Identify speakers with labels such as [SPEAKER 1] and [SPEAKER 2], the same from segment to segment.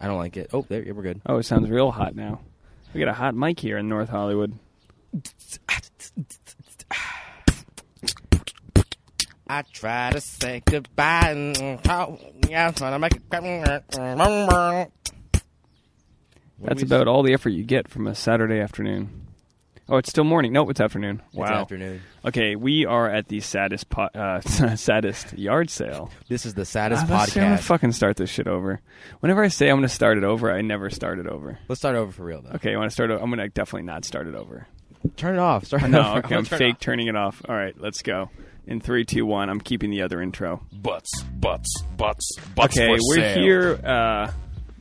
[SPEAKER 1] I don't like it. Oh, there yeah, we're good.
[SPEAKER 2] Oh, it sounds real hot now. We got a hot mic here in North Hollywood.
[SPEAKER 1] I try to say goodbye and oh, yeah, but I make it. That's
[SPEAKER 2] That's about all the effort you get from a Saturday afternoon. Oh, it's still morning. No, it's afternoon. Wow.
[SPEAKER 1] afternoon.
[SPEAKER 2] Okay, we are at the saddest po- uh, saddest yard sale.
[SPEAKER 1] This is the saddest
[SPEAKER 2] Ah, let's see, I'm gonna
[SPEAKER 1] podcast.
[SPEAKER 2] fucking start this shit over. Whenever I say I'm gonna start it over, I never start it over.
[SPEAKER 1] Let's start over for real though.
[SPEAKER 2] Okay, I want to start. o- I'm gonna definitely not start it over.
[SPEAKER 1] Turn it off. Start it
[SPEAKER 2] No,
[SPEAKER 1] over.
[SPEAKER 2] okay, I'm
[SPEAKER 1] Turn it
[SPEAKER 2] fake
[SPEAKER 1] off.
[SPEAKER 2] turning it off. All right, let's go. In three, two, one. I'm keeping the other intro.
[SPEAKER 3] Butts, butts, butts, butts.
[SPEAKER 2] Okay,
[SPEAKER 3] for
[SPEAKER 2] we're
[SPEAKER 3] sale.
[SPEAKER 2] here uh,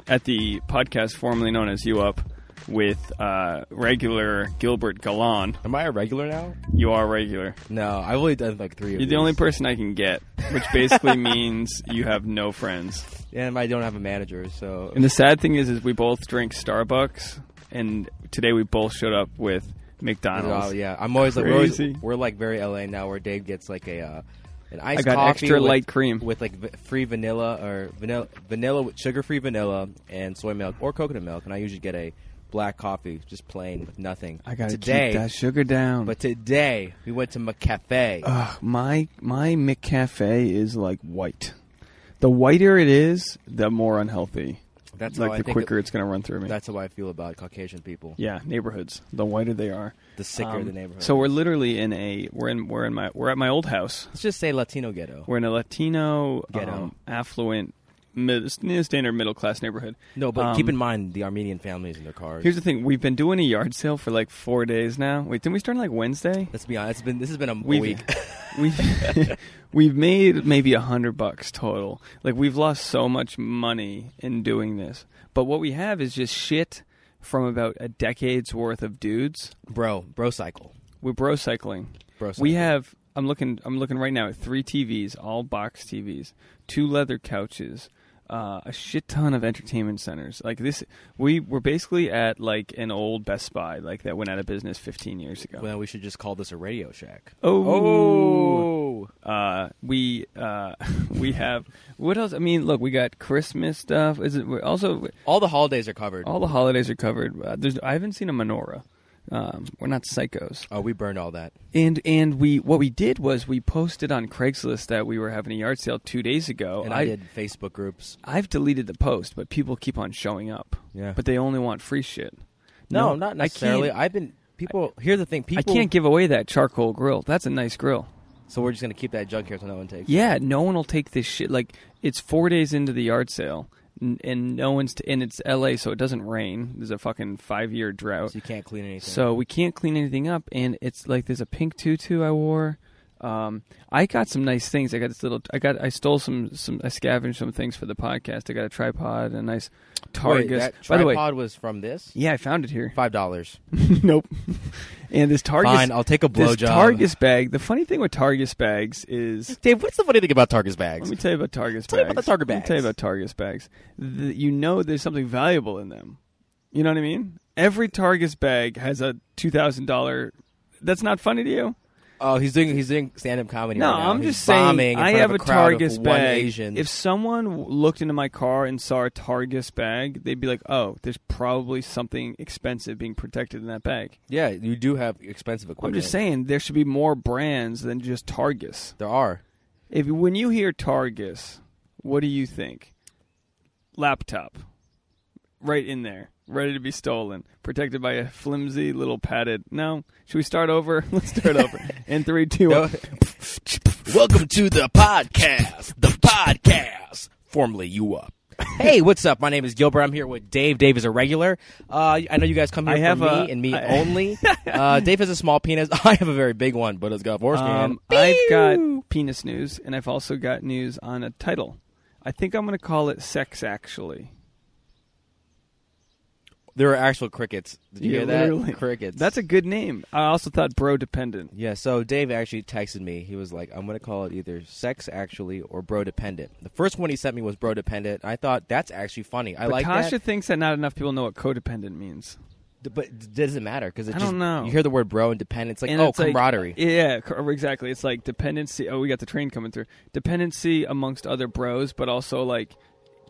[SPEAKER 2] at the podcast formerly known as You Up with uh, regular Gilbert Galan.
[SPEAKER 1] Am I a regular now?
[SPEAKER 2] You are regular.
[SPEAKER 1] No, I've only done like three. Of
[SPEAKER 2] You're the
[SPEAKER 1] these.
[SPEAKER 2] only person I can get, which basically means you have no friends.
[SPEAKER 1] and I don't have a manager, so
[SPEAKER 2] And the sad thing is, is we both drink Starbucks, and today we both showed up with McDonald's.
[SPEAKER 1] Oh, yeah, I'm always like we're, always-
[SPEAKER 2] Crazy.
[SPEAKER 1] we're, like very LA now, where Dave gets like a uh, an iced
[SPEAKER 2] I got
[SPEAKER 1] coffee
[SPEAKER 2] extra
[SPEAKER 1] with,
[SPEAKER 2] light cream.
[SPEAKER 1] with like v- free vanilla or vanilla vanilla with sugar free vanilla and soy milk or coconut milk, and I usually get a black coffee just plain with nothing.
[SPEAKER 2] I gotta
[SPEAKER 1] today,
[SPEAKER 2] keep that sugar down.
[SPEAKER 1] but today we went to McCafe.
[SPEAKER 2] Ugh, my my McCafe is like white. The whiter it is, the more unhealthy.
[SPEAKER 1] That's
[SPEAKER 2] like
[SPEAKER 1] how I
[SPEAKER 2] the
[SPEAKER 1] think
[SPEAKER 2] quicker
[SPEAKER 1] it-
[SPEAKER 2] it's going to run through me.
[SPEAKER 1] That's how I feel about Caucasian people.
[SPEAKER 2] yeah, neighborhoods. The whiter they are,
[SPEAKER 1] The sicker
[SPEAKER 2] Um,
[SPEAKER 1] the neighborhood.
[SPEAKER 2] So we're literally in a we're in we're in my we're at my old house.
[SPEAKER 1] let's just say Latino ghetto.
[SPEAKER 2] We're in a Latino,
[SPEAKER 1] Ghetto.
[SPEAKER 2] um, affluent, mid, standard middle class neighborhood.
[SPEAKER 1] No, but
[SPEAKER 2] Um,
[SPEAKER 1] keep in mind the Armenian families in their cars.
[SPEAKER 2] Here's the thing: we've been doing a yard sale for like four days now. Wait, didn't we start on like Wednesday?
[SPEAKER 1] Let's be honest. It's been this has been a
[SPEAKER 2] We've
[SPEAKER 1] week.
[SPEAKER 2] we've, we've made maybe a hundred bucks total. Like we've lost so much money in doing this. But what we have is just shit from about a decade's worth of dudes.
[SPEAKER 1] bro, bro cycle.
[SPEAKER 2] We're bro cycling.
[SPEAKER 1] Bro cycle.
[SPEAKER 2] We have. I'm looking. I'm looking right now at three TVs, all box TVs, two leather couches, uh, a shit ton of entertainment centers. Like this, we were basically at like an old Best Buy, like that went out of business 15 years ago.
[SPEAKER 1] Well, we should just call this a Radio Shack.
[SPEAKER 2] Oh, Uh, we uh, we have what else? I mean, look, we got Christmas stuff. Is it we're also
[SPEAKER 1] All the holidays are covered.
[SPEAKER 2] all the holidays are covered? Uh, there's, I haven't seen a menorah. Um, we're not psychos.
[SPEAKER 1] Oh, we burned all that.
[SPEAKER 2] And and we what we did was we posted on Craigslist that we were having a yard sale two days ago.
[SPEAKER 1] And I, did Facebook groups.
[SPEAKER 2] I've deleted the post, but people keep on showing up.
[SPEAKER 1] Yeah.
[SPEAKER 2] but they only want free shit.
[SPEAKER 1] No, not
[SPEAKER 2] I
[SPEAKER 1] necessarily.
[SPEAKER 2] can't,
[SPEAKER 1] I've been people. here's the thing.
[SPEAKER 2] I
[SPEAKER 1] People.
[SPEAKER 2] can't give away that charcoal grill. That's a nice grill.
[SPEAKER 1] So we're just gonna keep that junk here until no one takes. it.
[SPEAKER 2] Yeah, no one will take this shit. Like it's four days into the yard sale, and, and no one's t- and it's L.A., so it doesn't rain. There's a fucking five year drought,
[SPEAKER 1] So you can't clean anything.
[SPEAKER 2] so we can't clean anything up. And it's like there's a pink tutu I wore. Um, I got some nice things. I got this little. I got. I stole some. Some. I scavenged some things for the podcast. I got a tripod, a nice
[SPEAKER 1] Wait,
[SPEAKER 2] Targus.
[SPEAKER 1] that tripod
[SPEAKER 2] By the way,
[SPEAKER 1] was from this.
[SPEAKER 2] yeah, I found it here.
[SPEAKER 1] Five dollars.
[SPEAKER 2] nope. and this Targus.
[SPEAKER 1] Fine, I'll take a
[SPEAKER 2] this
[SPEAKER 1] blowjob.
[SPEAKER 2] Targus bag. The funny thing with Targus bags is
[SPEAKER 1] Dave, what's the funny thing about Targus bags?
[SPEAKER 2] let me tell you about Targus
[SPEAKER 1] Tell me
[SPEAKER 2] bags.
[SPEAKER 1] about the Target
[SPEAKER 2] Let me tell you about
[SPEAKER 1] bags.
[SPEAKER 2] Targus bags. Th- you know there's something valuable in them. You know what I mean? Every Targus bag has a two thousand dollar. That's not funny to you?
[SPEAKER 1] Oh, he's doing he's doing stand up comedy.
[SPEAKER 2] No,
[SPEAKER 1] right now.
[SPEAKER 2] I'm
[SPEAKER 1] He's
[SPEAKER 2] just
[SPEAKER 1] bombing
[SPEAKER 2] saying.
[SPEAKER 1] in
[SPEAKER 2] I
[SPEAKER 1] front of
[SPEAKER 2] have
[SPEAKER 1] a crowd of
[SPEAKER 2] Targus
[SPEAKER 1] One
[SPEAKER 2] bag.
[SPEAKER 1] Asian.
[SPEAKER 2] If someone w- looked into my car and saw a Targus bag, they'd be like, "Oh, there's probably something expensive being protected in that bag."
[SPEAKER 1] yeah, you do have expensive
[SPEAKER 2] I'm
[SPEAKER 1] equipment.
[SPEAKER 2] just saying there should be more brands than just Targus.
[SPEAKER 1] there are.
[SPEAKER 2] If when you hear Targus, what do you think? Laptop, right in there, ready to be stolen, protected by a flimsy little padded. No, should we start over? Let's start over. In three, two, one.
[SPEAKER 1] Welcome to the podcast. The podcast. Formerly you up. hey, what's up? My name is Gilbert. I'm here with Dave. Dave is a regular. Uh, I know you guys come here
[SPEAKER 2] I
[SPEAKER 1] for
[SPEAKER 2] have
[SPEAKER 1] me
[SPEAKER 2] a-
[SPEAKER 1] and me
[SPEAKER 2] I-
[SPEAKER 1] only. Uh, Dave has a small penis. I have a very big one, but it's got foreskin.
[SPEAKER 2] Um, I've got penis news, and I've also got news on a title. I think I'm going to call it "Sex Actually."
[SPEAKER 1] there are actual crickets. Did you
[SPEAKER 2] Yeah,
[SPEAKER 1] hear that?
[SPEAKER 2] literally.
[SPEAKER 1] Crickets.
[SPEAKER 2] That's a good name. I also thought "Bro Dependent."
[SPEAKER 1] yeah, so Dave actually texted me. He was like, I'm going to call it either sex actually or bro dependent. The first one he sent me was bro dependent. I thought that's actually funny. I like
[SPEAKER 2] Tasha
[SPEAKER 1] that.
[SPEAKER 2] thinks that not enough people know what codependent means.
[SPEAKER 1] D- But it doesn't matter because it
[SPEAKER 2] I
[SPEAKER 1] just
[SPEAKER 2] don't know.
[SPEAKER 1] you hear the word bro and depend. It's like
[SPEAKER 2] And
[SPEAKER 1] oh
[SPEAKER 2] it's like-
[SPEAKER 1] camaraderie.
[SPEAKER 2] yeah, co- exactly. It's like dependency. Oh, we got the train coming through. Dependency amongst other bros, but also like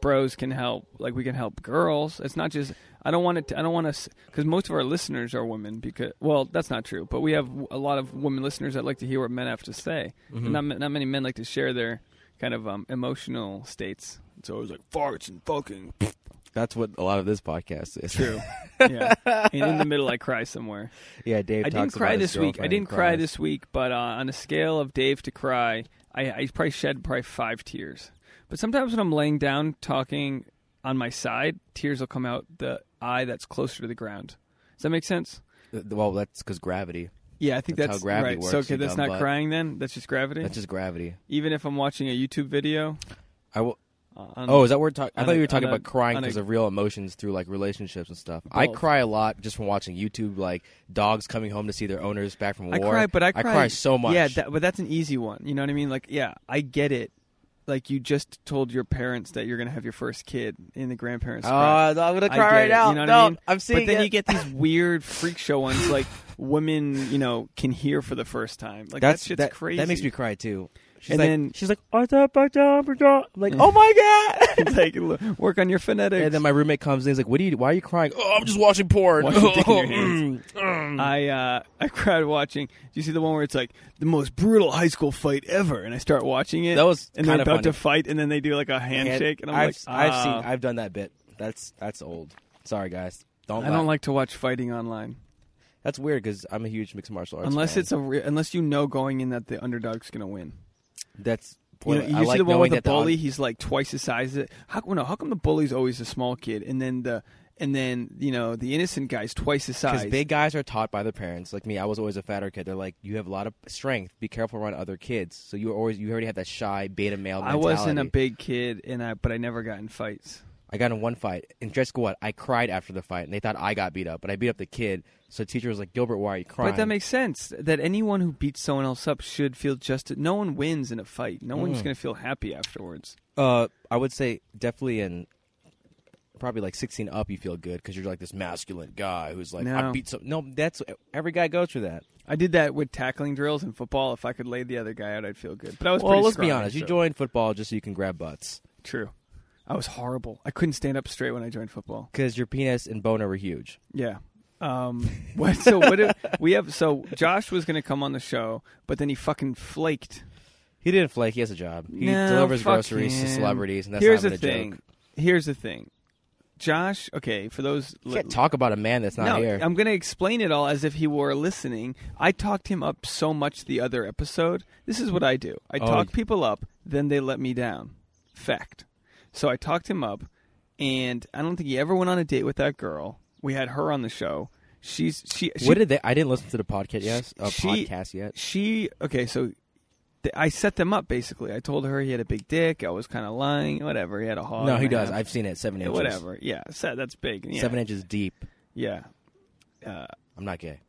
[SPEAKER 2] bros can help. Like we can help girls. It's not just I don't want it. To, I don't want to because most of our listeners are women. Because well, that's not true. But we have a lot of women listeners that like to hear what men have to say. And Not ma- not many men like to share their kind of um, emotional states. It's always like farts and fucking.
[SPEAKER 1] That's what a lot of this podcast is.
[SPEAKER 2] True. yeah. And in the middle, I cry somewhere.
[SPEAKER 1] yeah, Dave.
[SPEAKER 2] I didn't
[SPEAKER 1] talks
[SPEAKER 2] cry
[SPEAKER 1] about his
[SPEAKER 2] this week. I
[SPEAKER 1] girlfriend
[SPEAKER 2] didn't
[SPEAKER 1] who
[SPEAKER 2] cry
[SPEAKER 1] cries.
[SPEAKER 2] this week, but uh, on a scale of Dave to cry, I, I probably shed probably five tears. But sometimes when I'm laying down talking on my side, tears will come out the eye that's closer to the ground. Does that make sense?
[SPEAKER 1] Uh, Well, that's because gravity.
[SPEAKER 2] Yeah, I think
[SPEAKER 1] That's how
[SPEAKER 2] that's,
[SPEAKER 1] gravity
[SPEAKER 2] right.
[SPEAKER 1] works,
[SPEAKER 2] so
[SPEAKER 1] you
[SPEAKER 2] okay, that's
[SPEAKER 1] dumb
[SPEAKER 2] not
[SPEAKER 1] butt.
[SPEAKER 2] crying then. That's just gravity.
[SPEAKER 1] That's just gravity.
[SPEAKER 2] Even if I'm watching a YouTube video.
[SPEAKER 1] I will.
[SPEAKER 2] uh, on-
[SPEAKER 1] Oh, is that what we're talking? I
[SPEAKER 2] on
[SPEAKER 1] thought
[SPEAKER 2] a-
[SPEAKER 1] you were talking
[SPEAKER 2] on a-
[SPEAKER 1] about crying
[SPEAKER 2] on a-
[SPEAKER 1] because of real emotions through like relationships and stuff. I
[SPEAKER 2] Both.
[SPEAKER 1] cry a lot just from watching YouTube, like dogs coming home to see their owners back from war.
[SPEAKER 2] I cry, but I cry,
[SPEAKER 1] so much.
[SPEAKER 2] Yeah, that, but that's an easy one. You know what I mean? Like, yeah, I get it. Like you just told your parents that you're gonna have your first kid in the grandparents.
[SPEAKER 1] oh,
[SPEAKER 2] cry.
[SPEAKER 1] I'm gonna cry
[SPEAKER 2] I get
[SPEAKER 1] right
[SPEAKER 2] it,
[SPEAKER 1] now.
[SPEAKER 2] You know what
[SPEAKER 1] no,
[SPEAKER 2] I mean?
[SPEAKER 1] am seeing
[SPEAKER 2] But then
[SPEAKER 1] it.
[SPEAKER 2] you get these weird freak show ones like women, you know, can hear for the first time. Like
[SPEAKER 1] That's
[SPEAKER 2] that shit's
[SPEAKER 1] that,
[SPEAKER 2] crazy.
[SPEAKER 1] That makes me cry too. She's
[SPEAKER 2] And
[SPEAKER 1] like,
[SPEAKER 2] then-
[SPEAKER 1] she's like, I thought my job, my job." I'm like, oh my god.
[SPEAKER 2] It's like look, work on your phonetics.
[SPEAKER 1] And then my roommate comes in. He's like, "What are you? Why are you crying? Oh, I'm just watching porn.
[SPEAKER 2] Watching dick in your
[SPEAKER 1] Mm,
[SPEAKER 2] hands.
[SPEAKER 1] mm.
[SPEAKER 2] I uh, I cried watching. Do you see the one where it's like the most brutal high school fight ever? And I start watching it.
[SPEAKER 1] That was
[SPEAKER 2] and they're
[SPEAKER 1] kinda
[SPEAKER 2] about to
[SPEAKER 1] funny.
[SPEAKER 2] fight, and then they do like a handshake, and I'm
[SPEAKER 1] I've,
[SPEAKER 2] like,
[SPEAKER 1] I've seen,
[SPEAKER 2] ah.
[SPEAKER 1] I've done that bit. That's that's old. Sorry, guys. Don't.
[SPEAKER 2] I
[SPEAKER 1] laugh.
[SPEAKER 2] don't like to watch fighting online
[SPEAKER 1] That's weird because I'm a huge mixed martial arts.
[SPEAKER 2] unless
[SPEAKER 1] fan.
[SPEAKER 2] it's a re- unless you know going in that the underdog's gonna win.
[SPEAKER 1] that's.
[SPEAKER 2] You, know,
[SPEAKER 1] Boy,
[SPEAKER 2] you
[SPEAKER 1] I
[SPEAKER 2] see
[SPEAKER 1] like
[SPEAKER 2] the one
[SPEAKER 1] knowing
[SPEAKER 2] with the
[SPEAKER 1] that
[SPEAKER 2] bully;
[SPEAKER 1] The,
[SPEAKER 2] he's like twice the size. Of, how well, no? How come the bully's always a small kid, and then the and then you know the innocent guy's twice the
[SPEAKER 1] because
[SPEAKER 2] size?
[SPEAKER 1] big guys are taught by their parents. Like me, I was always a fatter kid. They're like, you have a lot of strength. Be careful around other kids. So you always you already have that shy beta male.
[SPEAKER 2] I
[SPEAKER 1] Mentality.
[SPEAKER 2] wasn't a big kid, and I but I never got in fights.
[SPEAKER 1] I got in one fight in dress school. I cried after the fight, and they thought I got beat up, but I beat up the kid. So the teacher was like, Gilbert, why are you crying?
[SPEAKER 2] But that makes sense. That anyone who beats someone else up should feel just. No one wins in a fight. No
[SPEAKER 1] Mm.
[SPEAKER 2] one's going to feel happy afterwards.
[SPEAKER 1] Uh, I would say definitely in probably like 16 up, you feel good because you're like this masculine guy who's like, I
[SPEAKER 2] No.
[SPEAKER 1] beat some. No, that's every guy goes through that.
[SPEAKER 2] I did that with tackling drills in football. If I could lay the other guy out, I'd feel good. But I was
[SPEAKER 1] Well,
[SPEAKER 2] pretty
[SPEAKER 1] let's be
[SPEAKER 2] scrawny,
[SPEAKER 1] honest. You
[SPEAKER 2] so-
[SPEAKER 1] joined football just so you can grab butts
[SPEAKER 2] True. I was horrible. I couldn't stand up straight when I joined football.
[SPEAKER 1] because your penis and boner were huge.
[SPEAKER 2] Yeah. Um, what, so what if we have? So Josh was going to come on the show, but then he fucking flaked.
[SPEAKER 1] He didn't flake. He has a job. He
[SPEAKER 2] No,
[SPEAKER 1] delivers
[SPEAKER 2] fuck
[SPEAKER 1] groceries
[SPEAKER 2] him.
[SPEAKER 1] to celebrities, and that's
[SPEAKER 2] Here's
[SPEAKER 1] not
[SPEAKER 2] the
[SPEAKER 1] even a
[SPEAKER 2] thing.
[SPEAKER 1] joke.
[SPEAKER 2] Here's the thing. Josh, okay, for those
[SPEAKER 1] You can't talk about a man that's not
[SPEAKER 2] no,
[SPEAKER 1] here.
[SPEAKER 2] I'm going to explain it all as if he were listening. I talked him up so much the other episode. This is what I do I
[SPEAKER 1] Oh.
[SPEAKER 2] talk people up, then they let me down. Fact. So I talked him up, and I don't think he ever went on a date with that girl. We had her on the show. She's she. she
[SPEAKER 1] what did they? I didn't listen to the podcast yet. Uh,
[SPEAKER 2] she-
[SPEAKER 1] podcast yet?
[SPEAKER 2] she okay so th- i set them up basically i told her he had a big dick i was kind of lying whatever he had a hog
[SPEAKER 1] No,
[SPEAKER 2] and
[SPEAKER 1] he
[SPEAKER 2] a
[SPEAKER 1] does.
[SPEAKER 2] half.
[SPEAKER 1] I've seen it. Seven
[SPEAKER 2] Yeah,
[SPEAKER 1] inches.
[SPEAKER 2] whatever yeah so that's big yeah.
[SPEAKER 1] Seven inches deep.
[SPEAKER 2] yeah uh,
[SPEAKER 1] I'm not gay.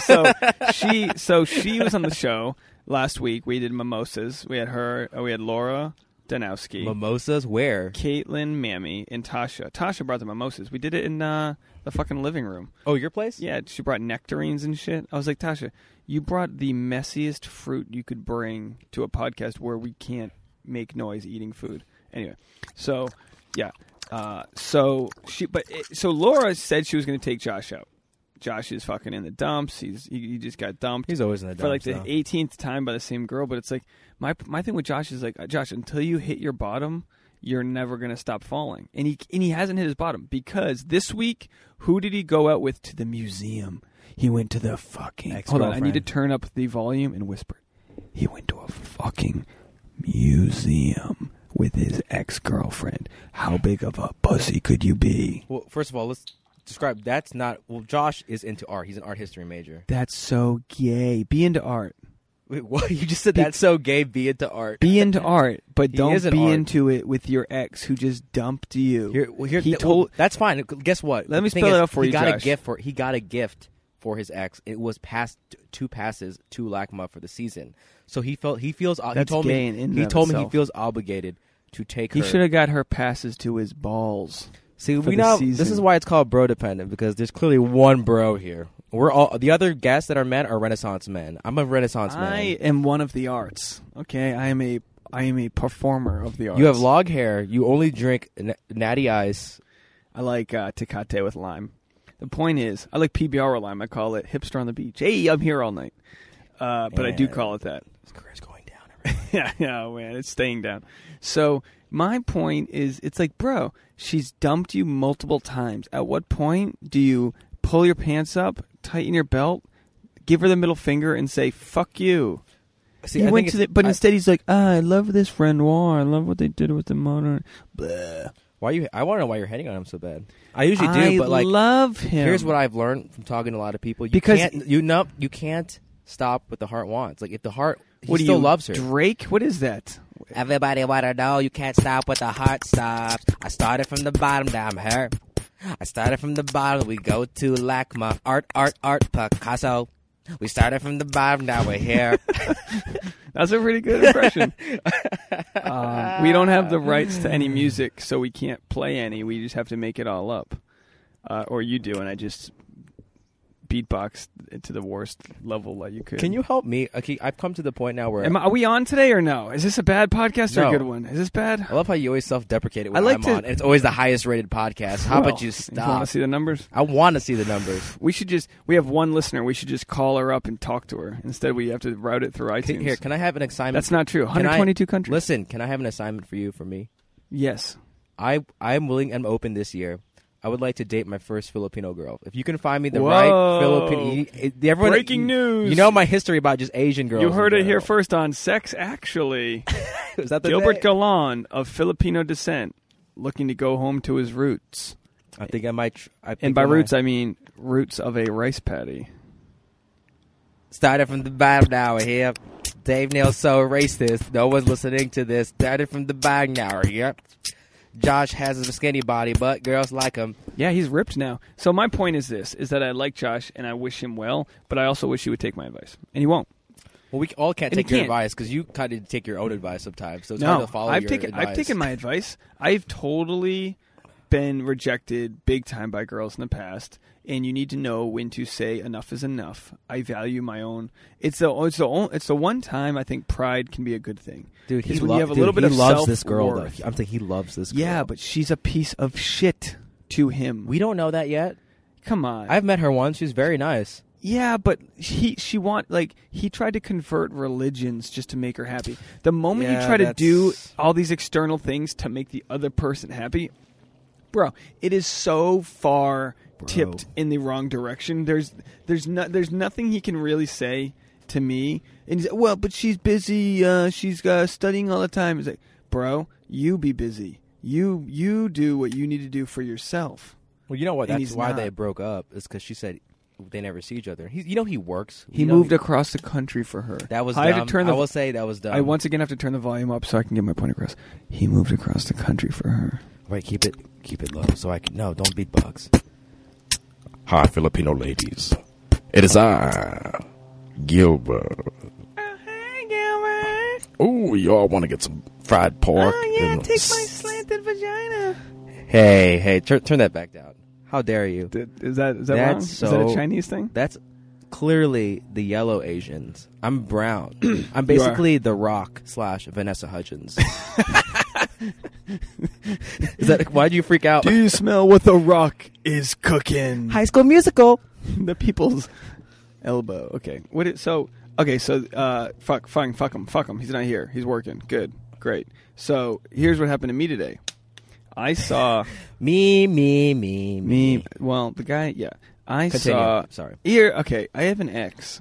[SPEAKER 2] so she so she was on the show last week we did mimosas we had her uh, we had laura danowski
[SPEAKER 1] Mimosas where?
[SPEAKER 2] caitlin mammy and tasha tasha brought the mimosas we did it in uh, the fucking living room
[SPEAKER 1] Oh, your place?
[SPEAKER 2] Yeah, she brought nectarines and shit. I was like, Tasha, you brought the messiest fruit you could bring to a podcast where we can't make noise eating food. Anyway, so yeah, uh, so she, but it, so Laura said she was going to take Josh out. Josh is fucking in the dumps. He's he, he just got dumped
[SPEAKER 1] He's always in the
[SPEAKER 2] for like
[SPEAKER 1] dumps,
[SPEAKER 2] the
[SPEAKER 1] though.
[SPEAKER 2] 18th time by the same girl. But it's like my my thing with Josh is like uh, Josh, until you hit your bottom, you're never gonna stop falling. And he and he hasn't hit his bottom because this week, who did he go out with to the museum? He went to the fucking. Hold on, I need to
[SPEAKER 1] Ex-girlfriend.
[SPEAKER 2] turn up the volume and whisper. He went to a fucking museum with his ex girlfriend. How big of a pussy could you be?
[SPEAKER 1] Well, first of all, let's describe. That's not. Well, Josh is into art. He's an art history major.
[SPEAKER 2] That's so gay. Be into art.
[SPEAKER 1] Wait, what? You just said that's so gay. Be into art.
[SPEAKER 2] be into art, but
[SPEAKER 1] He
[SPEAKER 2] don't
[SPEAKER 1] is an
[SPEAKER 2] be
[SPEAKER 1] art.
[SPEAKER 2] into it with your ex who just dumped you.
[SPEAKER 1] Here, well, here,
[SPEAKER 2] he
[SPEAKER 1] th- well,
[SPEAKER 2] told
[SPEAKER 1] that's fine. Guess what?
[SPEAKER 2] Let me
[SPEAKER 1] The thing
[SPEAKER 2] spell it
[SPEAKER 1] is,
[SPEAKER 2] out for
[SPEAKER 1] he
[SPEAKER 2] you,
[SPEAKER 1] Got
[SPEAKER 2] Josh.
[SPEAKER 1] a gift for he got a gift for his ex. It was past two passes to Lakma for the season. So he felt he feels. he
[SPEAKER 2] That's
[SPEAKER 1] told
[SPEAKER 2] gay in
[SPEAKER 1] me
[SPEAKER 2] and
[SPEAKER 1] he
[SPEAKER 2] of
[SPEAKER 1] told me he
[SPEAKER 2] itself.
[SPEAKER 1] feels obligated to take
[SPEAKER 2] he
[SPEAKER 1] her.
[SPEAKER 2] should have got her passes to his balls.
[SPEAKER 1] See,
[SPEAKER 2] for
[SPEAKER 1] we
[SPEAKER 2] the
[SPEAKER 1] know this
[SPEAKER 2] season.
[SPEAKER 1] is why it's called bro dependent because there's clearly one bro here. We're all the other guests that are men are Renaissance men. I'm a Renaissance
[SPEAKER 2] I
[SPEAKER 1] man.
[SPEAKER 2] am one of the arts. Okay, I am a I am a performer of the arts.
[SPEAKER 1] You have log hair. You only drink n- natty ice.
[SPEAKER 2] I like uh, Tecate with lime. The point is, I like PBR with lime. I call it hipster on the beach. Hey, I'm here all night. Uh, but I do
[SPEAKER 1] Yeah.
[SPEAKER 2] call it that.
[SPEAKER 1] His career's going down. everybody.
[SPEAKER 2] yeah, yeah, oh, man, it's staying down. So my point is, it's like, bro, she's dumped you multiple times. At what point do you pull your pants up, tighten your belt, give her the middle finger, and say "fuck you"?
[SPEAKER 1] See,
[SPEAKER 2] he
[SPEAKER 1] I
[SPEAKER 2] went
[SPEAKER 1] think
[SPEAKER 2] to
[SPEAKER 1] it's-
[SPEAKER 2] the, but
[SPEAKER 1] I-
[SPEAKER 2] instead he's like, ah, "I love this Renoir. I love what they did with the modern." Blah.
[SPEAKER 1] Why you? I want to know why you're hating on him so bad. I usually do,
[SPEAKER 2] I
[SPEAKER 1] but like,
[SPEAKER 2] love him.
[SPEAKER 1] here's what I've learned from talking to a lot of people. You
[SPEAKER 2] Because-
[SPEAKER 1] can't, you know, you can't stop what the heart wants. Like if the heart, he
[SPEAKER 2] What do
[SPEAKER 1] still
[SPEAKER 2] you,
[SPEAKER 1] loves her.
[SPEAKER 2] Drake. What is that?
[SPEAKER 1] Everybody wanna know you can't stop what the heart stops. I started from the bottom, now I'm here. I started from the bottom, we go to LACMA. Art, art, art, Picasso. We started from the bottom, now we're here.
[SPEAKER 2] That's a pretty good impression. um, we don't have the rights to any music, so we can't play any. We just have to make it all up, uh, or you do, and I just beatbox to the worst level that you could.
[SPEAKER 1] Can you help me? Okay, I've come to the point now where
[SPEAKER 2] Am I, are we on today or no? Is this a bad podcast or
[SPEAKER 1] No.
[SPEAKER 2] a good one? Is this bad?
[SPEAKER 1] I love how you always self-deprecate it when
[SPEAKER 2] I like
[SPEAKER 1] am
[SPEAKER 2] to-
[SPEAKER 1] on, and it's always the highest-rated podcast. How about you
[SPEAKER 2] Want
[SPEAKER 1] stop?
[SPEAKER 2] to see the numbers?
[SPEAKER 1] I want to see the numbers.
[SPEAKER 2] We should just. We have one listener. We should just call her up and talk to her. Instead, we have to route it through
[SPEAKER 1] Can-
[SPEAKER 2] iTunes.
[SPEAKER 1] Here, can I have an assignment?
[SPEAKER 2] That's not true.
[SPEAKER 1] Can I-
[SPEAKER 2] 122 countries.
[SPEAKER 1] Listen, can I have an assignment for you? For me,
[SPEAKER 2] Yes.
[SPEAKER 1] I I am willing. I'm open this year. I would like to date my first Filipino girl. If you can find me the right
[SPEAKER 2] Whoa.
[SPEAKER 1] Filipino, it- everyone.
[SPEAKER 2] Breaking
[SPEAKER 1] you-
[SPEAKER 2] news.
[SPEAKER 1] You know my history about just Asian girls.
[SPEAKER 2] You heard
[SPEAKER 1] in
[SPEAKER 2] it here
[SPEAKER 1] general.
[SPEAKER 2] first on Sex Actually.
[SPEAKER 1] Is that the
[SPEAKER 2] Gilbert
[SPEAKER 1] name?
[SPEAKER 2] Galan of Filipino descent, looking to go home to his roots.
[SPEAKER 1] I think I might. tr- I
[SPEAKER 2] And
[SPEAKER 1] think
[SPEAKER 2] by
[SPEAKER 1] I might-
[SPEAKER 2] roots, I mean roots of a rice patty.
[SPEAKER 1] started from the bottom. Now we're here. Dave Nail's so racist. No one's listening to this. Started from the bottom. Now we're here. Josh has a skinny body, but girls like him.
[SPEAKER 2] Yeah, he's ripped now. So my point is this: is that I like Josh and I wish him well, but I also wish he would take my advice, and he won't.
[SPEAKER 1] Well, we all can't
[SPEAKER 2] And
[SPEAKER 1] take
[SPEAKER 2] you
[SPEAKER 1] your
[SPEAKER 2] can't.
[SPEAKER 1] advice because you kind of take your own advice sometimes. So it's hard
[SPEAKER 2] no,
[SPEAKER 1] to follow
[SPEAKER 2] I've
[SPEAKER 1] your
[SPEAKER 2] taken
[SPEAKER 1] advice.
[SPEAKER 2] I've taken my advice. I've totally been rejected big time by girls in the past, and you need to know when to say enough is enough. I value my own. It's the it's the on- it's the one time I think pride can be a good thing.
[SPEAKER 1] Dude, he
[SPEAKER 2] Is when
[SPEAKER 1] lo-
[SPEAKER 2] you have a
[SPEAKER 1] dude,
[SPEAKER 2] little bit
[SPEAKER 1] he
[SPEAKER 2] of
[SPEAKER 1] loves this girl
[SPEAKER 2] self-worth.
[SPEAKER 1] though. I'm thinking he loves this girl.
[SPEAKER 2] Yeah, but she's a piece of shit to him.
[SPEAKER 1] we don't know that yet.
[SPEAKER 2] Come on.
[SPEAKER 1] I've met her once. She's very nice.
[SPEAKER 2] yeah, but he she want like he tried to convert religions just to make her happy. The moment
[SPEAKER 1] Yeah,
[SPEAKER 2] you try to do
[SPEAKER 1] that's-
[SPEAKER 2] all these external things to make the other person happy, bro, it is so far tipped in the wrong direction. There's there's no, there's nothing he can really say to me. And he's like, well, but she's busy. Uh, she's uh, studying all the time. It's like, bro, you be busy. You you do what you need to do for yourself.
[SPEAKER 1] Well, you know what?
[SPEAKER 2] And
[SPEAKER 1] That's
[SPEAKER 2] he's
[SPEAKER 1] why
[SPEAKER 2] not.
[SPEAKER 1] they broke up. Is because she said they never see each other. He, you know he works.
[SPEAKER 2] He
[SPEAKER 1] You know
[SPEAKER 2] moved across the country for her.
[SPEAKER 1] That was
[SPEAKER 2] I
[SPEAKER 1] dumb.
[SPEAKER 2] had to turn the.
[SPEAKER 1] I will say that was dumb.
[SPEAKER 2] I once again have to turn the volume up so I can get my point across. He moved across the country for her.
[SPEAKER 1] Wait, keep it keep it low so I can no, don't beatbox.
[SPEAKER 3] Hi, Filipino ladies. It is I, Gilbert. Ooh, y'all want to get some fried pork?
[SPEAKER 2] Oh,
[SPEAKER 3] and
[SPEAKER 2] slanted vagina.
[SPEAKER 1] Hey, hey, tur- turn that back down. How dare you?
[SPEAKER 2] Is that is that
[SPEAKER 1] That's
[SPEAKER 2] wrong?
[SPEAKER 1] so
[SPEAKER 2] is that a Chinese thing?
[SPEAKER 1] That's clearly the yellow Asians. I'm brown. I'm
[SPEAKER 2] You are.
[SPEAKER 1] basically the Rock slash Vanessa Hudgens. Is that why'd you freak out?
[SPEAKER 2] you smell what the rock is cooking?
[SPEAKER 1] High School Musical.
[SPEAKER 2] the people's elbow. Okay. What it so okay, so uh fuck fine, fuck him, fuck him. He's not here. He's working. Good. Great. So here's what happened to me today. I saw
[SPEAKER 1] Me, me, me, me.
[SPEAKER 2] me well, the guy yeah. I
[SPEAKER 1] Continue.
[SPEAKER 2] saw
[SPEAKER 1] Sorry.
[SPEAKER 2] Here okay, I have an ex.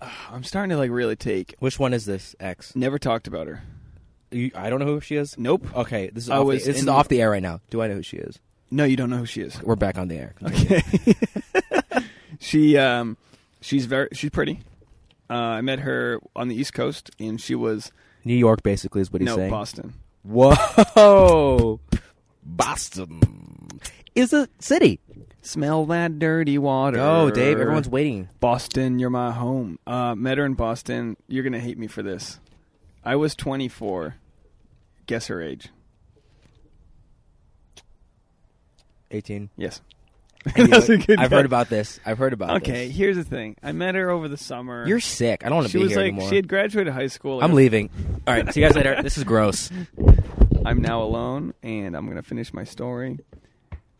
[SPEAKER 2] Ugh, I'm starting to like really take
[SPEAKER 1] Which one is this X?
[SPEAKER 2] never talked about her.
[SPEAKER 1] You, I don't know who she is.
[SPEAKER 2] Nope.
[SPEAKER 1] Okay, this is
[SPEAKER 2] I
[SPEAKER 1] off
[SPEAKER 2] was
[SPEAKER 1] the, this is
[SPEAKER 2] in-
[SPEAKER 1] off the air right now. Do I know who she is?
[SPEAKER 2] No, you don't know who she is.
[SPEAKER 1] We're back on the air.
[SPEAKER 2] Okay. she um she's very she's pretty. Uh, I met her on the East Coast and she was
[SPEAKER 1] New York basically is what he's
[SPEAKER 2] no
[SPEAKER 1] saying.
[SPEAKER 2] Boston.
[SPEAKER 1] Whoa.
[SPEAKER 3] Boston.
[SPEAKER 1] Is a city.
[SPEAKER 2] Smell that dirty water.
[SPEAKER 1] Oh, Dave, everyone's waiting.
[SPEAKER 2] Boston, you're my home. Uh, met her in Boston. You're gonna hate me for this. I was 24. Guess her age.
[SPEAKER 1] 18.
[SPEAKER 2] Yes. That's a good
[SPEAKER 1] I've heard
[SPEAKER 2] bet.
[SPEAKER 1] about this. I've heard about
[SPEAKER 2] Okay,
[SPEAKER 1] this.
[SPEAKER 2] here's the thing. I met her over the summer.
[SPEAKER 1] You're sick. I don't want to
[SPEAKER 2] she
[SPEAKER 1] be
[SPEAKER 2] was
[SPEAKER 1] here
[SPEAKER 2] like
[SPEAKER 1] anymore.
[SPEAKER 2] she had graduated high school.
[SPEAKER 1] I'm leaving. All right. See you guys later. This is gross.
[SPEAKER 2] I'm now alone, and I'm gonna finish my story.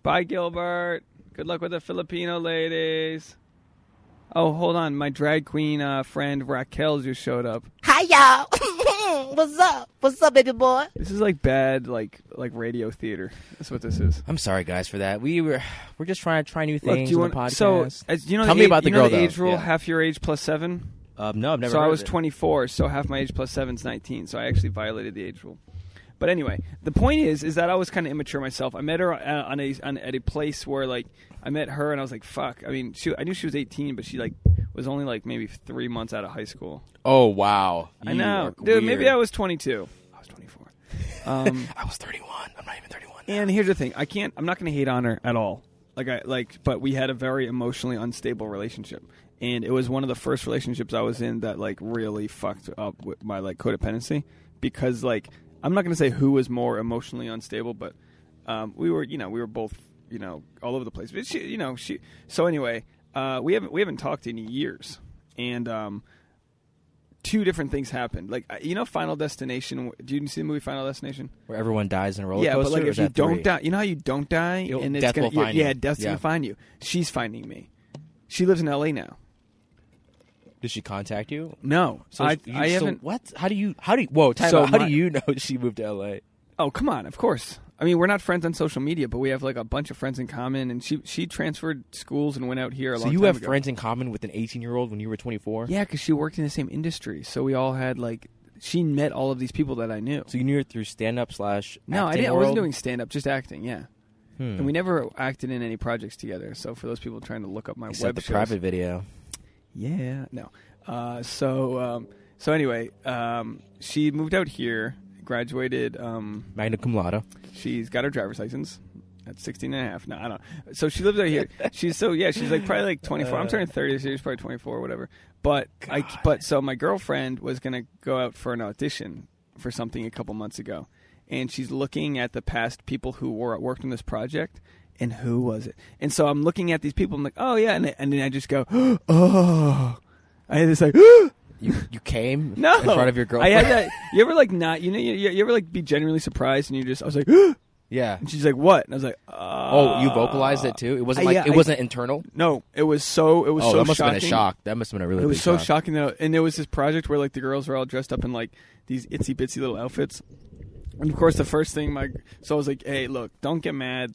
[SPEAKER 2] Bye, Gilbert. Good luck with the Filipino ladies. Oh, hold on, my drag queen uh, friend Raquel just showed up.
[SPEAKER 4] Hi, y'all. What's up? What's up, baby boy?
[SPEAKER 2] This is like bad, like like radio theater. That's what this is.
[SPEAKER 1] I'm sorry, guys, for that. We were we're just trying to try new
[SPEAKER 2] Look, do
[SPEAKER 1] things
[SPEAKER 2] you
[SPEAKER 1] on the
[SPEAKER 2] want- so
[SPEAKER 1] podcast.
[SPEAKER 2] as, you know,
[SPEAKER 1] Tell
[SPEAKER 2] the
[SPEAKER 1] me
[SPEAKER 2] age-
[SPEAKER 1] about the
[SPEAKER 2] you know
[SPEAKER 1] girl,
[SPEAKER 2] the
[SPEAKER 1] though.
[SPEAKER 2] age rule:
[SPEAKER 1] Yeah.
[SPEAKER 2] half your age plus seven.
[SPEAKER 1] um, no, I've never.
[SPEAKER 2] so I
[SPEAKER 1] heard
[SPEAKER 2] was
[SPEAKER 1] of it.
[SPEAKER 2] 24, so half my age plus seven is 19. So I actually violated the age rule. But anyway, the point is, is that I was kind of immature myself. I met her uh, on a on, at a place where like I met her and I was like, fuck. I mean, she I knew she was 18, but she like was only like maybe three months out of high school.
[SPEAKER 1] Oh wow.
[SPEAKER 2] I
[SPEAKER 1] You
[SPEAKER 2] know,
[SPEAKER 1] are
[SPEAKER 2] dude. Maybe
[SPEAKER 1] weird.
[SPEAKER 2] I was 22. I was 24. Um,
[SPEAKER 1] I was 31. I'm not even 31. now.
[SPEAKER 2] and here's the thing: I can't. I'm not going to hate on her at all. Like I like, but we had a very emotionally unstable relationship, and it was one of the first relationships I was in that like really fucked up with my like codependency because like I'm not going to say who was more emotionally unstable, but um, we were you know we were both you know all over the place. But she you know she so anyway uh, we haven't we haven't talked in years, and um, two different things happened. Like you know Final Destination. Do you see the movie Final Destination?
[SPEAKER 1] Where everyone dies in a roller
[SPEAKER 2] yeah,
[SPEAKER 1] coaster.
[SPEAKER 2] but like
[SPEAKER 1] or
[SPEAKER 2] if
[SPEAKER 1] is
[SPEAKER 2] you
[SPEAKER 1] that
[SPEAKER 2] don't
[SPEAKER 1] three?
[SPEAKER 2] die, you know how you don't die,
[SPEAKER 1] You'll-
[SPEAKER 2] and it's
[SPEAKER 1] death
[SPEAKER 2] gonna,
[SPEAKER 1] will find
[SPEAKER 2] yeah,
[SPEAKER 1] you.
[SPEAKER 2] death's
[SPEAKER 1] Yeah.
[SPEAKER 2] gonna find you. She's finding me. She lives in L.A. now.
[SPEAKER 1] Did she contact you?
[SPEAKER 2] No, I,
[SPEAKER 1] you,
[SPEAKER 2] I
[SPEAKER 1] so
[SPEAKER 2] haven't.
[SPEAKER 1] What? How do you? How do you? Whoa, time
[SPEAKER 2] So
[SPEAKER 1] out. How
[SPEAKER 2] my-
[SPEAKER 1] do you know she moved to L.A.?
[SPEAKER 2] Oh come on, of course. I mean, we're not friends on social media, but we have like a bunch of friends in common. And she she transferred schools and went out here. A
[SPEAKER 1] So
[SPEAKER 2] long
[SPEAKER 1] you
[SPEAKER 2] time
[SPEAKER 1] have
[SPEAKER 2] ago.
[SPEAKER 1] friends in common with an 18-year-old when you were 24.
[SPEAKER 2] Yeah, because she worked in the same industry, so we all had like she met all of these people that I knew.
[SPEAKER 1] So you knew her through stand-up slash.
[SPEAKER 2] no, I
[SPEAKER 1] acting
[SPEAKER 2] didn't. I
[SPEAKER 1] World? Hmm.
[SPEAKER 2] wasn't doing stand up, just acting. Yeah, and we never acted in any projects together. So for those people trying to look up my
[SPEAKER 1] Except
[SPEAKER 2] web
[SPEAKER 1] the
[SPEAKER 2] shows-
[SPEAKER 1] private video.
[SPEAKER 2] Yeah, no. Uh, so um, so anyway, um, she moved out here, graduated. Um,
[SPEAKER 1] Magna cum laude.
[SPEAKER 2] she's got her driver's license at 16 and a half. No, I don't. So she lives out here. she's so yeah, she's like probably like 24.
[SPEAKER 1] Uh.
[SPEAKER 2] I'm turning 30 this year. She's probably 24 or whatever. But I but so my girlfriend was gonna go out for an audition for something a couple months ago, and she's looking at the past people who were worked on this project. And who was it? And so I'm looking at these people. I'm like, oh yeah, and, and then I just go, oh, I had this like,
[SPEAKER 1] You you came
[SPEAKER 2] no,
[SPEAKER 1] in front of your girlfriend.
[SPEAKER 2] I had that. You ever like not? You know, you, you ever like be genuinely surprised, and you just, I was like,
[SPEAKER 1] yeah.
[SPEAKER 2] And she's like, "What?" And I was like, uh,
[SPEAKER 1] Oh, you vocalized it too. It wasn't
[SPEAKER 2] I-
[SPEAKER 1] like
[SPEAKER 2] yeah,
[SPEAKER 1] it
[SPEAKER 2] I-
[SPEAKER 1] wasn't internal.
[SPEAKER 2] No, it was so. It was
[SPEAKER 1] oh,
[SPEAKER 2] so
[SPEAKER 1] that must
[SPEAKER 2] shocking.
[SPEAKER 1] have been a shock. That must have been a really.
[SPEAKER 2] It was
[SPEAKER 1] big
[SPEAKER 2] so
[SPEAKER 1] shock.
[SPEAKER 2] shocking that, and there was this project where like the girls were all dressed up in like these itsy bitsy little outfits, and of course the first thing my so I was like, "Hey, look, don't get mad.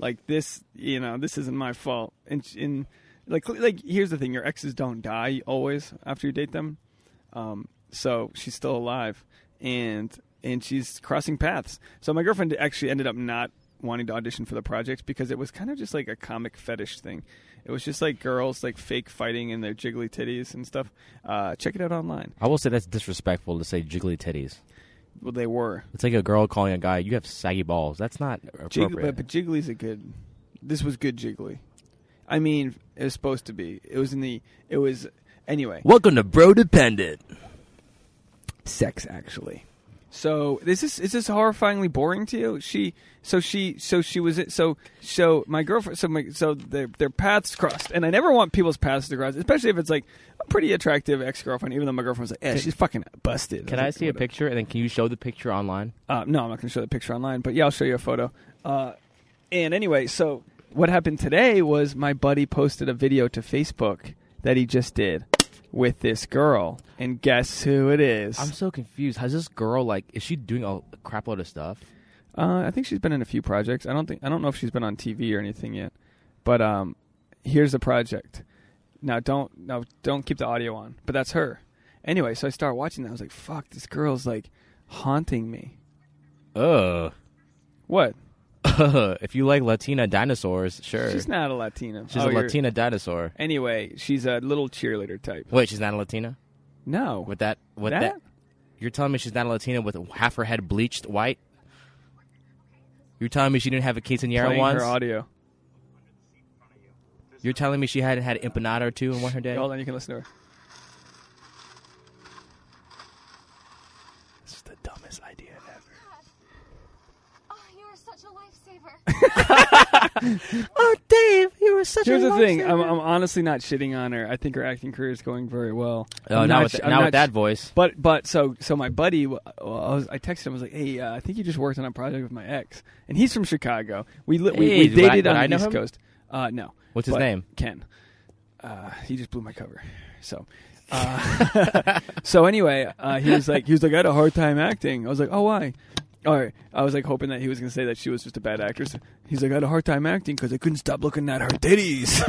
[SPEAKER 2] Like this, you know, this isn't my fault." And sh- and like like here's the thing: your exes don't die always after you date them. Um, so she's still alive, and and she's crossing paths. So my girlfriend actually ended up not wanting to audition for the project because it was kind of just like a comic fetish thing. It was just like girls like fake fighting in their jiggly titties and stuff. Uh, check it out online.
[SPEAKER 1] I will say that's disrespectful to say jiggly titties.
[SPEAKER 2] Well, they were
[SPEAKER 1] It's like a girl calling a guy, "You have saggy balls." That's not
[SPEAKER 2] jiggly, but,
[SPEAKER 1] appropriate.
[SPEAKER 2] but jiggly's a good. This was good jiggly. I mean, it was supposed to be. It was in the. It was anyway.
[SPEAKER 1] Welcome to Bro Dependent.
[SPEAKER 2] sex actually so is this is this horrifyingly boring to you she so she so she was so so my girlfriend so my so their, their paths crossed and i never want people's paths to cross especially if it's like a pretty attractive ex-girlfriend even though my girlfriend was like yeah she's fucking busted
[SPEAKER 1] Can
[SPEAKER 2] was
[SPEAKER 1] I
[SPEAKER 2] like,
[SPEAKER 1] see a
[SPEAKER 2] whatever.
[SPEAKER 1] picture and then can you show the picture online?
[SPEAKER 2] uh, no i'm not going to show the picture online but yeah i'll show you a photo uh, and anyway so what happened today was my buddy posted a video to facebook that he just did with this girl and guess who it is
[SPEAKER 1] I'm so confused. How's this girl like? Is she doing a crap load of stuff?
[SPEAKER 2] Uh, I think she's been in a few projects. I don't think I don't know if she's been on TV or anything yet. But um, here's the project. Now don't now don't keep the audio on. But that's her. Anyway, so I started watching that. I was like, "Fuck, this girl's like haunting me."
[SPEAKER 1] Ugh.
[SPEAKER 2] What?
[SPEAKER 1] if you like Latina dinosaurs, sure.
[SPEAKER 2] She's
[SPEAKER 1] She's,
[SPEAKER 2] not a Latina.
[SPEAKER 1] a
[SPEAKER 2] Oh, you're-
[SPEAKER 1] Latina dinosaur.
[SPEAKER 2] Anyway, she's a little cheerleader type.
[SPEAKER 1] Wait, she's not a Latina?
[SPEAKER 2] No.
[SPEAKER 1] With that, with
[SPEAKER 2] That?
[SPEAKER 1] that, you're telling me she's not a Latina with half her head bleached white? You're telling me she didn't have a quinceanera
[SPEAKER 2] Playing
[SPEAKER 1] once?
[SPEAKER 2] her audio.
[SPEAKER 1] You're telling me she hadn't had an empanada or two in one her day?
[SPEAKER 2] Hold on, you can listen to her.
[SPEAKER 1] This is the dumbest idea ever.
[SPEAKER 5] Oh, you are such a lifesaver.
[SPEAKER 1] Oh, Dave, you're is such
[SPEAKER 2] Here's
[SPEAKER 1] a
[SPEAKER 2] the
[SPEAKER 1] love
[SPEAKER 2] thing.
[SPEAKER 1] singer.
[SPEAKER 2] I'm, I'm honestly not shitting on her. I think her acting career is going very well.
[SPEAKER 1] oh,
[SPEAKER 2] I'm
[SPEAKER 1] not,
[SPEAKER 2] sh-
[SPEAKER 1] with,
[SPEAKER 2] I'm
[SPEAKER 1] not with
[SPEAKER 2] sh-
[SPEAKER 1] that voice.
[SPEAKER 2] But but so so my buddy, well, I was I texted him. I was like, hey, uh, I think you just worked on a project with my ex, and he's from Chicago. We li- we,
[SPEAKER 1] Hey,
[SPEAKER 2] we
[SPEAKER 1] do I-
[SPEAKER 2] dated
[SPEAKER 1] do
[SPEAKER 2] on
[SPEAKER 1] I
[SPEAKER 2] the
[SPEAKER 1] know
[SPEAKER 2] East
[SPEAKER 1] him?
[SPEAKER 2] Coast. Uh, no,
[SPEAKER 1] What's his
[SPEAKER 2] but
[SPEAKER 1] name?
[SPEAKER 2] Ken. Uh, he just blew my cover. So. Uh, so anyway, uh, he was like, he was like, I had a hard time acting. I was like, oh why? All right, I was like hoping that he was gonna say that she was just a bad actress. He's like, I had a hard time acting because I couldn't stop looking at her titties.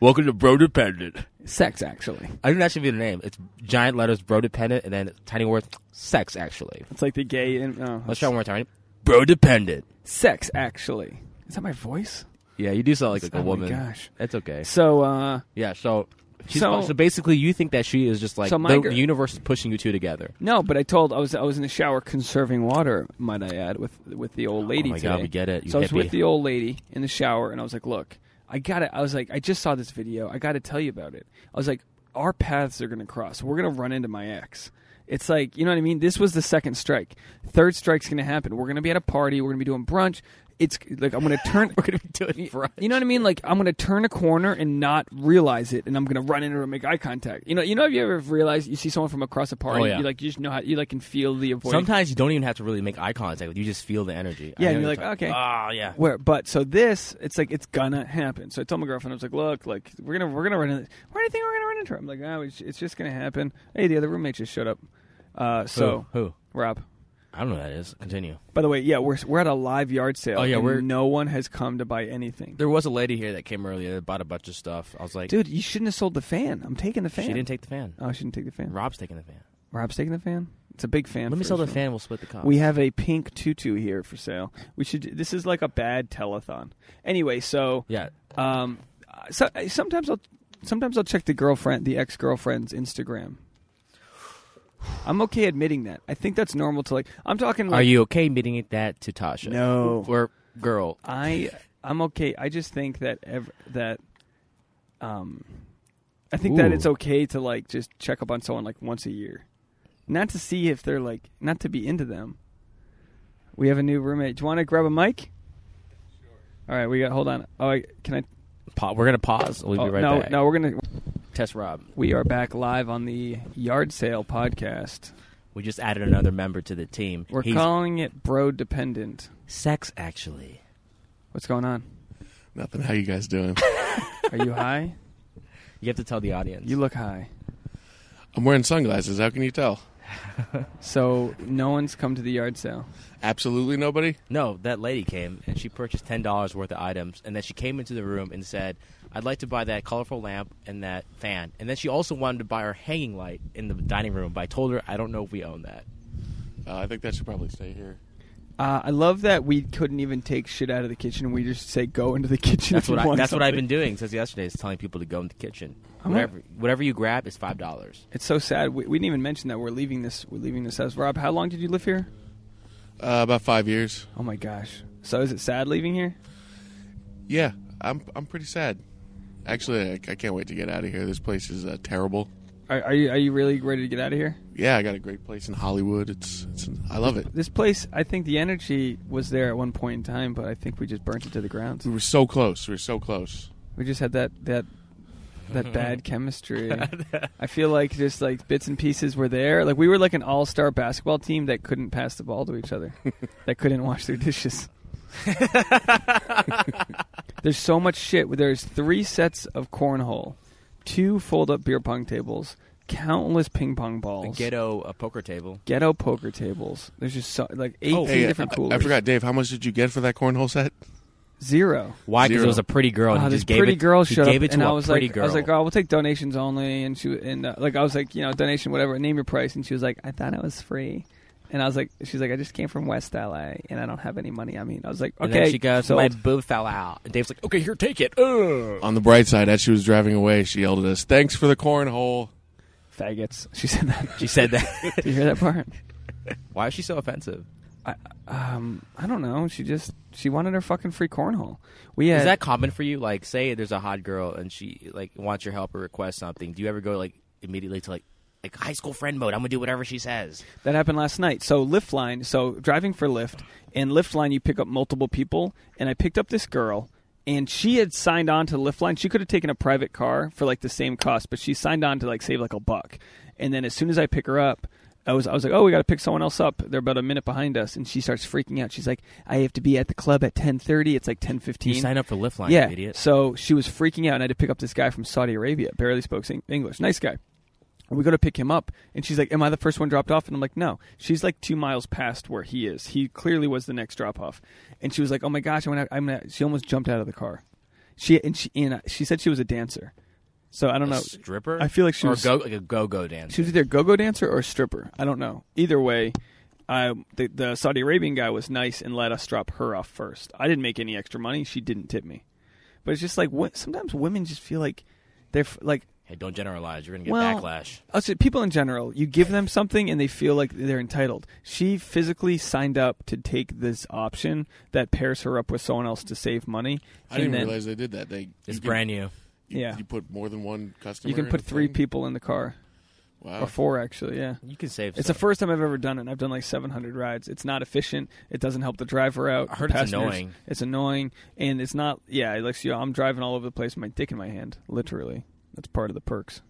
[SPEAKER 1] Welcome to Bro Dependent.
[SPEAKER 2] Sex, actually.
[SPEAKER 1] I think that should be the name. It's giant letters, Bro Dependent, and then tiny words, sex actually.
[SPEAKER 2] It's like the gay and oh,
[SPEAKER 1] Let's try one more time. Bro Dependent.
[SPEAKER 2] sex actually. Is that my voice?
[SPEAKER 1] Yeah, you do sound like, like
[SPEAKER 2] Oh
[SPEAKER 1] a
[SPEAKER 2] my
[SPEAKER 1] woman.
[SPEAKER 2] gosh.
[SPEAKER 1] That's okay.
[SPEAKER 2] So uh
[SPEAKER 1] Yeah, so. She's,
[SPEAKER 2] So-
[SPEAKER 1] so, basically, you think that she is just like
[SPEAKER 2] So my
[SPEAKER 1] the
[SPEAKER 2] gir-
[SPEAKER 1] universe is pushing you two together.
[SPEAKER 2] no, but I told I was I was in the shower conserving water, might I add, with with the old lady.
[SPEAKER 1] Oh my
[SPEAKER 2] today.
[SPEAKER 1] God, we get it, you
[SPEAKER 2] so I was
[SPEAKER 1] hippie.
[SPEAKER 2] with the old lady in the shower, and I was like, "Look, I got to I was like, "I just saw this video. I got to tell you about it." I was like, "Our paths are gonna cross. We're gonna run into my ex." It's like you know what I mean. This was the second strike. Third strike's gonna happen. We're gonna be at a party. We're gonna be doing brunch. It's like I'm gonna turn. we're gonna be
[SPEAKER 1] doing brunch.
[SPEAKER 2] You know what I mean? Like I'm gonna turn a corner and not realize it, and I'm gonna run into her and make eye contact. You know, you know, have you ever realized you see someone from across a party,
[SPEAKER 1] Oh, yeah.
[SPEAKER 2] you like you just know how you like can feel the avoid.
[SPEAKER 1] Sometimes you don't even have to really make eye contact; you just feel the energy. I
[SPEAKER 2] Yeah,
[SPEAKER 1] know
[SPEAKER 2] and you're
[SPEAKER 1] what
[SPEAKER 2] like, okay.
[SPEAKER 1] talking- oh yeah,
[SPEAKER 2] Where, but so this, it's like it's gonna happen. So I told my girlfriend, I was like, look, like we're gonna we're gonna run into. Where do you think we're gonna run into? her? I'm like, oh, it's, it's just gonna happen. Hey, the other roommate just showed up. Uh, so
[SPEAKER 1] who? who?
[SPEAKER 2] Rob.
[SPEAKER 1] I don't know who that is. Continue.
[SPEAKER 2] By the way, yeah, we're we're at a live yard sale.
[SPEAKER 1] Oh, yeah,
[SPEAKER 2] and
[SPEAKER 1] we're-
[SPEAKER 2] no one has come to buy anything.
[SPEAKER 1] There was a lady here that came earlier that bought a bunch of stuff. I was like,
[SPEAKER 2] Dude, you shouldn't have sold the fan. I'm taking the fan.
[SPEAKER 1] she didn't take the fan.
[SPEAKER 2] Oh, I shouldn't take the fan.
[SPEAKER 1] Rob's taking the fan.
[SPEAKER 2] Rob's taking the fan. It's a big fan.
[SPEAKER 1] Let me
[SPEAKER 2] for
[SPEAKER 1] sell the
[SPEAKER 2] his room.
[SPEAKER 1] fan. We'll split the cost.
[SPEAKER 2] We have a pink tutu here for sale. We should. This is like a bad telethon. Anyway, so
[SPEAKER 1] yeah.
[SPEAKER 2] Um, so sometimes I'll sometimes I'll check the girlfriend, the ex girlfriend's Instagram. I'm okay admitting that. I think that's normal to like. I'm talking. Like,
[SPEAKER 1] Are you okay meeting it that to Tasha?
[SPEAKER 2] No.
[SPEAKER 1] or girl.
[SPEAKER 2] I I'm okay. I just think that ev- that um, I think that
[SPEAKER 1] Ooh.
[SPEAKER 2] it's okay to like just check up on someone like once a year, not to see if they're like not to be into them. We have a new roommate. Do you want to grab a mic? All right, we got. Hold on. Oh, I, can I?
[SPEAKER 1] Pa- we're gonna pause. We'll
[SPEAKER 2] oh,
[SPEAKER 1] be right
[SPEAKER 2] no,
[SPEAKER 1] back.
[SPEAKER 2] no, we're gonna
[SPEAKER 1] Test Rob.
[SPEAKER 2] We are back live on the yard sale podcast.
[SPEAKER 1] We just added another member to the team.
[SPEAKER 2] We're
[SPEAKER 1] He's
[SPEAKER 2] calling it bro dependent.
[SPEAKER 1] sex actually.
[SPEAKER 2] What's going on?
[SPEAKER 5] Nothing. How you guys doing?
[SPEAKER 2] Are you high?
[SPEAKER 1] You have to tell the audience.
[SPEAKER 2] You look high.
[SPEAKER 5] I'm wearing sunglasses. How can you tell?
[SPEAKER 2] So no one's come to the yard sale.
[SPEAKER 5] Absolutely nobody.
[SPEAKER 1] No, that lady came and she purchased ten dollars worth of items, and then she came into the room and said, "I'd like to buy that colorful lamp and that fan." And then she also wanted to buy our hanging light in the dining room, but I told her I don't know if we own that.
[SPEAKER 5] Uh, I think that should probably stay here.
[SPEAKER 2] Uh, I love that we couldn't even take shit out of the kitchen. We just say go into the kitchen.
[SPEAKER 1] That's
[SPEAKER 2] if you
[SPEAKER 1] what I,
[SPEAKER 2] want
[SPEAKER 1] that's what I've been
[SPEAKER 2] something."
[SPEAKER 1] doing since yesterday. Is telling people to go in the kitchen.
[SPEAKER 2] I'm
[SPEAKER 1] Whatever whatever you grab is five dollars.
[SPEAKER 2] It's so sad. We, we didn't even mention that we're leaving this. We're leaving this house. Rob, how long did you live here?
[SPEAKER 5] Uh, about five years.
[SPEAKER 2] Oh my gosh. So is it sad leaving here?
[SPEAKER 5] Yeah, I'm. I'm pretty sad. Actually, I, I can't wait to get out of here. This place is uh, terrible.
[SPEAKER 2] Are, are you are you really ready to get out of here?
[SPEAKER 5] Yeah, I got a great place in Hollywood. It's. It's. I love it.
[SPEAKER 2] This place, I think the energy was there at one point in time, but I think we just burnt it to the ground.
[SPEAKER 5] We were so close. We were so close.
[SPEAKER 2] We just had that that that bad chemistry. I feel like just like bits and pieces were there. Like we were like an all-star basketball team that couldn't pass the ball to each other. that couldn't wash their dishes. There's so much shit. There's three sets of cornhole, two fold-up beer pong tables, countless ping pong
[SPEAKER 1] A
[SPEAKER 2] balls,
[SPEAKER 1] ghetto a poker table.
[SPEAKER 2] ghetto poker tables. There's just so, like 18
[SPEAKER 1] Oh,
[SPEAKER 5] Hey, I,
[SPEAKER 2] different coolers.
[SPEAKER 5] I forgot, Dave. How much did you get for that cornhole set?
[SPEAKER 2] Zero.
[SPEAKER 1] Why? Because
[SPEAKER 5] Zero.
[SPEAKER 1] it was a pretty girl. And
[SPEAKER 2] Oh,
[SPEAKER 1] he
[SPEAKER 2] this
[SPEAKER 1] just gave
[SPEAKER 2] pretty
[SPEAKER 1] it,
[SPEAKER 2] girl
[SPEAKER 1] he
[SPEAKER 2] showed
[SPEAKER 1] gave
[SPEAKER 2] up,
[SPEAKER 1] it to
[SPEAKER 2] and
[SPEAKER 1] a
[SPEAKER 2] I was
[SPEAKER 1] pretty
[SPEAKER 2] like,
[SPEAKER 1] girl.
[SPEAKER 2] I was like, oh, we'll take donations only, and she and uh, like I was like, you know, donation whatever, name your price, and she was like, I thought it was free, and I was like, she's like, I just came from West LA, and I don't have any money. I mean, I was like, okay,
[SPEAKER 1] and then she goes,
[SPEAKER 2] sold.
[SPEAKER 1] "My boob fell out." And Dave's like, "Okay, here, take it." Ugh.
[SPEAKER 5] On the bright side, as she was driving away, she yelled at us, "Thanks for the cornhole."
[SPEAKER 2] faggots. She said that.
[SPEAKER 1] She said that.
[SPEAKER 2] Did you hear that part?
[SPEAKER 1] Why is she so offensive?
[SPEAKER 2] I, um, I don't know. She just she wanted her fucking free cornhole. We had
[SPEAKER 1] Is that common for you? Like, say there's a hot girl and she like wants your help or requests something. Do you ever go like immediately to like like high school friend mode? I'm gonna do whatever she says.
[SPEAKER 2] That happened last night. So Lyft line, so driving for Lyft, and Lyft line you pick up multiple people, and I picked up this girl and she had signed on to Liftline. She could have taken a private car for like the same cost, but she signed on to like save like a buck. And then as soon as I pick her up, I was I was like, "Oh, we got to pick someone else up. They're about a minute behind us." And she starts freaking out. She's like, "I have to be at the club at 10:30. It's like 10:15."
[SPEAKER 1] You sign up for Liftline,
[SPEAKER 2] yeah.
[SPEAKER 1] you idiot.
[SPEAKER 2] So she was freaking out, and I had to pick up this guy from Saudi Arabia. Barely spoke Eng- English. Nice guy. And we go to pick him up, and she's like, "Am I the first one dropped off?" And I'm like, "No." She's like two miles past where he is. He clearly was the next drop off, and she was like, "Oh my gosh, I'm gonna." I'm gonna she almost jumped out of the car. She and she and uh, she said she was a dancer, so I don't know.
[SPEAKER 1] stripper?
[SPEAKER 2] I feel like she
[SPEAKER 1] or
[SPEAKER 2] was-
[SPEAKER 1] go, like a go-go dancer.
[SPEAKER 2] She was either a go-go dancer or a stripper. I don't know. Either way, I, the, the Saudi Arabian guy was nice and let us drop her off first. I didn't make any extra money. She didn't tip me. But it's just like wo- sometimes women just feel like they're f- like
[SPEAKER 1] hey, don't generalize. You're gonna get
[SPEAKER 2] well,
[SPEAKER 1] backlash.
[SPEAKER 2] us- people in general, you give them something and they feel like they're entitled. She physically signed up to take this option that pairs her up with someone else to save money.
[SPEAKER 5] I
[SPEAKER 2] and
[SPEAKER 5] didn't
[SPEAKER 2] then
[SPEAKER 5] realize they did that. They
[SPEAKER 1] It's
[SPEAKER 5] you can-
[SPEAKER 1] brand new.
[SPEAKER 5] You,
[SPEAKER 2] Yeah.
[SPEAKER 5] you put more than one customer.
[SPEAKER 2] you can
[SPEAKER 5] in
[SPEAKER 2] put
[SPEAKER 5] a
[SPEAKER 2] three
[SPEAKER 5] thing? Oh.
[SPEAKER 2] people in the car
[SPEAKER 5] Wow.
[SPEAKER 2] or four actually. Yeah.
[SPEAKER 1] You can save.
[SPEAKER 2] It's the
[SPEAKER 1] stuff.
[SPEAKER 2] first time I've ever done it. and I've done like 700 rides. It's not efficient. It doesn't help the driver out.
[SPEAKER 1] I heard
[SPEAKER 2] the
[SPEAKER 1] it's
[SPEAKER 2] passengers.
[SPEAKER 1] annoying.
[SPEAKER 2] It's annoying, and it's not. Yeah, it looks. You know, I'm driving all over the place with my dick in my hand. Literally, that's part of the perks.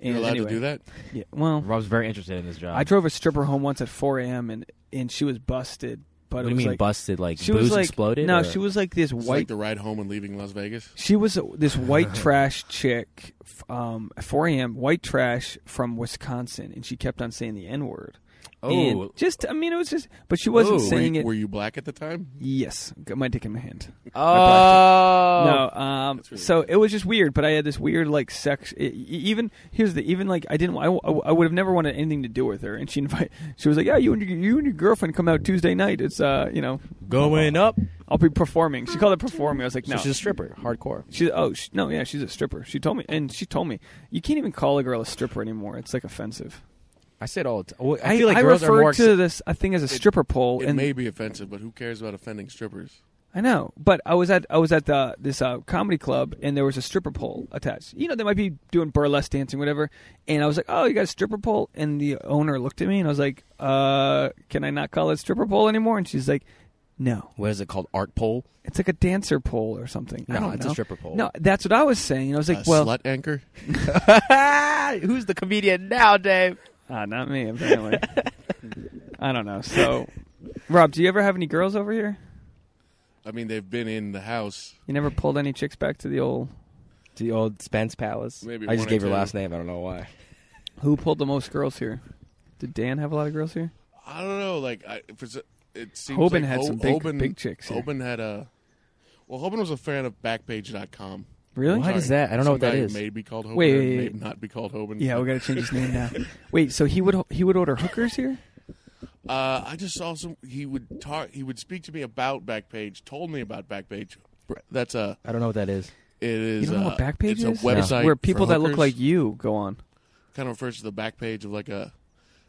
[SPEAKER 2] And
[SPEAKER 5] You're allowed
[SPEAKER 2] anyway,
[SPEAKER 5] to do that.
[SPEAKER 2] Yeah. Well,
[SPEAKER 1] Rob's very interested in this job.
[SPEAKER 2] I drove a stripper home once at 4 a.m. and and she was busted.
[SPEAKER 1] What
[SPEAKER 2] But it
[SPEAKER 1] do you
[SPEAKER 2] was
[SPEAKER 1] mean
[SPEAKER 2] like,
[SPEAKER 1] busted? Like
[SPEAKER 2] She
[SPEAKER 1] booze
[SPEAKER 2] was like
[SPEAKER 1] exploded?
[SPEAKER 2] No,
[SPEAKER 1] or-
[SPEAKER 2] she was like this
[SPEAKER 5] It's
[SPEAKER 2] white
[SPEAKER 5] like the ride home and leaving Las Vegas.
[SPEAKER 2] she was this white trash chick, f- um, 4 a.m. white trash from Wisconsin, and she kept on saying the N word.
[SPEAKER 1] Oh.
[SPEAKER 2] And just I mean, it was just, but she wasn't
[SPEAKER 1] Oh.
[SPEAKER 5] Were you,
[SPEAKER 2] saying it.
[SPEAKER 5] were you black at the time?
[SPEAKER 2] Yes, got my dick in my hand.
[SPEAKER 1] Oh
[SPEAKER 2] no, um,
[SPEAKER 5] That's really
[SPEAKER 2] so it was just weird. But I had this weird like sex. e- e- even here's the even like I didn't. I, I would have never wanted anything to do with her. And she invite. She was like, "Yeah, you and your, you and your girlfriend come out Tuesday night. It's uh, you know,
[SPEAKER 1] going up.
[SPEAKER 2] I'll be performing." She called it performing. I was like, "No,
[SPEAKER 1] She's a stripper, hardcore.
[SPEAKER 2] She oh she, no yeah she's a stripper. She told me and she told me you can't even call a girl a stripper anymore. It's like offensive.
[SPEAKER 1] I said all. the ti- well, I feel like
[SPEAKER 2] I
[SPEAKER 1] girls
[SPEAKER 2] refer
[SPEAKER 1] are more.
[SPEAKER 2] to this I think as a stripper pole
[SPEAKER 5] It
[SPEAKER 2] and
[SPEAKER 5] may be offensive, but who cares about offending strippers?
[SPEAKER 2] I know but I was at I was at the, this uh, comedy club and there was a stripper pole attached. You know they might be doing burlesque dancing whatever and I was like oh you got a stripper pole and the owner looked at me and I was like uh can I not call it stripper pole anymore and she's like no
[SPEAKER 1] what is it called? Art pole.
[SPEAKER 2] it's like a dancer pole or something. I
[SPEAKER 1] No,
[SPEAKER 2] don't
[SPEAKER 1] it's a
[SPEAKER 2] know.
[SPEAKER 1] stripper pole.
[SPEAKER 2] No that's what I was saying and I was like
[SPEAKER 5] a
[SPEAKER 2] well
[SPEAKER 5] slut anchor.
[SPEAKER 1] Who's the comedian now, Dave?
[SPEAKER 2] Ah, not me, apparently. I don't know. So, Rob, do you ever have any girls over here?
[SPEAKER 5] I mean, they've been in the house.
[SPEAKER 2] You never pulled any chicks back to the old.
[SPEAKER 1] The old Spence Palace.
[SPEAKER 5] Maybe
[SPEAKER 1] I
[SPEAKER 5] one
[SPEAKER 1] just
[SPEAKER 5] or
[SPEAKER 1] gave her
[SPEAKER 5] two.
[SPEAKER 1] last name. I don't know why.
[SPEAKER 2] Who pulled the most girls here? Did Dan have a lot of girls here?
[SPEAKER 5] I don't know. Like, I, if it's, it seems
[SPEAKER 2] Hoban
[SPEAKER 5] like
[SPEAKER 2] had
[SPEAKER 5] Ho-
[SPEAKER 2] some big-
[SPEAKER 5] Hoban-
[SPEAKER 2] big chicks here.
[SPEAKER 5] Hoban had a. Well, Hoban was a fan of Backpage.com.
[SPEAKER 2] Really?
[SPEAKER 1] What
[SPEAKER 5] Sorry.
[SPEAKER 1] is that? I don't know
[SPEAKER 5] Some
[SPEAKER 1] what that
[SPEAKER 5] guy who
[SPEAKER 1] is.
[SPEAKER 5] May be called Hoban.
[SPEAKER 2] Wait,
[SPEAKER 5] or
[SPEAKER 2] wait, wait.
[SPEAKER 5] may not be called Hoban.
[SPEAKER 2] Yeah, we got to change his name now. Wait, so he would he would order hookers here?
[SPEAKER 5] Uh, I just saw some. He would talk. He would speak to me about Backpage. Told me about Backpage. Br- That's a.
[SPEAKER 1] I don't know what that is.
[SPEAKER 5] It is.
[SPEAKER 2] you don't know
[SPEAKER 5] uh,
[SPEAKER 2] what Backpage
[SPEAKER 5] it's
[SPEAKER 2] is?
[SPEAKER 5] a website
[SPEAKER 2] where people
[SPEAKER 5] for
[SPEAKER 2] that look
[SPEAKER 5] hookers.
[SPEAKER 2] like you go on.
[SPEAKER 5] kind of refers to the back page of like a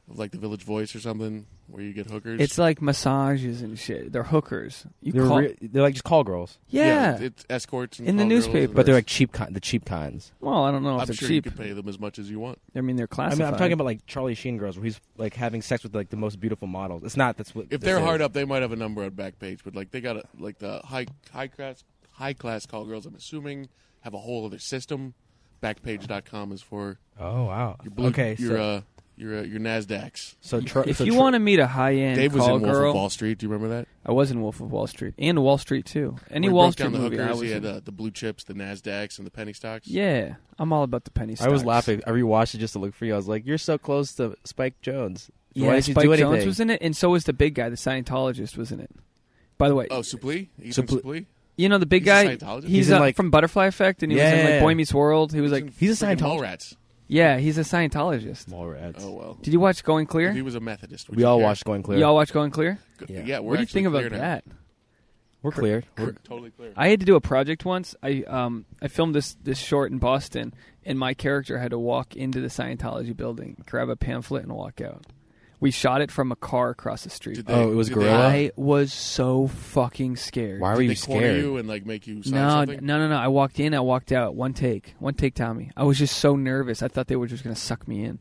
[SPEAKER 5] of like the Village Voice or something where you get hookers.
[SPEAKER 2] It's like massages and shit. They're hookers. You
[SPEAKER 1] They're,
[SPEAKER 2] call
[SPEAKER 1] re- they're like just call girls,
[SPEAKER 2] yeah.
[SPEAKER 5] it's, it's escorts and
[SPEAKER 2] In the
[SPEAKER 5] call girls
[SPEAKER 2] newspaper.
[SPEAKER 5] and-
[SPEAKER 1] but they're like cheap. Con- the cheap kinds.
[SPEAKER 2] well, I don't know if
[SPEAKER 5] I'm
[SPEAKER 2] they're
[SPEAKER 5] sure
[SPEAKER 2] cheap.
[SPEAKER 5] you could pay them as much as you want.
[SPEAKER 2] I mean, they're
[SPEAKER 1] I
[SPEAKER 2] classified.
[SPEAKER 1] mean, I'm talking about like Charlie Sheen girls, where he's like having sex with like the most beautiful models. It's not. That's what.
[SPEAKER 5] If
[SPEAKER 1] this
[SPEAKER 5] they're
[SPEAKER 1] is.
[SPEAKER 5] hard up, they might have a number on back page, but like they got a, like the high high class high class call girls. I'm assuming have a whole other system. Backpage.com is for
[SPEAKER 1] Oh wow.
[SPEAKER 5] your blue,
[SPEAKER 1] okay.
[SPEAKER 5] your
[SPEAKER 1] so,
[SPEAKER 5] uh, your uh, your Nasdaqs.
[SPEAKER 1] so tra-
[SPEAKER 2] If
[SPEAKER 1] so
[SPEAKER 2] you
[SPEAKER 1] tra-
[SPEAKER 2] want to meet a high end
[SPEAKER 5] Dave was
[SPEAKER 2] call
[SPEAKER 5] in Wolf
[SPEAKER 2] girl,
[SPEAKER 5] of Wall Street. Do you remember that?
[SPEAKER 2] I was in Wolf of Wall Street and Wall Street too. Any
[SPEAKER 5] Where he
[SPEAKER 2] Wall
[SPEAKER 5] broke
[SPEAKER 2] Street
[SPEAKER 5] down the
[SPEAKER 2] movie, I
[SPEAKER 5] hookers.
[SPEAKER 2] was.
[SPEAKER 5] He had
[SPEAKER 2] in.
[SPEAKER 5] uh, the blue chips, the Nasdaqs, and the penny stocks.
[SPEAKER 2] yeah, I'm all about the penny. Stocks.
[SPEAKER 1] I was laughing. I rewatched it just to look for you. I was like, "You're so close to Spike Jones.
[SPEAKER 2] Yeah,
[SPEAKER 1] Why did
[SPEAKER 2] Spike
[SPEAKER 1] you do anything?"
[SPEAKER 2] Jones was in it, and so was the big guy, the Scientologist, was in it. By the way,
[SPEAKER 5] Oh, Suplee, Ethan
[SPEAKER 1] Suplee.
[SPEAKER 5] Suplee.
[SPEAKER 2] you know the big
[SPEAKER 5] he's a
[SPEAKER 2] guy.
[SPEAKER 5] Scientologist?
[SPEAKER 2] He's,
[SPEAKER 1] He's in,
[SPEAKER 2] uh,
[SPEAKER 1] like-
[SPEAKER 2] from Butterfly Effect, and he was in
[SPEAKER 1] Yeah.
[SPEAKER 2] like Boy Meets World. He was like,
[SPEAKER 1] he's a
[SPEAKER 5] Freaking
[SPEAKER 1] Scientologist.
[SPEAKER 5] Mallrats.
[SPEAKER 2] yeah, he's a Scientologist.
[SPEAKER 1] More rats.
[SPEAKER 5] Oh well.
[SPEAKER 2] Did you watch Going
[SPEAKER 5] If He
[SPEAKER 2] Clear?
[SPEAKER 5] was a Methodist. would
[SPEAKER 1] we
[SPEAKER 5] you
[SPEAKER 1] all
[SPEAKER 5] care?
[SPEAKER 1] watched Going Clear.
[SPEAKER 2] Y'all watch Going Clear?
[SPEAKER 5] Go-
[SPEAKER 1] Yeah.
[SPEAKER 5] Yeah,
[SPEAKER 2] what
[SPEAKER 5] we're
[SPEAKER 2] do you think
[SPEAKER 5] actually
[SPEAKER 2] about
[SPEAKER 5] clear now.
[SPEAKER 2] that? Oh,
[SPEAKER 1] We're clear. We're-
[SPEAKER 5] Totally clear.
[SPEAKER 2] I had to do a project once. I um I filmed this this short in Boston, and my character had to walk into the Scientology building, grab a pamphlet, and walk out. We shot it from a car across the street.
[SPEAKER 5] Did they-
[SPEAKER 1] Oh, it was
[SPEAKER 5] did they-
[SPEAKER 1] gorilla?
[SPEAKER 5] did
[SPEAKER 2] I was so fucking scared.
[SPEAKER 1] Why were
[SPEAKER 5] they
[SPEAKER 1] you
[SPEAKER 5] corner
[SPEAKER 1] scared?
[SPEAKER 5] You and like make you sign
[SPEAKER 2] No, no,
[SPEAKER 5] something?
[SPEAKER 2] no, no. I walked in, I walked out. One take, one take, Tommy. I was just so nervous. I thought they were just gonna suck me in.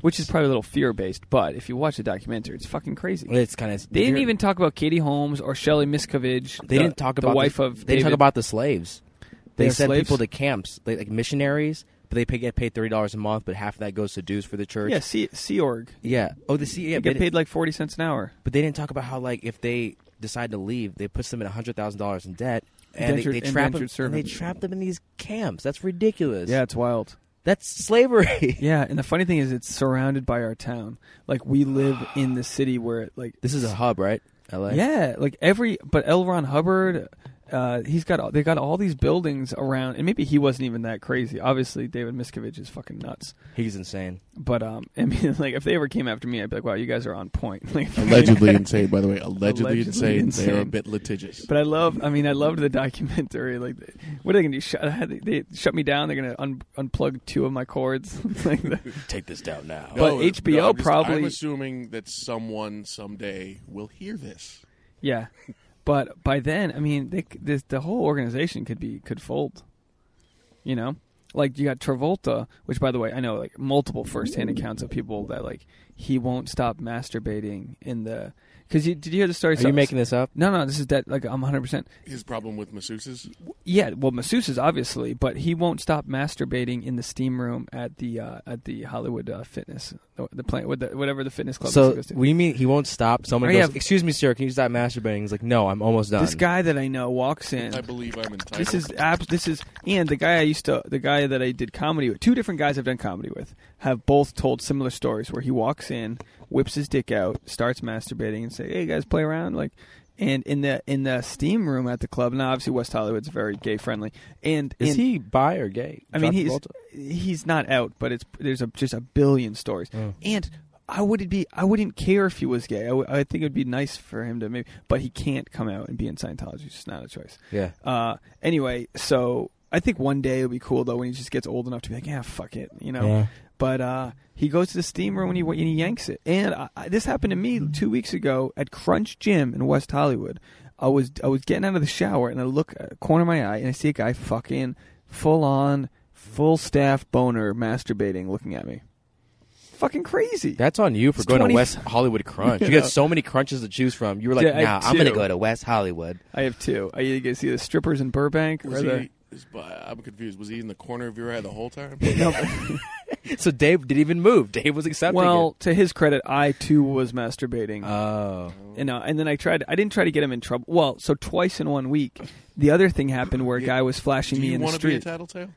[SPEAKER 2] which is probably a little fear based. But if you watch the documentary, it's fucking crazy.
[SPEAKER 1] It's kind of
[SPEAKER 2] They didn't even talk about Katie Holmes or Shelley Miscavige.
[SPEAKER 1] They
[SPEAKER 2] the-
[SPEAKER 1] didn't talk about
[SPEAKER 2] the wife
[SPEAKER 1] the,
[SPEAKER 2] of.
[SPEAKER 1] They didn't
[SPEAKER 2] David.
[SPEAKER 1] talk about the slaves. They,
[SPEAKER 2] They have
[SPEAKER 1] sent
[SPEAKER 2] slaves?
[SPEAKER 1] people to camps, they, like missionaries, but they pay, get paid thirty dollars a month, but half of that goes to dues for the church.
[SPEAKER 2] yeah, Sea Sea Org.
[SPEAKER 1] Yeah. Oh, the C. Yeah,
[SPEAKER 2] They
[SPEAKER 1] but,
[SPEAKER 2] get paid like forty cents an hour.
[SPEAKER 1] but they didn't talk about how like if they decide to leave, they puts them in hundred thousand dollars in debt, and they, they
[SPEAKER 2] Indentured-
[SPEAKER 1] trap them.
[SPEAKER 2] indentured
[SPEAKER 1] And they
[SPEAKER 2] servant.
[SPEAKER 1] trap them in these camps. That's ridiculous.
[SPEAKER 2] it's wild.
[SPEAKER 1] That's slavery.
[SPEAKER 2] Yeah, and the funny thing is, it's surrounded by our town. Like we live in the city where, it, like,
[SPEAKER 1] This is a hub, right? L.A.
[SPEAKER 2] yeah, like every but L. Ron Hubbard, uh, he's got all- they got all these buildings around, and maybe he wasn't even that crazy. Obviously, David Miscavige is fucking nuts.
[SPEAKER 1] He's insane.
[SPEAKER 2] But um, I mean, like, if they ever came after me, I'd be like, wow, you guys are on point. Like,
[SPEAKER 5] Allegedly insane, by the way. Allegedly,
[SPEAKER 2] Allegedly
[SPEAKER 5] insane. They are a
[SPEAKER 2] insane.
[SPEAKER 5] bit litigious.
[SPEAKER 2] But I love. I mean, I loved the documentary. Like, what are they gonna do? Shut, how they, they shut me down. They're gonna un, unplug two of my cords. like the,
[SPEAKER 1] Take this down now.
[SPEAKER 2] But
[SPEAKER 5] Oh, I'm
[SPEAKER 2] HBO
[SPEAKER 5] just-
[SPEAKER 2] probably-
[SPEAKER 5] I'm assuming that someone someday will hear this.
[SPEAKER 2] yeah. But by then, I mean, they, c- this, the whole organization could be could fold. You know, like you got Travolta, which by the way, I know like multiple firsthand accounts of people that like he won't stop masturbating in the. Because you, did you hear the story?
[SPEAKER 1] Are you making this up?
[SPEAKER 2] No, no. This is that. Like I'm 100. percent
[SPEAKER 5] His problem with masseuses.
[SPEAKER 2] Yeah, well, masseuses obviously, but he won't stop masturbating in the steam room at the uh, at the Hollywood uh, fitness, the, the plant, what the, whatever the fitness club
[SPEAKER 1] So
[SPEAKER 2] he goes to.
[SPEAKER 1] we mean he won't stop. Someone
[SPEAKER 2] Oh,
[SPEAKER 1] goes,
[SPEAKER 2] yeah.
[SPEAKER 1] "Excuse me, sir, can you stop masturbating?" He's like, "No, I'm almost done."
[SPEAKER 2] this guy that I know walks in.
[SPEAKER 5] I believe I'm entitled.
[SPEAKER 2] This is abs- this is and the guy I used to the guy that I did comedy with. Two different guys I've done comedy with have both told similar stories where he walks in, whips his dick out, starts masturbating, and say, "Hey guys, play around." Like, and in the in the steam room at the club. Now, obviously, West Hollywood's very gay friendly, and
[SPEAKER 1] is
[SPEAKER 2] in-
[SPEAKER 1] he bi or gay?
[SPEAKER 2] I mean,
[SPEAKER 1] John
[SPEAKER 2] he's
[SPEAKER 1] Travolta? Oh.
[SPEAKER 2] he's not out, but it's there's a, just a billion stories. And I wouldn't be I wouldn't care if he was gay. I, w- I think it would be nice for him to maybe, but he can't come out and be in Scientology. It's just not a choice.
[SPEAKER 1] yeah.
[SPEAKER 2] Uh, anyway, so I think one day it'll be cool though when he just gets old enough to be like, yeah, fuck it, you know.
[SPEAKER 1] Yeah.
[SPEAKER 2] But uh, he goes to the steam room and he, and he yanks it. And I, I, this happened to me two weeks ago at Crunch Gym in West Hollywood. I was I was getting out of the shower and I look at the corner of my eye and I see a guy fucking full on full staff boner masturbating looking at me. Fucking crazy.
[SPEAKER 1] That's on you for
[SPEAKER 2] It's
[SPEAKER 1] going to
[SPEAKER 2] 20
[SPEAKER 1] West Hollywood Crunch. You got so many crunches to choose from. You were like,
[SPEAKER 2] Yeah, I
[SPEAKER 1] "Nah, I'm gonna
[SPEAKER 2] do.
[SPEAKER 1] go to West Hollywood."
[SPEAKER 2] I have two. I you guys see the strippers in Burbank
[SPEAKER 5] Was
[SPEAKER 2] or the
[SPEAKER 5] he, is, but I'm confused. Was he in the corner of your eye the whole time?
[SPEAKER 1] So Dave didn't even move. Dave was accepting.
[SPEAKER 2] well, to his credit, I too was masturbating.
[SPEAKER 1] it. oh,
[SPEAKER 2] you know and then i tried i didn't try to get him in trouble well so twice in one week the other thing happened where a guy was
[SPEAKER 5] Do
[SPEAKER 2] flashing me
[SPEAKER 5] you
[SPEAKER 2] in the
[SPEAKER 5] want to be a
[SPEAKER 2] street
[SPEAKER 5] tattletale? Is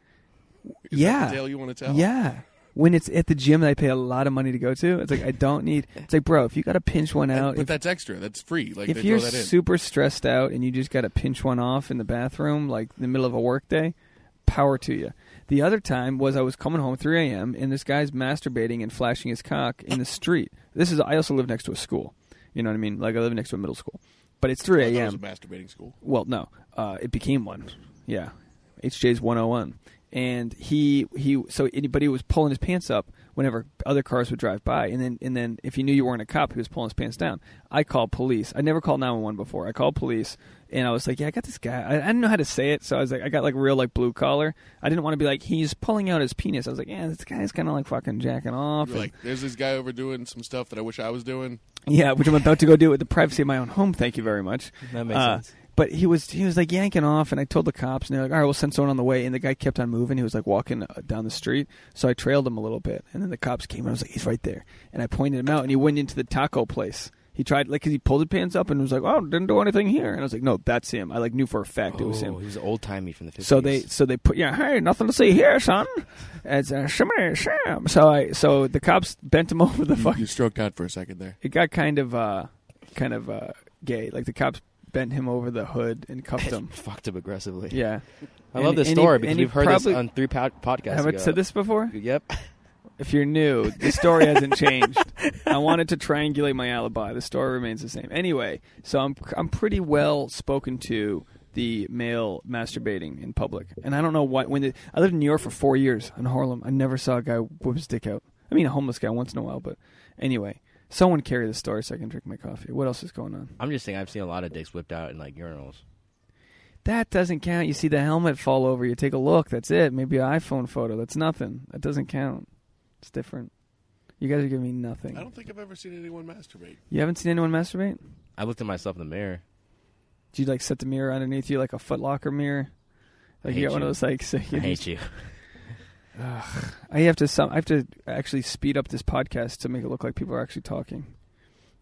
[SPEAKER 5] that
[SPEAKER 2] yeah
[SPEAKER 5] the tale you want to tell?
[SPEAKER 2] yeah when it's at the gym that i pay a lot of money to go to it's like i don't need it's like bro if you gotta pinch one
[SPEAKER 5] And-
[SPEAKER 2] out
[SPEAKER 5] but
[SPEAKER 2] if,
[SPEAKER 5] that's extra. That's free. Like
[SPEAKER 2] if
[SPEAKER 5] they
[SPEAKER 2] you're
[SPEAKER 5] throw that in.
[SPEAKER 2] super stressed out and you just gotta pinch one off in the bathroom like in the middle of a workday power to you the other time was i was coming home 3 a.m and this guy's masturbating and flashing his cock in the street this is i also live next to a school you know what i mean like i live next to a middle school but it's 3
[SPEAKER 5] I thought
[SPEAKER 2] a.m
[SPEAKER 5] it was a masturbating school.
[SPEAKER 2] well, no, uh, it became one. Yeah, HJ's 101, and he he so anybody was pulling his pants up whenever other cars would drive by, and then and then if he knew you weren't a cop, he was pulling his pants down. I called police. I never called 911 before. I called police, and I was like, yeah, I got this guy. I, I didn't know how to say it, so I was like, I got like real like blue collar. I didn't want to be like he's pulling out his penis. I was like, yeah, this guy's kind of like fucking jacking off.
[SPEAKER 5] You're
[SPEAKER 2] and-
[SPEAKER 5] like, there's this guy over doing some stuff that I wish I was doing.
[SPEAKER 2] yeah, which I'm about to go do at the privacy of my own home. Thank you very much. Uh,
[SPEAKER 1] That makes sense.
[SPEAKER 2] But he was he was like yanking off, and I told the cops, and they're like, "All right, we'll send someone on the way." And the guy kept on moving. He was like walking uh, down the street, so I trailed him a little bit, and then the cops came, and I was like, "He's right there," and I pointed him out, and he went into the taco place. He tried like 'cause he pulled his pants up and was like, "Oh, didn't do anything here," and I was like, "No, that's him." I like knew for a fact it was him.
[SPEAKER 1] he was old timey from the 50s.
[SPEAKER 2] So they so they put yeah hey nothing to see here son it's a shimmer sham so I so the cops bent him over the
[SPEAKER 5] You,
[SPEAKER 2] fucking
[SPEAKER 5] you stroked out for a second there.
[SPEAKER 2] it got kind of uh kind of uh gay like the cops bent him over the hood and cuffed him
[SPEAKER 1] fucked up aggressively.
[SPEAKER 2] yeah
[SPEAKER 1] I
[SPEAKER 2] And-
[SPEAKER 1] love this
[SPEAKER 2] and he-
[SPEAKER 1] story
[SPEAKER 2] and
[SPEAKER 1] because
[SPEAKER 2] he
[SPEAKER 1] we've heard
[SPEAKER 2] probably,
[SPEAKER 1] this on three pod- podcasts.
[SPEAKER 2] have
[SPEAKER 1] ago.
[SPEAKER 2] i said this before
[SPEAKER 1] Yep.
[SPEAKER 2] if you're new the story hasn't changed i wanted to triangulate my alibi the story remains the same anyway so i'm i'm pretty well spoken to the male masturbating in public and i don't know why when the, i lived in new york for four years in harlem i never saw a guy whip his dick out i mean a homeless guy once in a while but anyway someone carry the story so i can drink my coffee what else is going on
[SPEAKER 1] I'm just saying, I've seen a lot of dicks whipped out in like urinals.
[SPEAKER 2] That doesn't count. You see the helmet fall over. You take a look. That's it. Maybe an iPhone photo. That's nothing. That doesn't count. It's different. You guys are giving me nothing.
[SPEAKER 5] I don't think I've ever seen anyone masturbate.
[SPEAKER 2] You haven't seen anyone masturbate?
[SPEAKER 1] I looked at myself in the mirror.
[SPEAKER 2] Do you like set the mirror underneath you like a footlocker mirror? Like
[SPEAKER 1] hate
[SPEAKER 2] you got one
[SPEAKER 1] you.
[SPEAKER 2] of those like so you
[SPEAKER 1] I hate you.
[SPEAKER 2] I have to some I have to actually speed up this podcast to make it look like people are actually talking.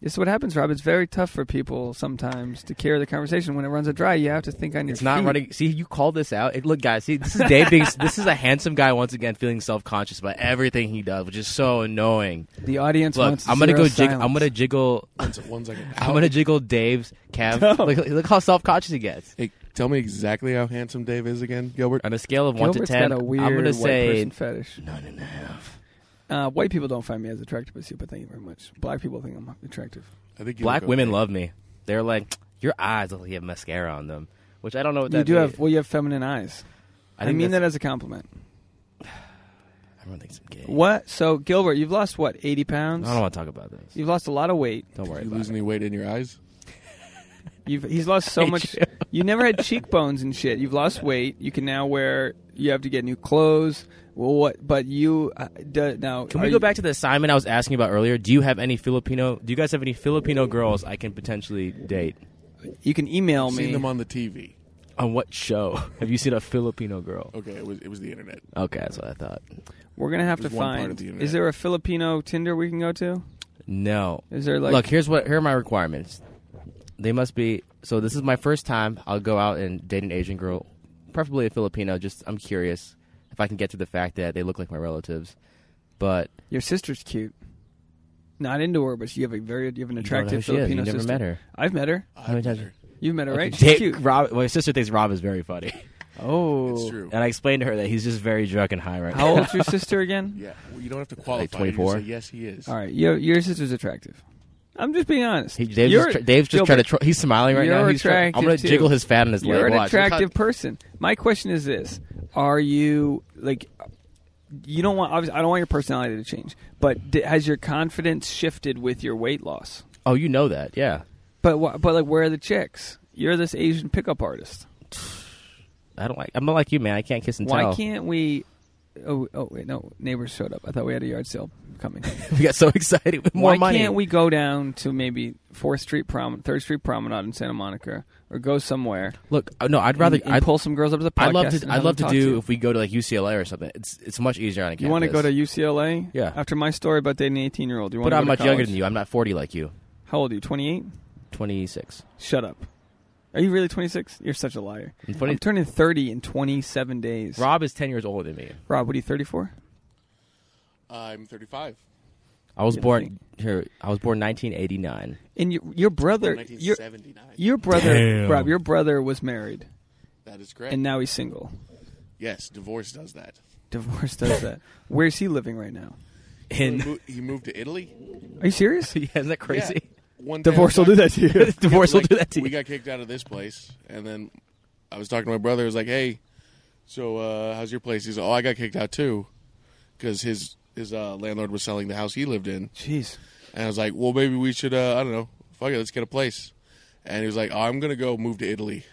[SPEAKER 2] This is what happens, Rob. It's very tough for people sometimes to carry the conversation. When it runs it dry, you have to think on your
[SPEAKER 1] It's not
[SPEAKER 2] feet.
[SPEAKER 1] running. See, you call this out. It, look, guys, see, this is Dave being. this is a handsome guy once again feeling self conscious about everything he does, which is so annoying.
[SPEAKER 2] The audience
[SPEAKER 1] Look,
[SPEAKER 2] wants
[SPEAKER 1] I'm gonna
[SPEAKER 2] zero
[SPEAKER 1] go. Jig- I'm
[SPEAKER 2] silence.
[SPEAKER 1] gonna jiggle.
[SPEAKER 5] One se- one second.
[SPEAKER 1] I'm gonna jiggle Dave's calf. Look, look how self conscious he gets.
[SPEAKER 5] Hey, tell me exactly how handsome Dave is again, Gilbert.
[SPEAKER 1] On a scale of one
[SPEAKER 2] Gilbert's
[SPEAKER 1] to ten,
[SPEAKER 2] got a weird
[SPEAKER 1] I'm
[SPEAKER 2] white
[SPEAKER 1] gonna say
[SPEAKER 2] person fetish.
[SPEAKER 1] nine and a half.
[SPEAKER 2] Uh, white people don't find me as attractive as you, but thank you very much. Black people think I'm attractive.
[SPEAKER 5] I think you
[SPEAKER 1] Black
[SPEAKER 5] look
[SPEAKER 1] women
[SPEAKER 5] okay.
[SPEAKER 1] love me. They're like, your eyes look like you have mascara on them, which I don't know what that.
[SPEAKER 2] you do
[SPEAKER 1] means.
[SPEAKER 2] have well, you have feminine eyes. I,
[SPEAKER 1] think
[SPEAKER 2] mean that
[SPEAKER 1] that's-
[SPEAKER 2] as a compliment.
[SPEAKER 1] Everyone thinks I'm gay.
[SPEAKER 2] What? So Gilbert, you've lost what? Eighty pounds.
[SPEAKER 1] I don't want to talk about this.
[SPEAKER 2] You've lost a lot of weight.
[SPEAKER 1] Don't worry
[SPEAKER 5] You
[SPEAKER 1] about
[SPEAKER 5] lose
[SPEAKER 1] it.
[SPEAKER 5] any weight in your eyes?
[SPEAKER 2] You've he's lost so much.
[SPEAKER 1] you.
[SPEAKER 2] You never had cheekbones and shit. You've lost weight. You can now wear. You have to get new clothes. Well, what? But you uh, do, now.
[SPEAKER 1] Can we go back to the assignment I was asking about earlier? Do you have any Filipino? Do you guys have any Filipino girls I can potentially date?
[SPEAKER 2] You can email
[SPEAKER 5] I've
[SPEAKER 2] me.
[SPEAKER 5] seen them on the TV.
[SPEAKER 1] On what show have you seen a Filipino girl?
[SPEAKER 5] Okay, it was it was the internet.
[SPEAKER 1] Okay, that's what I thought.
[SPEAKER 2] We're gonna have to
[SPEAKER 5] There's one part
[SPEAKER 2] find.
[SPEAKER 5] of the internet.
[SPEAKER 2] is there a Filipino Tinder we can go to?
[SPEAKER 1] No.
[SPEAKER 2] Is there like?
[SPEAKER 1] Look, here's what here are my requirements. They must be so this is my first time I'll go out and date an Asian girl, preferably a Filipino, just I'm curious if I can get to the fact that they look like my relatives. But
[SPEAKER 2] Your sister's cute. Not into her, but you have a very you have
[SPEAKER 1] you don't know
[SPEAKER 2] an
[SPEAKER 1] who
[SPEAKER 2] attractive
[SPEAKER 1] she is.
[SPEAKER 2] Filipino
[SPEAKER 1] You never
[SPEAKER 2] sister.
[SPEAKER 1] met her.
[SPEAKER 2] I've met her.
[SPEAKER 1] How many times-
[SPEAKER 2] You've met her, right?
[SPEAKER 1] Dave-
[SPEAKER 2] She's cute.
[SPEAKER 1] Rob, my sister thinks Rob is very funny.
[SPEAKER 2] Oh,
[SPEAKER 5] It's true.
[SPEAKER 1] And I explained to her that he's just very drunk and high right
[SPEAKER 2] How
[SPEAKER 1] now.
[SPEAKER 2] old's your sister again?
[SPEAKER 5] Yeah, well, you don't have to qualify. You just
[SPEAKER 1] 24?
[SPEAKER 5] say, yes, he is.
[SPEAKER 2] All right, your your sister's attractive. I'm just being honest.
[SPEAKER 1] He, Dave's
[SPEAKER 2] You're-
[SPEAKER 1] just, tr- Dave's just
[SPEAKER 2] Gilbert,
[SPEAKER 1] trying to. Tro- he's smiling right now.
[SPEAKER 2] you're
[SPEAKER 1] He's trying- I'm gonna
[SPEAKER 2] attractive, too.
[SPEAKER 1] jiggle his fat in his
[SPEAKER 2] You're
[SPEAKER 1] leg.
[SPEAKER 2] an
[SPEAKER 1] Watch. Look how-
[SPEAKER 2] attractive person. My question is this: Are you like? You don't want. Obviously, I don't want your personality to change, but d- has your confidence shifted with your weight loss?
[SPEAKER 1] Oh, you know that, yeah.
[SPEAKER 2] But wh- but like, where are the chicks? You're this Asian pickup artist.
[SPEAKER 1] I don't like. I'm not like you, man. I can't kiss and
[SPEAKER 2] Why
[SPEAKER 1] tell.
[SPEAKER 2] can't we? Oh, oh wait, no. Neighbors showed up. I thought we had a yard sale coming.
[SPEAKER 1] we got so excited with more
[SPEAKER 2] Why
[SPEAKER 1] money.
[SPEAKER 2] can't we go down to maybe Fourth Street Prom, Third Street Promenade in Santa Monica, or go somewhere?
[SPEAKER 1] Look, uh, no, I'd rather.
[SPEAKER 2] and, and
[SPEAKER 1] I'd,
[SPEAKER 2] pull some girls up to the podcast.
[SPEAKER 1] I'd love
[SPEAKER 2] and
[SPEAKER 1] to.
[SPEAKER 2] have
[SPEAKER 1] I'd love
[SPEAKER 2] them
[SPEAKER 1] to
[SPEAKER 2] talk
[SPEAKER 1] do
[SPEAKER 2] you.
[SPEAKER 1] if we go to like UCLA or something. It's it's much easier on a campus.
[SPEAKER 2] You want to go to UCLA?
[SPEAKER 1] Yeah.
[SPEAKER 2] After my story about dating an 18 year old, you want
[SPEAKER 1] But
[SPEAKER 2] to
[SPEAKER 1] I'm much younger than you. I'm not 40 like you.
[SPEAKER 2] How old are you? 28?
[SPEAKER 1] 26.
[SPEAKER 2] Shut up. Are you really 26? You're such a liar.
[SPEAKER 1] I'm 20
[SPEAKER 2] I'm turning 30 in 27 days.
[SPEAKER 1] Rob is 10 years older than me.
[SPEAKER 2] Rob, what are you, 34?
[SPEAKER 5] I'm 35.
[SPEAKER 1] I was
[SPEAKER 2] Yeah,
[SPEAKER 1] born here. I was born 1989.
[SPEAKER 2] And your, your brother, your,
[SPEAKER 5] 1979.
[SPEAKER 2] your brother, Rob, your brother was married,
[SPEAKER 5] that is correct.
[SPEAKER 2] and now he's single.
[SPEAKER 5] yes, divorce does that.
[SPEAKER 2] Divorce does that. Where's he living right now?
[SPEAKER 5] He,
[SPEAKER 1] And
[SPEAKER 5] mo- he moved to Italy.
[SPEAKER 2] Are you serious?
[SPEAKER 1] yeah, isn't that crazy?
[SPEAKER 5] Yeah. One day
[SPEAKER 2] Divorce
[SPEAKER 5] I
[SPEAKER 2] will
[SPEAKER 5] was
[SPEAKER 2] do
[SPEAKER 5] like-
[SPEAKER 2] that to you.
[SPEAKER 1] Divorce will
[SPEAKER 5] like,
[SPEAKER 1] do that to
[SPEAKER 5] We
[SPEAKER 1] you.
[SPEAKER 5] got kicked out of this place, and then I was talking to my brother. I was like, "Hey, so uh, how's your place?" He's like, "Oh, I got kicked out too, because his his uh, landlord was selling the house he lived in."
[SPEAKER 2] Jeez.
[SPEAKER 5] And I was like, "Well, maybe we should. Uh, I don't know. Fuck it, let's get a place." And he was like, oh, "I'm gonna go move to Italy."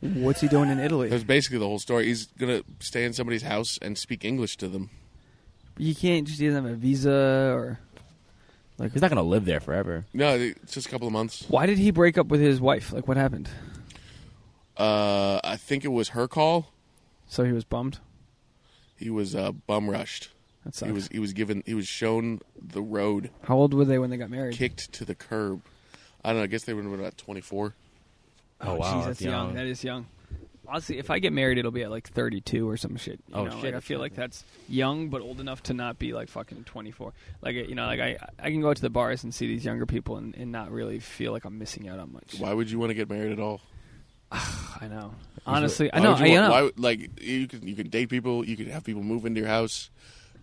[SPEAKER 2] What's he doing in
[SPEAKER 5] That was
[SPEAKER 2] Italy?
[SPEAKER 5] basically the whole story. He's gonna stay in somebody's house and speak English to them.
[SPEAKER 2] You can't just he doesn't have a visa or like.
[SPEAKER 1] He's not going to live there forever.
[SPEAKER 5] No, it's just a couple of months.
[SPEAKER 2] Why did he break up with his wife? Like, what happened?
[SPEAKER 5] Uh, I think it was her call.
[SPEAKER 2] So he was bummed.
[SPEAKER 5] He was uh, bum rushed.
[SPEAKER 2] That
[SPEAKER 5] He
[SPEAKER 2] sucks.
[SPEAKER 5] was he was given he was shown the road,
[SPEAKER 2] How old were they when they got married?
[SPEAKER 5] kicked to the curb. I don't know. I guess they would have been about twenty four.
[SPEAKER 1] Oh, wow,
[SPEAKER 2] geez,
[SPEAKER 1] that's
[SPEAKER 2] that's young.
[SPEAKER 1] young.
[SPEAKER 2] That is young. Honestly, if I get married, it'll be at like 32 or some shit. You
[SPEAKER 1] Oh,
[SPEAKER 2] know?
[SPEAKER 1] shit,
[SPEAKER 2] Like, I
[SPEAKER 1] that's
[SPEAKER 2] feel like that's young, but old enough to not be like fucking 24. Like, you know, like I, I can go out to the bars and see these younger people and, and not really feel like I'm missing out on much.
[SPEAKER 5] Why would you want to get married at all?
[SPEAKER 2] I know. Honestly, I
[SPEAKER 5] Why
[SPEAKER 2] know.
[SPEAKER 5] would you
[SPEAKER 2] I
[SPEAKER 5] want-
[SPEAKER 2] know.
[SPEAKER 5] Why, would- like you can you can date people. You can have people move into your house.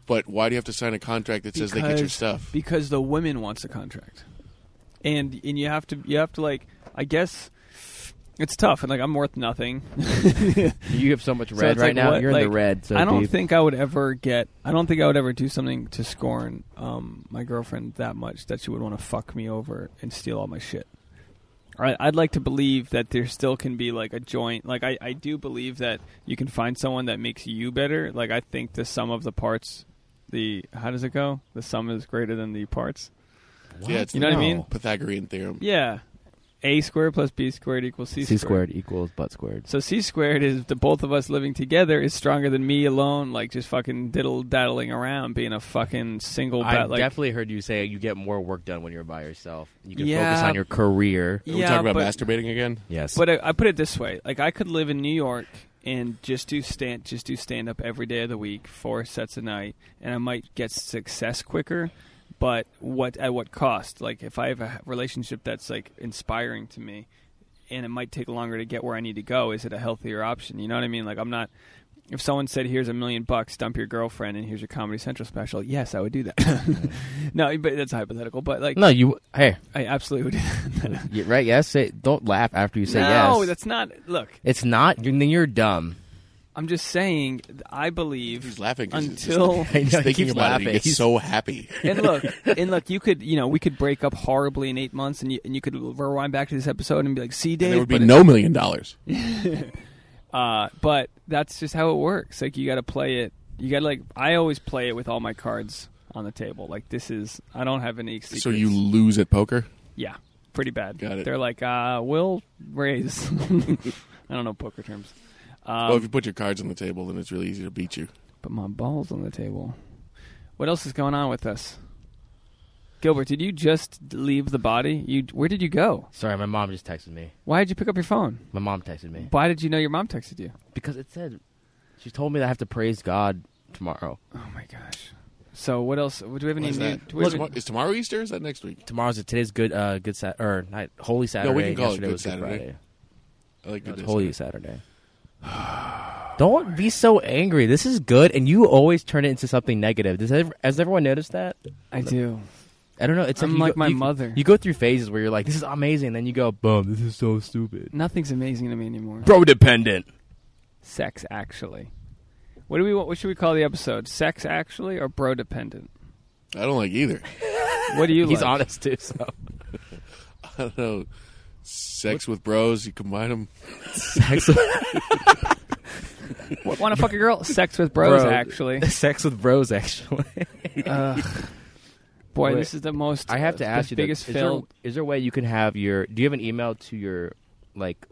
[SPEAKER 5] But why do you have to sign a contract that says they get your
[SPEAKER 2] Because-
[SPEAKER 5] stuff?
[SPEAKER 2] because the women wants a contract, and and you have to you have to like I guess it's tough and like I'm worth nothing.
[SPEAKER 1] You have so much
[SPEAKER 2] So
[SPEAKER 1] red
[SPEAKER 2] it's
[SPEAKER 1] right
[SPEAKER 2] like,
[SPEAKER 1] now.
[SPEAKER 2] what-
[SPEAKER 1] You're in the
[SPEAKER 2] like,
[SPEAKER 1] red. So
[SPEAKER 2] I don't
[SPEAKER 1] deep.
[SPEAKER 2] think I would ever get. I don't think I would ever do something to scorn um, my girlfriend that much that she would want to fuck me over and steal all my shit. All right, I'd like to believe that there still can be like a joint. Like I, I do believe that you can find someone that makes you better. Like I think the sum of the parts the how does it go? The sum is greater than the parts.
[SPEAKER 5] Yeah, it's
[SPEAKER 2] You know what I mean?
[SPEAKER 5] Pythagorean theorem.
[SPEAKER 2] Yeah, a squared plus b squared equals c,
[SPEAKER 1] C squared equals butt squared.
[SPEAKER 2] So c squared is the both of us living together is stronger than me alone, like just fucking diddle daddling around, being a fucking single.
[SPEAKER 6] I
[SPEAKER 2] bat, like,
[SPEAKER 6] definitely heard you say you get more work done when you're by yourself. You can
[SPEAKER 2] Yeah.
[SPEAKER 6] focus on your career.
[SPEAKER 5] Are we
[SPEAKER 2] yeah,
[SPEAKER 5] talking about
[SPEAKER 2] but,
[SPEAKER 5] masturbating again?
[SPEAKER 6] Yes.
[SPEAKER 2] But I, I put it this way: like I could live in New York and just do stand, just do stand up every day of the week, four sets a night, and I might get success quicker. But what at what cost? Like if I have a relationship that's like inspiring to me, and it might take longer to get where I need to go, is it a healthier option? You know what I mean? Like I'm not. If someone said, "Here's a million bucks, dump your girlfriend, and here's your Comedy Central special," yes, I would do that. no, but that's hypothetical. But like,
[SPEAKER 1] No, you. Hey,
[SPEAKER 2] I absolutely would. Do that.
[SPEAKER 1] you, right? Yes. Say, don't laugh after you say
[SPEAKER 2] no,
[SPEAKER 1] yes.
[SPEAKER 2] that's not. Look,
[SPEAKER 1] it's not. You're, then you're dumb.
[SPEAKER 2] I'm just saying, th- I believe
[SPEAKER 5] He's laughing 'cause he's just-
[SPEAKER 2] until
[SPEAKER 1] I know,
[SPEAKER 5] He's
[SPEAKER 1] he
[SPEAKER 5] thinking
[SPEAKER 1] keeps
[SPEAKER 5] about it.
[SPEAKER 1] laughing.
[SPEAKER 5] He gets
[SPEAKER 1] He's-
[SPEAKER 5] so happy.
[SPEAKER 2] and look and look. You could you know we could break up horribly in eight months, and you and you could rewind back to this episode and be like, "See, Dave,"
[SPEAKER 5] There would be
[SPEAKER 2] but,
[SPEAKER 5] no million dollars.
[SPEAKER 2] uh, but that's just how it works. Like you got to play it. You got to like I always play it with all my cards on the table. Like this is I don't have any. Secrets.
[SPEAKER 5] So you lose at poker?
[SPEAKER 2] yeah, pretty bad.
[SPEAKER 5] Got it.
[SPEAKER 2] They're like, uh, "We'll raise." I don't know poker terms,
[SPEAKER 5] well, if
[SPEAKER 2] Um,
[SPEAKER 5] you put your cards on the table, then it's really easy to beat you.
[SPEAKER 2] but my balls on the table. What else is going on with us? Gilbert, did you just leave the body? You where did you go?
[SPEAKER 1] Sorry, my mom just texted me.
[SPEAKER 2] Why did you pick up your phone?
[SPEAKER 1] My mom texted me
[SPEAKER 2] Why did you know your mom texted you?
[SPEAKER 1] because it said she told me that I have to praise God tomorrow.
[SPEAKER 2] Oh my gosh. So what else? Do we have any
[SPEAKER 5] Why is
[SPEAKER 2] new?
[SPEAKER 5] that?
[SPEAKER 2] Do we have
[SPEAKER 5] Is tomorrow-
[SPEAKER 2] any-
[SPEAKER 5] is tomorrow Easter? or Is that next week?
[SPEAKER 1] Tomorrow's today's good. Uh, good Sat or not Holy Saturday.
[SPEAKER 5] can call it
[SPEAKER 1] Yesterday
[SPEAKER 5] Good
[SPEAKER 1] was Good
[SPEAKER 5] Saturday.
[SPEAKER 1] Friday.
[SPEAKER 5] I like
[SPEAKER 1] No,
[SPEAKER 5] good
[SPEAKER 1] it's
[SPEAKER 5] days.
[SPEAKER 1] Holy Saturday. Don't be so angry. This is good, and you always turn it into something negative. Does ev- has everyone noticed that?
[SPEAKER 2] I do.
[SPEAKER 1] I don't know. It's
[SPEAKER 2] I'm
[SPEAKER 1] you
[SPEAKER 2] like
[SPEAKER 1] go-
[SPEAKER 2] my
[SPEAKER 1] you-
[SPEAKER 2] mother.
[SPEAKER 1] You go through phases where you're like, "This is amazing," then you go, "Boom, this is so stupid."
[SPEAKER 2] Nothing's amazing to me anymore.
[SPEAKER 1] Bro dependent.
[SPEAKER 2] Sex actually. What do we want? What should we call the episode? Sex actually or bro dependent?
[SPEAKER 5] I don't like either.
[SPEAKER 2] What do you
[SPEAKER 1] He's
[SPEAKER 2] like?
[SPEAKER 1] honest too. So
[SPEAKER 5] I don't know. Sex with bros, you combine them.
[SPEAKER 1] sex,
[SPEAKER 2] Want to fuck a girl? Sex with bros
[SPEAKER 1] Bro.
[SPEAKER 2] actually.
[SPEAKER 1] sex with bros. Actually,
[SPEAKER 2] Ugh. boy,
[SPEAKER 1] Wait.
[SPEAKER 2] this is the most. uh,
[SPEAKER 1] I have to
[SPEAKER 2] the
[SPEAKER 1] ask you: though,
[SPEAKER 2] biggest
[SPEAKER 1] is,
[SPEAKER 2] fail.
[SPEAKER 1] there, is there a way you can have your? Do you have an email to your like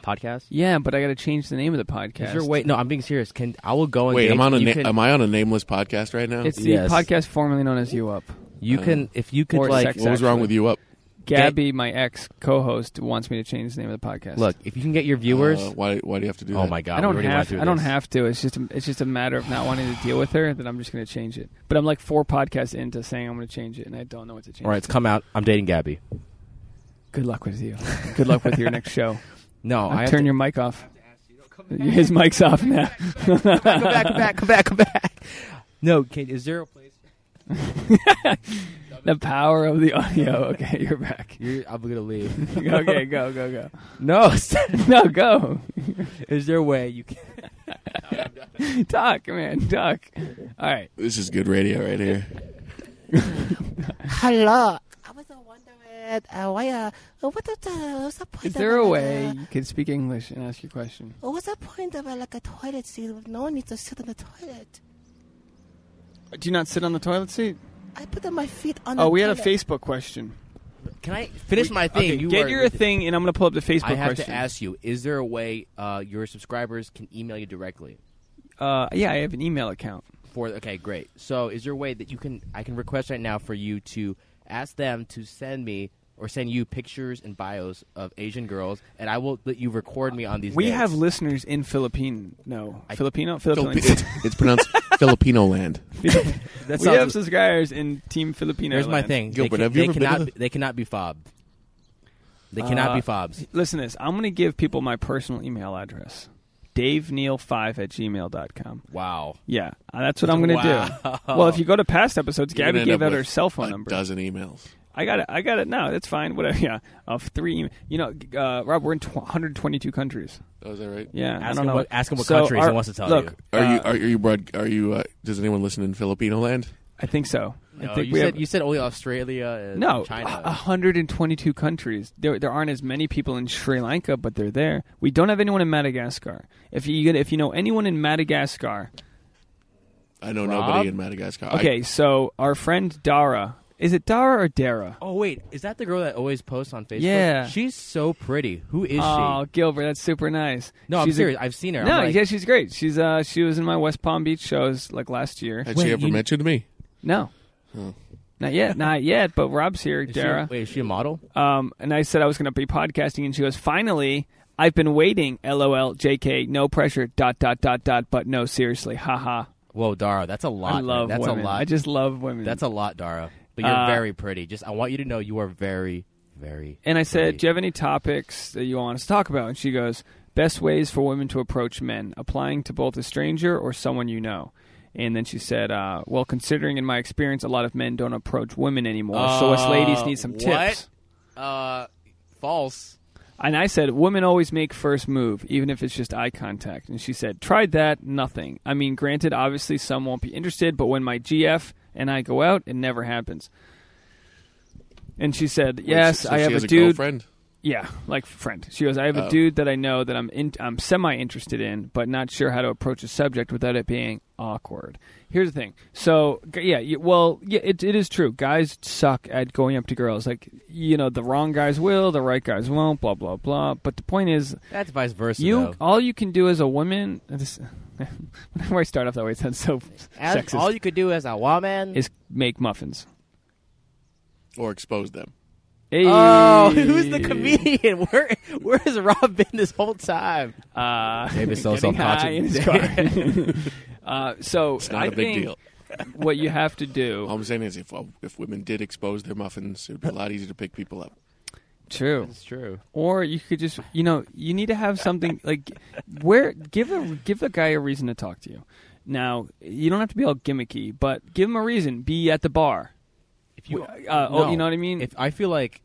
[SPEAKER 1] podcast?
[SPEAKER 2] Yeah, but I got to change the name of the podcast.
[SPEAKER 1] Is there a way? No, I'm being serious. Can I will go and
[SPEAKER 5] Wait,
[SPEAKER 1] dig-
[SPEAKER 5] I'm on a
[SPEAKER 1] you
[SPEAKER 5] na-
[SPEAKER 1] can-
[SPEAKER 5] am I on a nameless podcast right now?
[SPEAKER 2] It's the
[SPEAKER 1] Oh, Yes.
[SPEAKER 2] podcast formerly known as You Up.
[SPEAKER 1] You can if you could
[SPEAKER 2] Or
[SPEAKER 1] like
[SPEAKER 2] sex
[SPEAKER 5] what was wrong
[SPEAKER 2] actually.
[SPEAKER 5] with you up?
[SPEAKER 2] Gabby, my ex co-host, wants me to change the name of the podcast.
[SPEAKER 1] look if you can get your viewers.
[SPEAKER 5] Uh, why, why do you have to do that?
[SPEAKER 1] oh my god!
[SPEAKER 2] I don't
[SPEAKER 1] we already went
[SPEAKER 2] have.
[SPEAKER 1] through
[SPEAKER 2] I don't
[SPEAKER 1] this.
[SPEAKER 2] have to. It's just. A, it's just a matter of not wanting to deal with her. That I'm just going to change it. But I'm like four podcasts into saying I'm going to change it, and I don't know what to change.
[SPEAKER 1] All right, it's come out. I'm dating Gabby.
[SPEAKER 2] Good luck with you. Good luck with your next show.
[SPEAKER 1] No, I
[SPEAKER 2] I'll
[SPEAKER 1] have
[SPEAKER 2] turn
[SPEAKER 1] to-
[SPEAKER 2] your mic off. His mic's off now.
[SPEAKER 1] come back, come back, come back, come back. No, can, is there a place?
[SPEAKER 2] the power of the audio. Okay, you're back.
[SPEAKER 1] You're, I'm gonna leave.
[SPEAKER 2] Okay, go, go, go.
[SPEAKER 1] no,
[SPEAKER 2] No, go.
[SPEAKER 1] is there a way you can?
[SPEAKER 2] Talk, man. Talk. All right.
[SPEAKER 5] This is good radio right here.
[SPEAKER 4] Hello. I was uh, wondering uh, why. Uh, what the, what's the point?
[SPEAKER 2] Is there a
[SPEAKER 4] of, uh,
[SPEAKER 2] way you can speak English and ask your question?
[SPEAKER 4] What's the point of uh, like a toilet seat? when No one needs to sit on the toilet.
[SPEAKER 2] Do you not sit on the toilet seat?
[SPEAKER 4] I put uh, my feet on.
[SPEAKER 2] Oh,
[SPEAKER 4] the
[SPEAKER 2] we had a
[SPEAKER 4] toilet.
[SPEAKER 2] Facebook question.
[SPEAKER 1] Can I finish my thing?
[SPEAKER 2] Okay,
[SPEAKER 1] you
[SPEAKER 2] get
[SPEAKER 1] are-
[SPEAKER 2] your thing, and I'm going to pull up the Facebook
[SPEAKER 1] I have
[SPEAKER 2] question.
[SPEAKER 1] to ask you: Is there a way uh, your subscribers can email you directly?
[SPEAKER 2] Uh, yeah, I have an email account.
[SPEAKER 1] For okay, great. So, is there a way that you can? I can request right now for you to ask them to send me or send you pictures and bios of Asian girls, and I will let you record me on these.
[SPEAKER 2] We
[SPEAKER 1] dates.
[SPEAKER 2] have listeners in Philippine. No,
[SPEAKER 1] I-
[SPEAKER 2] Filipino,
[SPEAKER 5] Filipi-
[SPEAKER 2] Philippines.
[SPEAKER 5] it's, it's pronounced Filipino land.
[SPEAKER 1] That
[SPEAKER 2] we
[SPEAKER 1] sounds-
[SPEAKER 2] have subscribers in Team Filipino.
[SPEAKER 1] Here's my
[SPEAKER 2] land.
[SPEAKER 1] thing. they,
[SPEAKER 5] Gilbert,
[SPEAKER 1] can-
[SPEAKER 5] have you
[SPEAKER 1] they
[SPEAKER 5] ever been
[SPEAKER 1] cannot,
[SPEAKER 5] to the-
[SPEAKER 1] be- They cannot be fobbed. They cannot
[SPEAKER 2] Uh,
[SPEAKER 1] be fobs.
[SPEAKER 2] Listen to this. I'm going to give people my personal email address. DaveNeil5 at gmail.com.
[SPEAKER 1] Wow.
[SPEAKER 2] Yeah, uh, that's what I'm going to
[SPEAKER 1] Wow.
[SPEAKER 2] do. Well, if you go to past episodes,
[SPEAKER 5] You're
[SPEAKER 2] Gabby
[SPEAKER 5] gonna end
[SPEAKER 2] gave
[SPEAKER 5] up
[SPEAKER 2] out her
[SPEAKER 5] with
[SPEAKER 2] cell phone
[SPEAKER 5] a
[SPEAKER 2] number.
[SPEAKER 5] dozen emails.
[SPEAKER 2] I got it. I got it. No, that's fine. Whatever. Yeah, of three. em- You know, g- uh, Rob, we're in tw- 122 countries.
[SPEAKER 5] Oh, is that right?
[SPEAKER 2] Yeah, I
[SPEAKER 1] Ask
[SPEAKER 2] don't
[SPEAKER 1] him
[SPEAKER 2] know.
[SPEAKER 1] what- ask him what
[SPEAKER 2] So
[SPEAKER 1] countries he
[SPEAKER 2] our-
[SPEAKER 1] wants to tell
[SPEAKER 2] look,
[SPEAKER 1] you.
[SPEAKER 5] Are
[SPEAKER 2] uh,
[SPEAKER 5] you are, are you broad? Are you? Uh, does anyone listen in Filipino land?
[SPEAKER 2] I think so. I
[SPEAKER 1] No,
[SPEAKER 2] think
[SPEAKER 1] Oh, you
[SPEAKER 2] we
[SPEAKER 1] said
[SPEAKER 2] have,
[SPEAKER 1] you said only Australia and
[SPEAKER 2] no, Uh,
[SPEAKER 1] China.
[SPEAKER 2] 122 countries. There, there aren't as many people in Sri Lanka, but they're there. We don't have anyone in Madagascar. If you get- if you know anyone in Madagascar,
[SPEAKER 5] I know
[SPEAKER 1] Rob?
[SPEAKER 5] nobody in Madagascar. I-
[SPEAKER 2] Okay, so our friend Dara. Is it Dara or Dara?
[SPEAKER 1] Oh wait, is that the girl that always posts on Facebook?
[SPEAKER 2] Yeah.
[SPEAKER 1] she's so pretty. Who is
[SPEAKER 2] oh, Gilbert, that's super nice.
[SPEAKER 1] she? No, I'm
[SPEAKER 2] She's a-
[SPEAKER 1] serious. i I've seen her.
[SPEAKER 2] no,
[SPEAKER 1] I'm like,
[SPEAKER 2] yeah, she's great. She's uh, she was in my West Palm Beach shows like last year.
[SPEAKER 5] had
[SPEAKER 1] Wait,
[SPEAKER 5] she ever
[SPEAKER 1] you-
[SPEAKER 5] mentioned me?
[SPEAKER 2] No, not yet, not yet. But Rob's here,
[SPEAKER 1] Hmm. is she-
[SPEAKER 2] Dara.
[SPEAKER 1] wait, is she a model?
[SPEAKER 2] Um, and I said I was going to be podcasting, and she goes, "Finally, I've been waiting." LOL, JK, no pressure. Dot dot dot dot. But no, seriously, haha.
[SPEAKER 1] Whoa, Dara, that's a lot.
[SPEAKER 2] I
[SPEAKER 1] man.
[SPEAKER 2] love
[SPEAKER 1] that's
[SPEAKER 2] women.
[SPEAKER 1] a lot.
[SPEAKER 2] I just love women.
[SPEAKER 1] that's a lot, Dara. But you're
[SPEAKER 2] Uh,
[SPEAKER 1] very pretty. Just I want you to know you are very, very.
[SPEAKER 2] And I said,
[SPEAKER 1] pretty.
[SPEAKER 2] Do you have any topics that you want us to talk about? And she goes, Best ways for women to approach men, applying to both a stranger or someone you know. And then she said, uh, Well, considering in my experience, a lot of men don't approach women anymore. so us
[SPEAKER 1] Uh,
[SPEAKER 2] ladies need some
[SPEAKER 1] what?
[SPEAKER 2] tips.
[SPEAKER 1] uh, false.
[SPEAKER 2] And I said, Women always make first move, even if it's just eye contact. And she said, Tried that, nothing. I mean, granted, obviously some won't be interested, but when my GF and I go out, it never happens. And she said, Yes,
[SPEAKER 5] So
[SPEAKER 2] I
[SPEAKER 5] she
[SPEAKER 2] have
[SPEAKER 5] has
[SPEAKER 2] a dude.
[SPEAKER 5] girlfriend.
[SPEAKER 2] Yeah, like friend. She goes, I have a
[SPEAKER 5] Oh.
[SPEAKER 2] dude that I know that I'm in, I'm semi interested in, but not sure how to approach a subject without it being awkward. Here's the thing. So g- yeah, you, well, yeah, it, it is true. Guys suck at going up to girls. Like you know, the wrong guys will, the right guys won't. Blah blah blah. But the point is,
[SPEAKER 1] That's vice versa.
[SPEAKER 2] you
[SPEAKER 1] though.
[SPEAKER 2] all you can do as a woman. This, whenever I start off that way, it sounds so
[SPEAKER 1] As-
[SPEAKER 2] sexist.
[SPEAKER 1] all you could do as a woman
[SPEAKER 2] is make muffins.
[SPEAKER 5] Or expose them.
[SPEAKER 1] Oh,
[SPEAKER 2] Hey.
[SPEAKER 1] who's the comedian? Where where has Rob been this whole time?
[SPEAKER 2] Uh,
[SPEAKER 1] David's so
[SPEAKER 2] getting high in his car. uh, so
[SPEAKER 5] It's not
[SPEAKER 2] I
[SPEAKER 5] a big
[SPEAKER 2] think
[SPEAKER 5] deal. Um,
[SPEAKER 2] what you have to do.
[SPEAKER 5] All I'm saying is, if uh, if women did expose their muffins, it would be a lot easier to pick people up.
[SPEAKER 2] True.
[SPEAKER 1] It's true.
[SPEAKER 2] Or you could just, you know, you need to have something like where give a give a guy a reason to talk to you. Now you don't have to be all gimmicky, but give him a reason. Be at the bar.
[SPEAKER 1] If you,
[SPEAKER 2] Uh, oh, you know what I mean?
[SPEAKER 1] If I feel like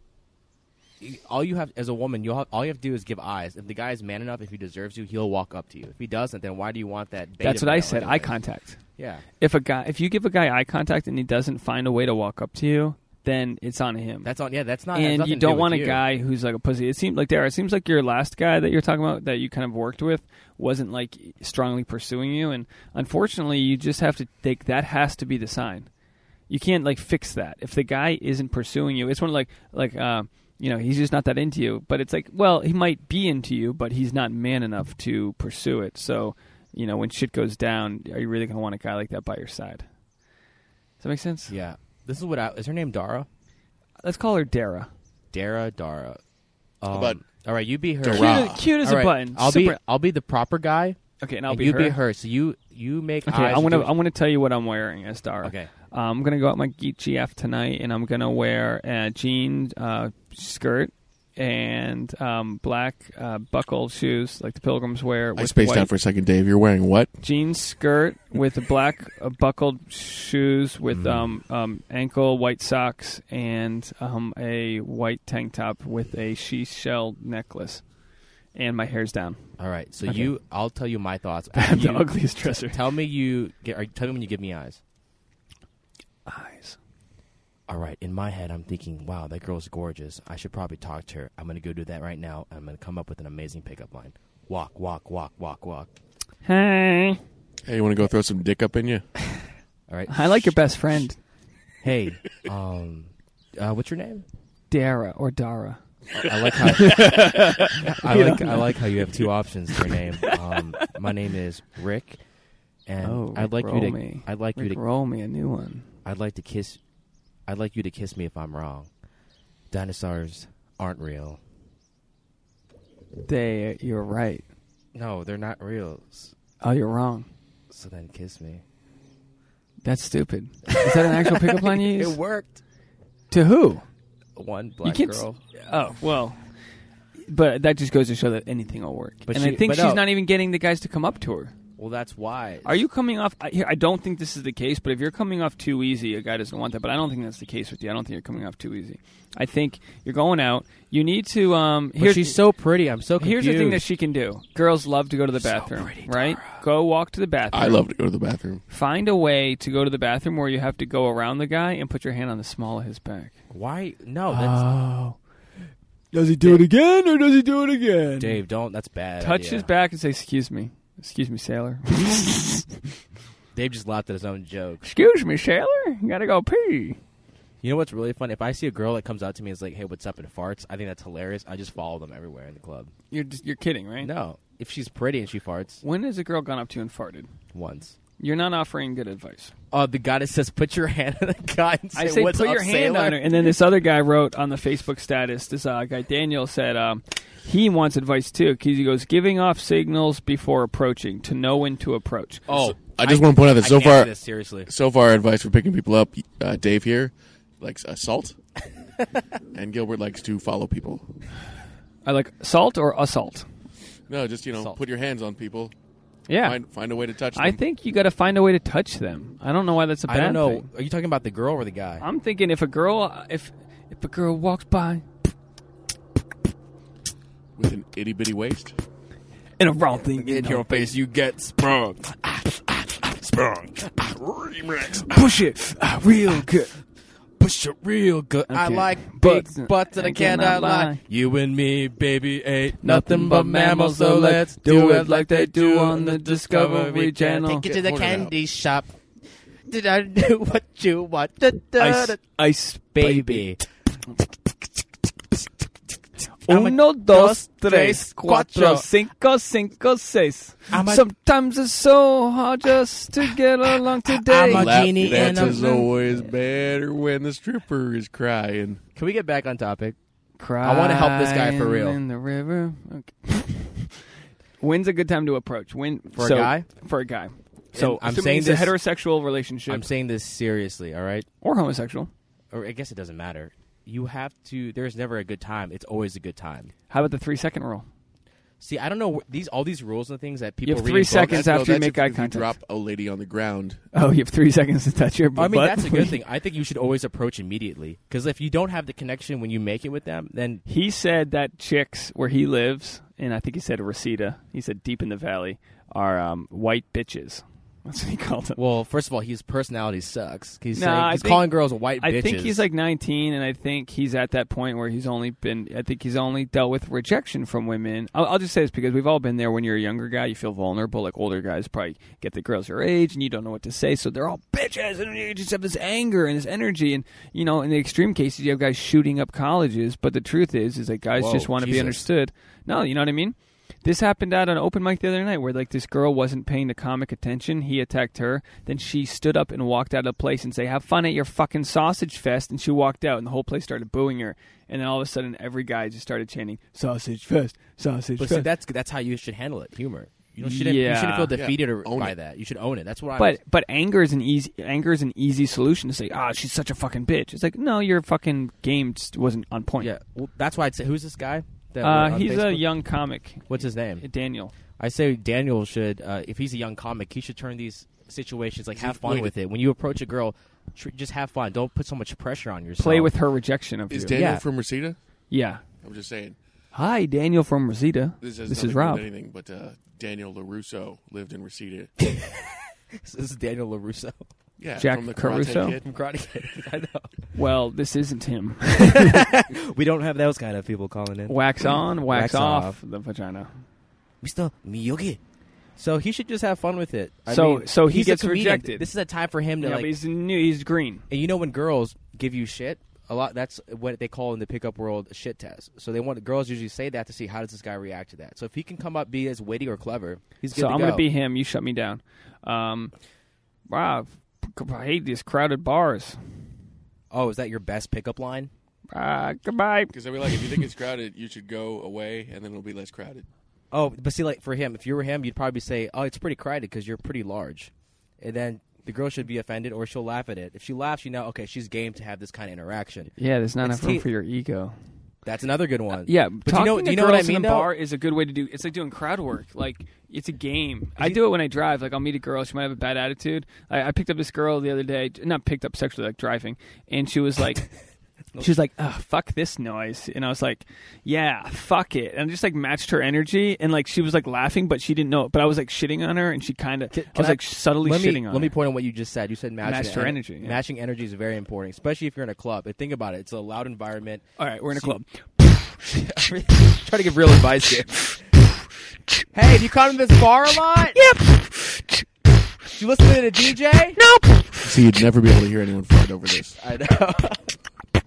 [SPEAKER 1] y- all you have as a woman, you all you have to do is give eyes. If the guy is man enough, if he deserves you, he'll walk up to you. If he doesn't, then why do you want that? beta
[SPEAKER 2] That's what I
[SPEAKER 1] male
[SPEAKER 2] said.
[SPEAKER 1] anyway?
[SPEAKER 2] Eye contact.
[SPEAKER 1] Yeah,
[SPEAKER 2] If a guy, if you give a guy eye contact and he doesn't find a way to walk up to you, then it's on him.
[SPEAKER 1] that's on. Yeah, that's not. has
[SPEAKER 2] and
[SPEAKER 1] nothing
[SPEAKER 2] you
[SPEAKER 1] to
[SPEAKER 2] don't
[SPEAKER 1] do
[SPEAKER 2] want
[SPEAKER 1] with
[SPEAKER 2] a
[SPEAKER 1] you.
[SPEAKER 2] guy who's like a pussy. It seemed like Dara. It seems like your last guy that you're talking about that you kind of worked with wasn't like strongly pursuing you, and unfortunately, you just have to think that has to be the sign. You can't like fix that if the guy isn't pursuing you. It's one of like like uh, you know he's just not that into you. But it's like well he might be into you, but he's not man enough to pursue it. So you know when shit goes down, are you really gonna want a guy like that by your side? Does that make sense?
[SPEAKER 1] Yeah, this is what I is her name. Dara,
[SPEAKER 2] Let's call her Dara.
[SPEAKER 1] Dara, Dara. Um,
[SPEAKER 5] about
[SPEAKER 1] all right, you be her.
[SPEAKER 5] Dara?
[SPEAKER 2] Cute,
[SPEAKER 5] Ra.
[SPEAKER 2] cute as
[SPEAKER 1] All
[SPEAKER 2] a
[SPEAKER 1] right,
[SPEAKER 2] button.
[SPEAKER 1] I'll
[SPEAKER 2] Super,
[SPEAKER 1] be I'll be the proper guy.
[SPEAKER 2] Okay, and I'll
[SPEAKER 1] and
[SPEAKER 2] be
[SPEAKER 1] you
[SPEAKER 2] her.
[SPEAKER 1] be her. So you you make
[SPEAKER 2] Okay,
[SPEAKER 1] eyes.
[SPEAKER 2] I'm gonna
[SPEAKER 1] do-
[SPEAKER 2] I'm gonna tell you what I'm wearing, Estara.
[SPEAKER 1] Okay.
[SPEAKER 2] Uh, I'm gonna go out my Geek GF tonight, and I'm gonna wear a jean uh, skirt and um, black uh, buckle shoes like the pilgrims wear. With
[SPEAKER 5] I spaced
[SPEAKER 2] white
[SPEAKER 5] out for a second, Dave. You're wearing what?
[SPEAKER 2] jean skirt with black uh, buckled shoes with
[SPEAKER 1] Mm.
[SPEAKER 2] um, um, ankle white socks and um, a white tank top with a she shell necklace, and my hair's down.
[SPEAKER 1] All right, so
[SPEAKER 2] Okay.
[SPEAKER 1] you I'll tell you my thoughts.
[SPEAKER 2] I'm the
[SPEAKER 1] You-
[SPEAKER 2] ugliest dresser.
[SPEAKER 1] Tell me you get. Or tell me when you give me eyes.
[SPEAKER 2] Eyes.
[SPEAKER 1] All right, in my head, I'm thinking, wow, that girl's gorgeous. I should probably talk to her. I'm going to go do that right now. and I'm going to come up with an amazing pickup line. Walk, walk, walk, walk, walk.
[SPEAKER 2] Hey,
[SPEAKER 5] Hey, you want to go throw some dick up in you?
[SPEAKER 1] All right.
[SPEAKER 2] I like your best friend.
[SPEAKER 1] Hey, um, uh, what's your name?
[SPEAKER 2] Dara or Dara.
[SPEAKER 1] I like how I like I like how you have two options for name. Um, my name is Rick, and
[SPEAKER 2] Oh,
[SPEAKER 1] I'd like
[SPEAKER 2] Rick
[SPEAKER 1] you to
[SPEAKER 2] roll me.
[SPEAKER 1] I'd like you
[SPEAKER 2] Rick,
[SPEAKER 1] to
[SPEAKER 2] roll me a new one.
[SPEAKER 1] I'd like to kiss I'd like you to kiss me if I'm wrong. Dinosaurs aren't real.
[SPEAKER 2] They, you're right.
[SPEAKER 1] No, they're not real. S-
[SPEAKER 2] Oh, you're wrong.
[SPEAKER 1] So then kiss me.
[SPEAKER 2] That's stupid. Is that an actual pickup line you use?
[SPEAKER 1] worked.
[SPEAKER 2] to who?
[SPEAKER 1] One black
[SPEAKER 2] you can't. s-
[SPEAKER 1] girl.
[SPEAKER 2] Oh well, but that just goes to show that anything will work.
[SPEAKER 1] But
[SPEAKER 2] and
[SPEAKER 1] she-
[SPEAKER 2] I think
[SPEAKER 1] but oh.
[SPEAKER 2] she's
[SPEAKER 1] no.
[SPEAKER 2] not even getting the guys to come up to her.
[SPEAKER 1] Well, that's why.
[SPEAKER 2] Are you coming off? I, here, I don't think this is the case. But if you're coming off too easy, a guy doesn't want that. But I don't think that's the case with you. I don't think you're coming off too easy. I think you're going out. You need to. Um,
[SPEAKER 1] But
[SPEAKER 2] here's
[SPEAKER 1] she's so pretty. I'm so confused.
[SPEAKER 2] Here's the thing that she can do. Girls love to go to the bathroom, right? Go walk to the bathroom.
[SPEAKER 5] I love to go to the bathroom.
[SPEAKER 2] Find a way to go to the bathroom where you have to go around the guy and put your hand on the small of his back.
[SPEAKER 1] Why? No, that's,
[SPEAKER 2] Oh. Does he do it again or does he do it again?
[SPEAKER 1] Dave, don't. That's bad.
[SPEAKER 2] Touch
[SPEAKER 1] idea.
[SPEAKER 2] his back and say, "Excuse me, excuse me, sailor."
[SPEAKER 1] Dave just laughed at his own joke.
[SPEAKER 2] Excuse me, sailor. Gotta go pee.
[SPEAKER 1] You know what's really funny? If I see a girl that comes out to me and is like, "Hey, what's up?" and farts, I think that's hilarious. I just follow them everywhere in the club.
[SPEAKER 2] You're just, you're kidding, right?
[SPEAKER 1] No, if she's pretty and she farts
[SPEAKER 2] When has a girl gone up to you and farted?
[SPEAKER 1] once,
[SPEAKER 2] You're not offering good advice.
[SPEAKER 1] oh, the goddess says, "Put your hand on the guy." And say,
[SPEAKER 2] I say
[SPEAKER 1] "What's
[SPEAKER 2] put
[SPEAKER 1] up,
[SPEAKER 2] your hand
[SPEAKER 1] sailor?"
[SPEAKER 2] on her. And then this other guy wrote on the Facebook status. This uh, guy Daniel said um, he wants advice too because he goes giving off signals before approaching to know when to approach.
[SPEAKER 1] Oh,
[SPEAKER 5] I just want to point out that
[SPEAKER 1] I
[SPEAKER 5] so
[SPEAKER 1] can't do
[SPEAKER 5] far,
[SPEAKER 1] this, seriously,
[SPEAKER 5] so far, advice for picking people up, uh, Dave here likes assault, and Gilbert likes to follow people.
[SPEAKER 2] I like salt or assault.
[SPEAKER 5] No, just you know,
[SPEAKER 1] Assault.
[SPEAKER 5] put your hands on people.
[SPEAKER 2] Yeah,
[SPEAKER 5] Find find a way to touch them.
[SPEAKER 2] I think you got to find a way to touch them. I don't know why that's a bad
[SPEAKER 1] I don't know.
[SPEAKER 2] thing.
[SPEAKER 1] Are you talking about the girl or the guy?
[SPEAKER 2] I'm thinking if a girl if if a girl walks by
[SPEAKER 5] with an itty bitty waist.
[SPEAKER 2] and a wrong thing in her
[SPEAKER 7] face, you get sprung. sprung.
[SPEAKER 2] push it ah, real good.
[SPEAKER 1] Push it real good. I
[SPEAKER 2] Okay.
[SPEAKER 1] like
[SPEAKER 2] Butts.
[SPEAKER 1] big butts and I cannot lie. You and me, baby, ain't
[SPEAKER 2] Nothing but mammals, so let's do it like they do on the Discovery Channel.
[SPEAKER 1] Take
[SPEAKER 5] Get
[SPEAKER 1] it to the
[SPEAKER 5] horny out.
[SPEAKER 1] candy shop. Did I do what you want? Da, da, da,
[SPEAKER 2] ice
[SPEAKER 1] baby.
[SPEAKER 2] Uno, dos, tres,
[SPEAKER 1] tres,
[SPEAKER 2] cuatro,
[SPEAKER 1] cuatro.
[SPEAKER 2] cinco, cinco, seis.
[SPEAKER 1] I'm a-
[SPEAKER 2] Sometimes it's so hard just to get along today.
[SPEAKER 1] I'm a-
[SPEAKER 5] Lap
[SPEAKER 1] genie in
[SPEAKER 5] dance
[SPEAKER 1] a
[SPEAKER 5] is
[SPEAKER 1] blue-
[SPEAKER 5] always better when the stripper is crying.
[SPEAKER 1] Can we get back on topic? I wanna help this guy for real.
[SPEAKER 2] Crying In the river. Okay. When's a good time to approach? When
[SPEAKER 1] For a
[SPEAKER 2] so-
[SPEAKER 1] guy?
[SPEAKER 2] For a guy.
[SPEAKER 1] So
[SPEAKER 2] And
[SPEAKER 1] I'm
[SPEAKER 2] assuming
[SPEAKER 1] saying
[SPEAKER 2] it's
[SPEAKER 1] this-
[SPEAKER 2] a heterosexual relationship
[SPEAKER 1] I'm saying this seriously, all right?
[SPEAKER 2] or homosexual.
[SPEAKER 1] Or I guess it doesn't matter. You have to. There's never a good time. It's always a good time.
[SPEAKER 2] How about the three second rule?
[SPEAKER 1] See, I don't know wh- these all these rules and things that people
[SPEAKER 2] You have
[SPEAKER 1] read
[SPEAKER 2] three
[SPEAKER 1] in books.
[SPEAKER 2] seconds
[SPEAKER 5] That's-
[SPEAKER 2] after you
[SPEAKER 5] that's
[SPEAKER 2] make
[SPEAKER 5] if
[SPEAKER 2] eye
[SPEAKER 5] if
[SPEAKER 2] contact.
[SPEAKER 5] You drop a lady on the ground.
[SPEAKER 2] Oh, you have three seconds to touch your butt.
[SPEAKER 1] I mean, that's a good thing. I think you should always approach immediately because if you don't have the connection when you make it with them, then
[SPEAKER 2] He said that chicks where he lives, and I think he said Reseda, he said deep in the valley, are um, white bitches. That's what he called them.
[SPEAKER 1] well, first of all, his personality sucks. He's
[SPEAKER 2] No,
[SPEAKER 1] saying,
[SPEAKER 2] I
[SPEAKER 1] he's
[SPEAKER 2] think-
[SPEAKER 1] calling girls white
[SPEAKER 2] I
[SPEAKER 1] bitches.
[SPEAKER 2] think he's like 19, and I think he's at that point where he's only been. I think he's only dealt with rejection from women. I'll, I'll just say this because we've all been there. When you're a younger guy, you feel vulnerable. Like older guys probably get the girls your age, and you don't know what to say, so they're all bitches, and you just have this anger and this energy. And you know, in the extreme cases, you have guys shooting up colleges. But the truth is, is that guys
[SPEAKER 1] Whoa,
[SPEAKER 2] just want to be
[SPEAKER 1] Jesus.
[SPEAKER 2] understood. No, you know what I mean. This happened at an open mic the other night where like this girl wasn't paying the comic attention. He attacked her. Then she stood up and walked out of the place and say, "Have fun at your fucking sausage fest." And she walked out, and the whole place started booing her. And then all of a sudden, every guy just started chanting, "Sausage fest, sausage
[SPEAKER 1] but see,
[SPEAKER 2] fest."
[SPEAKER 1] that's that's how you should handle it. Humor. You know, shouldn't you shouldn't
[SPEAKER 2] Yeah.
[SPEAKER 1] feel
[SPEAKER 5] Yeah,
[SPEAKER 1] defeated or,
[SPEAKER 5] own
[SPEAKER 1] by
[SPEAKER 5] it.
[SPEAKER 1] that. You should own it. That's what I.
[SPEAKER 2] but but anger is an easy anger is an easy solution to say, "Ah, she's such a fucking bitch." It's like, no, your fucking game just wasn't on point.
[SPEAKER 1] yeah, well, that's why I'd say who's this guy? That
[SPEAKER 2] Uh,
[SPEAKER 1] we're on
[SPEAKER 2] he's a
[SPEAKER 1] Facebook?
[SPEAKER 2] young comic,
[SPEAKER 1] What's his name?
[SPEAKER 2] Daniel.
[SPEAKER 1] I say Daniel should, uh, if he's a young comic, he should turn these situations like have fun
[SPEAKER 5] wait.
[SPEAKER 1] with it. When you approach a girl, tr- just have fun. Don't put so much pressure on yourself.
[SPEAKER 2] Play with her rejection of
[SPEAKER 5] Is
[SPEAKER 2] you.
[SPEAKER 5] Daniel
[SPEAKER 1] Oh. Yeah.
[SPEAKER 5] from Reseda?
[SPEAKER 2] yeah.
[SPEAKER 5] I'm just saying.
[SPEAKER 2] Hi, Daniel from Rosita.
[SPEAKER 5] This,
[SPEAKER 2] This, is
[SPEAKER 5] has nothing to do with
[SPEAKER 2] Rob.
[SPEAKER 5] Anything but uh, Daniel Larusso lived in Reseda.
[SPEAKER 1] this is Daniel Larusso
[SPEAKER 5] Yeah,
[SPEAKER 2] Jack
[SPEAKER 5] from the Karate
[SPEAKER 2] Caruso?
[SPEAKER 5] Kid.
[SPEAKER 1] from Karate Kid. I know.
[SPEAKER 2] Well, this isn't him.
[SPEAKER 1] We don't have those kind of people calling in.
[SPEAKER 2] wax on, wax,
[SPEAKER 1] Wax
[SPEAKER 2] off,
[SPEAKER 1] off.
[SPEAKER 2] the vagina.
[SPEAKER 1] Mr. Miyagi. So he should just have fun with it. I
[SPEAKER 2] So-
[SPEAKER 1] mean,
[SPEAKER 2] so he
[SPEAKER 1] he's a
[SPEAKER 2] gets
[SPEAKER 1] comedian.
[SPEAKER 2] rejected.
[SPEAKER 1] This is a time for him to
[SPEAKER 2] Yeah,
[SPEAKER 1] like.
[SPEAKER 2] but he's new. He's green.
[SPEAKER 1] and you know when girls give you shit, a lot. That's what they call in the pickup world a shit test. So they want girls usually say that to see how does this guy react to that. So if he can come up be as witty or clever, he's good
[SPEAKER 2] So
[SPEAKER 1] to
[SPEAKER 2] I'm
[SPEAKER 1] go.
[SPEAKER 2] gonna be him. You shut me down. Um, wow, I hate these crowded bars.
[SPEAKER 1] Oh, is that your best pickup line?
[SPEAKER 2] Ah, goodbye.
[SPEAKER 5] Because I'd be like, if you think it's crowded, you should go away, and then it'll be less crowded.
[SPEAKER 1] Oh, but see, like for him, if you were him, you'd probably say, "Oh, it's pretty crowded because you're pretty large," and then the girl should be offended or she'll laugh at it. If she laughs, you know, okay, she's game to have this kind of interaction.
[SPEAKER 2] Yeah, there's not
[SPEAKER 1] It's
[SPEAKER 2] enough room
[SPEAKER 1] te-
[SPEAKER 2] for your ego.
[SPEAKER 1] That's another good one.
[SPEAKER 2] Yeah,
[SPEAKER 1] but you
[SPEAKER 2] talking
[SPEAKER 1] know,
[SPEAKER 2] to
[SPEAKER 1] do you know
[SPEAKER 2] girls
[SPEAKER 1] what I
[SPEAKER 2] in
[SPEAKER 1] mean?
[SPEAKER 2] a
[SPEAKER 1] though?
[SPEAKER 2] bar is a good way to do. It's like doing crowd work. Like it's a game. I do it when I drive. Like I'll meet a girl. She might have a bad attitude. I, I picked up this girl the other day. Not picked up sexually, like driving, and she was like. She was like, Ugh, "Fuck this noise," and I was like, "Yeah, fuck it," and I just like matched her energy, and like she was like laughing, but she didn't know. it. But I was like shitting on her, and she kind of, I
[SPEAKER 1] Can
[SPEAKER 2] was
[SPEAKER 1] I-
[SPEAKER 2] like subtly
[SPEAKER 1] let me,
[SPEAKER 2] shitting on.
[SPEAKER 1] Let me
[SPEAKER 2] her.
[SPEAKER 1] point on what you just said. You said matching
[SPEAKER 2] Match your
[SPEAKER 1] ener-
[SPEAKER 2] energy, yeah.
[SPEAKER 1] Matching energy is very important, especially if you're in a club. And think about it; it's a loud environment.
[SPEAKER 2] All right, we're in a club.
[SPEAKER 1] Try to give real advice here. hey, have you come to this bar a lot? Yep. You listening to DJ?
[SPEAKER 4] Nope.
[SPEAKER 5] See, you'd never be able to hear anyone fight over this.
[SPEAKER 1] I know.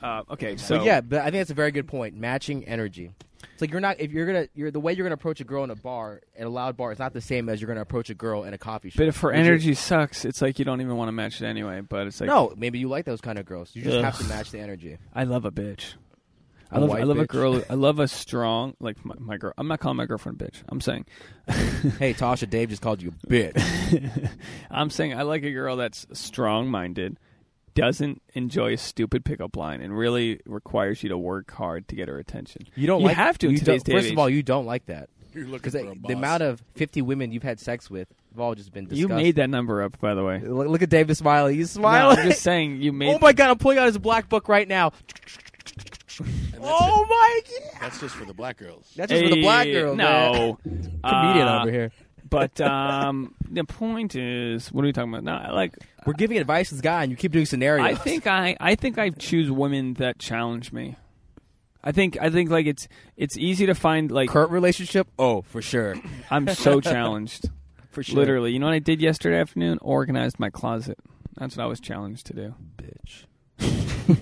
[SPEAKER 2] Uh, okay, so
[SPEAKER 1] But yeah, but I think that's a very good point. Matching energy. It's like you're not if you're gonna you're the way you're gonna approach a girl in a bar at a loud bar is not the same as you're gonna approach a girl in a coffee shop.
[SPEAKER 2] But if her
[SPEAKER 1] Would you-
[SPEAKER 2] energy sucks, it's like you don't even want to match it anyway. But it's like,
[SPEAKER 1] no, maybe you like those kind of girls. You just have to match the energy.
[SPEAKER 2] I love a bitch. I
[SPEAKER 1] A
[SPEAKER 2] love, I
[SPEAKER 1] white
[SPEAKER 2] love a
[SPEAKER 1] bitch?
[SPEAKER 2] girl. I love a strong, like my, my girl. I'm not calling my girlfriend a bitch. I'm saying,
[SPEAKER 1] Hey, Tasha, Dave just called you a bitch.
[SPEAKER 2] I'm saying I like a girl that's strong minded, doesn't enjoy a stupid pickup line, and really requires you to work hard to get her attention.
[SPEAKER 1] You don't
[SPEAKER 2] You
[SPEAKER 1] like
[SPEAKER 2] have to in
[SPEAKER 1] you
[SPEAKER 2] today's
[SPEAKER 1] don't-
[SPEAKER 2] day and
[SPEAKER 1] First
[SPEAKER 2] age.
[SPEAKER 1] of all, you don't like that
[SPEAKER 5] You're looking
[SPEAKER 1] because
[SPEAKER 5] for a boss.
[SPEAKER 1] the amount of fifty women you've had sex with have all just been
[SPEAKER 2] You
[SPEAKER 1] disgusting.
[SPEAKER 2] made that number up, by the way.
[SPEAKER 1] Look, look at Dave the smiling. He's
[SPEAKER 2] No,
[SPEAKER 1] smiling.
[SPEAKER 2] I'm just saying you made.
[SPEAKER 1] oh my god! I'm pulling out his black book right now.
[SPEAKER 5] And that's,
[SPEAKER 1] Oh my god!
[SPEAKER 5] that's just for the black girls.
[SPEAKER 1] That's just for the black
[SPEAKER 2] Hey,
[SPEAKER 1] girl. man.
[SPEAKER 2] No,
[SPEAKER 1] comedian
[SPEAKER 2] Uh,
[SPEAKER 1] over here.
[SPEAKER 2] But um, the point is, what are we talking about? No, I like
[SPEAKER 1] We're giving advice to this guy, and you keep doing scenarios.
[SPEAKER 2] I think I I think I choose women that challenge me. I think I think like it's it's easy to find like
[SPEAKER 1] current relationship. Oh, for sure,
[SPEAKER 2] I'm so challenged.
[SPEAKER 1] for sure.
[SPEAKER 2] Literally, you know what I did yesterday afternoon? Organized my closet. That's what I was challenged to do.
[SPEAKER 1] bitch.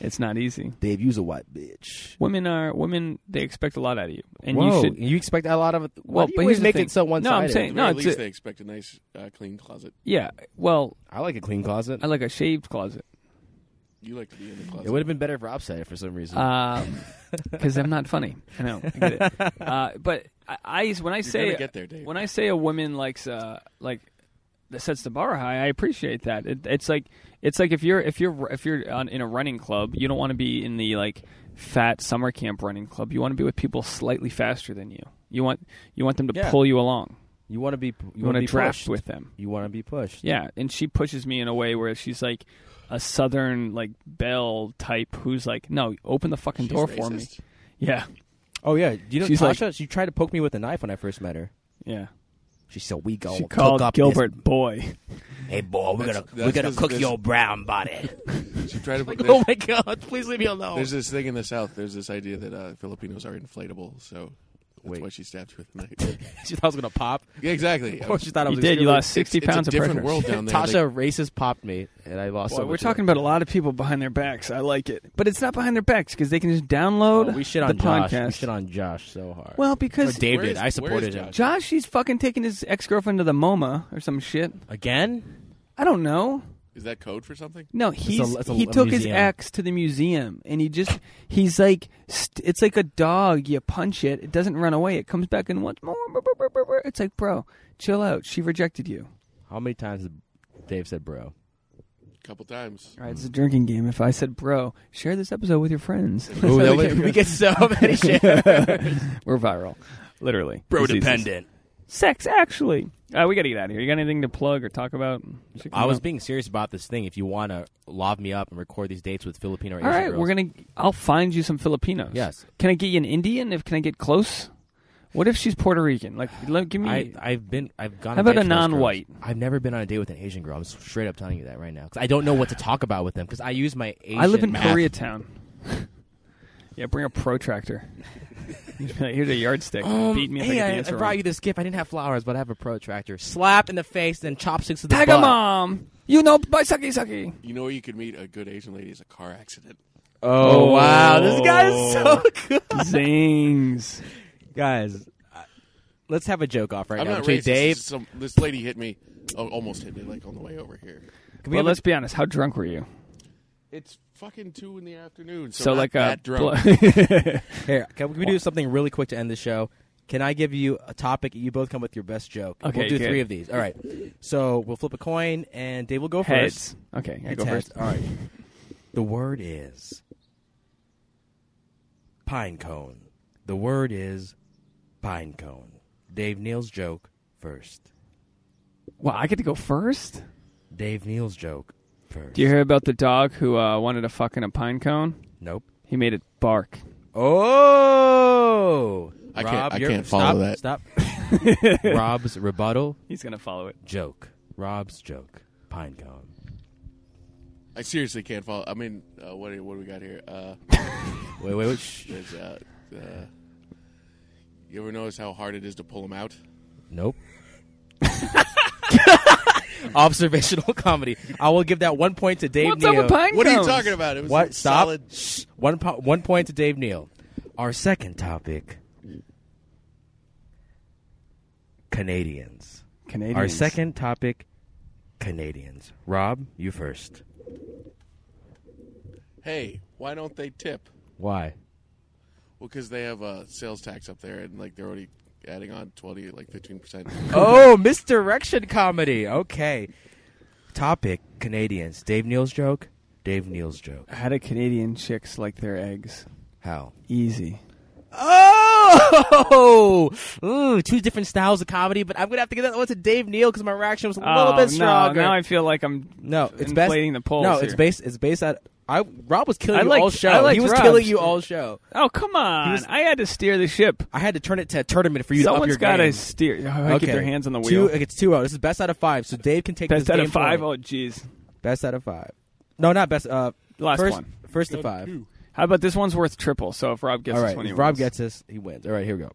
[SPEAKER 2] It's not easy.
[SPEAKER 1] Dave, you's a white bitch.
[SPEAKER 2] Women are women. They expect a lot out of you, and
[SPEAKER 1] Whoa,
[SPEAKER 2] you should.
[SPEAKER 1] you expect a lot of.
[SPEAKER 2] Well,
[SPEAKER 1] Well,
[SPEAKER 2] but
[SPEAKER 1] you always
[SPEAKER 2] here's the
[SPEAKER 1] make
[SPEAKER 2] thing.
[SPEAKER 1] it so one
[SPEAKER 2] No, I'm saying-
[SPEAKER 5] At
[SPEAKER 2] No,
[SPEAKER 5] very
[SPEAKER 2] it's
[SPEAKER 5] least
[SPEAKER 2] a-
[SPEAKER 5] they expect a nice, uh, clean closet.
[SPEAKER 2] Yeah. Well,
[SPEAKER 1] I like a clean closet.
[SPEAKER 2] I like a shaved closet.
[SPEAKER 5] You like to be in the
[SPEAKER 1] It would
[SPEAKER 5] closet.
[SPEAKER 1] have been better if Rob said it for some reason.
[SPEAKER 2] Uh, because Um, I'm not funny. I know. I get it. Uh, but I, I when I say
[SPEAKER 5] gonna get there, Dave.
[SPEAKER 2] when I say a woman likes uh like that sets the bar high, I appreciate that. It, it's like it's like if you're if you're if you're on, in a running club, you don't want to be in the like fat summer camp running club. You want to be with people slightly faster than you. You want you want them to
[SPEAKER 1] Yeah.
[SPEAKER 2] pull you along.
[SPEAKER 1] you want to be.
[SPEAKER 2] You,
[SPEAKER 1] You want
[SPEAKER 2] want to
[SPEAKER 1] be
[SPEAKER 2] draft
[SPEAKER 1] pushed.
[SPEAKER 2] with them.
[SPEAKER 1] You want to be pushed.
[SPEAKER 2] Yeah, and she pushes me in a way where she's like a southern like belle type who's like, no, open the fucking
[SPEAKER 5] She's
[SPEAKER 2] door for me.
[SPEAKER 5] racist.
[SPEAKER 2] Yeah,
[SPEAKER 1] Oh yeah. Do you know
[SPEAKER 2] She's like-
[SPEAKER 1] Tasha? she tried to poke me with a knife when I first met her.
[SPEAKER 2] yeah.
[SPEAKER 1] She said, "We go
[SPEAKER 2] She
[SPEAKER 1] cook
[SPEAKER 2] called
[SPEAKER 1] up this-
[SPEAKER 2] Gilbert boy.
[SPEAKER 1] Hey boy, we're gonna
[SPEAKER 5] That's-
[SPEAKER 1] we're gonna
[SPEAKER 5] that's-
[SPEAKER 1] cook
[SPEAKER 5] that's-
[SPEAKER 1] your brown body.
[SPEAKER 5] She tried to. There's,
[SPEAKER 1] oh my god! Please leave me alone.
[SPEAKER 5] there's this thing in the South. There's this idea that uh, Filipinos are inflatable, so that's
[SPEAKER 1] Wait.
[SPEAKER 5] why she stabbed you with a knife.
[SPEAKER 1] she thought I was gonna pop.
[SPEAKER 5] yeah, exactly.
[SPEAKER 1] Of course, she thought I
[SPEAKER 2] You
[SPEAKER 1] was.
[SPEAKER 2] did. You
[SPEAKER 1] really-
[SPEAKER 2] lost sixty
[SPEAKER 5] it's,
[SPEAKER 2] pounds
[SPEAKER 5] it's
[SPEAKER 2] of
[SPEAKER 5] a different
[SPEAKER 2] pressure.
[SPEAKER 5] world down there.
[SPEAKER 1] Tasha racist popped me, and I lost. so
[SPEAKER 2] Boy, we're
[SPEAKER 1] much
[SPEAKER 2] talking
[SPEAKER 1] weight.
[SPEAKER 2] about a lot of people behind their backs. I like it, but it's not behind their backs because they can just download
[SPEAKER 1] Oh, we shit
[SPEAKER 2] the
[SPEAKER 1] on Josh.
[SPEAKER 2] podcast.
[SPEAKER 1] We shit on Josh so hard.
[SPEAKER 2] well,
[SPEAKER 1] Or
[SPEAKER 2] because
[SPEAKER 1] Dave
[SPEAKER 5] where
[SPEAKER 1] did.
[SPEAKER 5] is-
[SPEAKER 1] I supported
[SPEAKER 5] where is
[SPEAKER 1] him
[SPEAKER 5] Josh?
[SPEAKER 2] Josh, he's fucking taking his ex girlfriend to the MoMA or some shit.
[SPEAKER 1] again.
[SPEAKER 2] I don't know.
[SPEAKER 5] Like, is that code for something?
[SPEAKER 2] No, he's
[SPEAKER 1] it's a-
[SPEAKER 2] he
[SPEAKER 1] a
[SPEAKER 2] took his
[SPEAKER 1] museum.
[SPEAKER 2] ex to the museum, and he just he's like st- it's like a dog. You punch it, it doesn't run away. It comes back and wants more. It's like, bro, chill out. She rejected you.
[SPEAKER 1] How many times did Dave said, "Bro"?
[SPEAKER 5] A couple times.
[SPEAKER 2] All right, it's a drinking game. If I said, bro, share this episode with your friends.
[SPEAKER 1] Ooh, that was- we get so many shit.
[SPEAKER 2] We're viral, literally.
[SPEAKER 1] Bro
[SPEAKER 2] Diseases.
[SPEAKER 1] dependent.
[SPEAKER 2] Sex, actually. Uh, we got to get out of here. You got anything to plug or talk about? Should
[SPEAKER 1] I
[SPEAKER 2] come
[SPEAKER 1] was
[SPEAKER 2] up.
[SPEAKER 1] being serious about this thing. If you want to lob me up and record these dates with Filipino, or
[SPEAKER 2] All
[SPEAKER 1] Asian
[SPEAKER 2] right,
[SPEAKER 1] girls.
[SPEAKER 2] we're gonna. I'll find you some Filipinos.
[SPEAKER 1] Yes.
[SPEAKER 2] Can I get you an Indian? If can I get close? What if she's Puerto Rican? Like, let, give me.
[SPEAKER 1] I, I've been, I've gone. on
[SPEAKER 2] How about
[SPEAKER 1] dates with
[SPEAKER 2] a
[SPEAKER 1] those
[SPEAKER 2] non-white?
[SPEAKER 1] girls. I've never been on a date with an Asian girl. I'm s- straight up telling you that right now because I don't know what to talk about with them because I use my Asian.
[SPEAKER 2] I live in
[SPEAKER 1] math.
[SPEAKER 2] Koreatown. yeah, bring a protractor. Here's a yardstick.
[SPEAKER 1] Um,
[SPEAKER 2] Beat me if I
[SPEAKER 1] hey,
[SPEAKER 2] get the
[SPEAKER 1] I, I
[SPEAKER 2] answer
[SPEAKER 1] brought
[SPEAKER 2] wrong.
[SPEAKER 1] you this gift. I didn't have flowers, but I have a protractor. Slap in the face, then chopsticks to the
[SPEAKER 2] Tag
[SPEAKER 1] butt.
[SPEAKER 2] a mom. You know, by sucky sucky.
[SPEAKER 5] You know where you could meet a good Asian lady is a car accident.
[SPEAKER 1] Oh, wow, this guy is so good.
[SPEAKER 2] Zings.
[SPEAKER 1] Guys, I- let's have a joke off right
[SPEAKER 5] I'm
[SPEAKER 1] now
[SPEAKER 5] not
[SPEAKER 1] between
[SPEAKER 5] racist.
[SPEAKER 1] Dave.
[SPEAKER 5] Some, this lady hit me. Oh, almost hit me, like on the way over here.
[SPEAKER 1] Can we
[SPEAKER 2] Well,
[SPEAKER 1] have a-
[SPEAKER 2] let's be honest. How drunk were you?
[SPEAKER 5] It's fucking two in the afternoon. So,
[SPEAKER 2] So
[SPEAKER 5] not
[SPEAKER 2] like
[SPEAKER 1] uh,
[SPEAKER 2] uh, a
[SPEAKER 5] that drunk.
[SPEAKER 1] here, can we do something really quick to end the show? Can I give you a topic? You both come with your best joke.
[SPEAKER 2] Okay,
[SPEAKER 1] we'll do
[SPEAKER 2] good.
[SPEAKER 1] three of these. All right. So we'll flip a coin, and Dave will go
[SPEAKER 2] heads.
[SPEAKER 1] first.
[SPEAKER 2] Okay, I
[SPEAKER 1] It's
[SPEAKER 2] go
[SPEAKER 1] heads.
[SPEAKER 2] first.
[SPEAKER 1] All right. The word is pine cone. The word is pine cone. Dave Neal's joke first.
[SPEAKER 2] Wow, I get to go first.
[SPEAKER 1] Dave Neal's joke first.
[SPEAKER 2] Do you hear about the dog who uh, wanted to fuck in a pine cone?
[SPEAKER 1] Nope.
[SPEAKER 2] He made it bark.
[SPEAKER 1] Oh,
[SPEAKER 5] I
[SPEAKER 1] Rob,
[SPEAKER 5] can't- I
[SPEAKER 1] you're-
[SPEAKER 5] can't follow
[SPEAKER 1] stop, Stop. Rob's rebuttal
[SPEAKER 2] He's gonna follow it.
[SPEAKER 1] joke. Rob's joke. Pinecone.
[SPEAKER 5] I seriously can't follow. I mean, uh, what do- what do we got here? Uh,
[SPEAKER 1] Wait, wait, wait. Shh.
[SPEAKER 5] there's, uh, uh, you ever notice how hard it is to pull them out?
[SPEAKER 1] Nope. observational comedy. I will give that one point to Dave
[SPEAKER 2] What's
[SPEAKER 1] Neal.
[SPEAKER 2] up with pine
[SPEAKER 5] What are you
[SPEAKER 2] cones?
[SPEAKER 5] talking about? It was
[SPEAKER 1] What?
[SPEAKER 5] a
[SPEAKER 1] Stop.
[SPEAKER 5] solid.
[SPEAKER 1] Shh. One, po- one point to Dave Neal. Our second topic Canadians.
[SPEAKER 2] Canadians.
[SPEAKER 1] Our second topic Canadians. Rob, you first.
[SPEAKER 5] Hey, why don't they tip?
[SPEAKER 1] Why?
[SPEAKER 5] Well, because they have uh, sales tax up there, and like they're already adding on twenty, like fifteen percent.
[SPEAKER 1] oh, misdirection comedy. Okay. Topic Canadians. Dave Neal's joke. Dave Neal's joke.
[SPEAKER 2] How do Canadian chicks like their eggs?
[SPEAKER 1] How?
[SPEAKER 2] Easy.
[SPEAKER 1] Oh, Ooh, two different styles of comedy, but I'm gonna have to give that one to Dave Neal because my reaction was a little
[SPEAKER 2] oh,
[SPEAKER 1] bit
[SPEAKER 2] no,
[SPEAKER 1] stronger.
[SPEAKER 2] now I feel like I'm
[SPEAKER 1] no, it's best-
[SPEAKER 2] inflating the polls.
[SPEAKER 1] No, it's
[SPEAKER 2] here.
[SPEAKER 1] based. It's based on. I Rob was killing
[SPEAKER 2] I
[SPEAKER 1] you
[SPEAKER 2] liked-
[SPEAKER 1] all show.
[SPEAKER 2] I liked
[SPEAKER 1] he was
[SPEAKER 2] Rob's.
[SPEAKER 1] killing you all show.
[SPEAKER 2] Oh come on!
[SPEAKER 1] was-
[SPEAKER 2] I had to steer the ship.
[SPEAKER 1] I had to turn it to a tournament for you to up
[SPEAKER 2] Someone's
[SPEAKER 1] your
[SPEAKER 2] got to
[SPEAKER 1] game.
[SPEAKER 2] steer. Oh, I
[SPEAKER 1] okay.
[SPEAKER 2] Keep their hands on the
[SPEAKER 1] Two-
[SPEAKER 2] wheel.
[SPEAKER 1] it's two out. This is best out of five. So Dave can take
[SPEAKER 2] Best
[SPEAKER 1] this
[SPEAKER 2] out of
[SPEAKER 1] game
[SPEAKER 2] five.
[SPEAKER 1] point.
[SPEAKER 2] Oh jeez.
[SPEAKER 1] Best out of five. No, not best. Uh,
[SPEAKER 2] Last
[SPEAKER 1] first,
[SPEAKER 2] one.
[SPEAKER 1] First to five.
[SPEAKER 2] How about this one's worth triple? So if Rob gets
[SPEAKER 1] All
[SPEAKER 2] this
[SPEAKER 1] right,
[SPEAKER 2] one, he
[SPEAKER 1] if Rob
[SPEAKER 2] wins.
[SPEAKER 1] gets this, he wins. All right, here we go.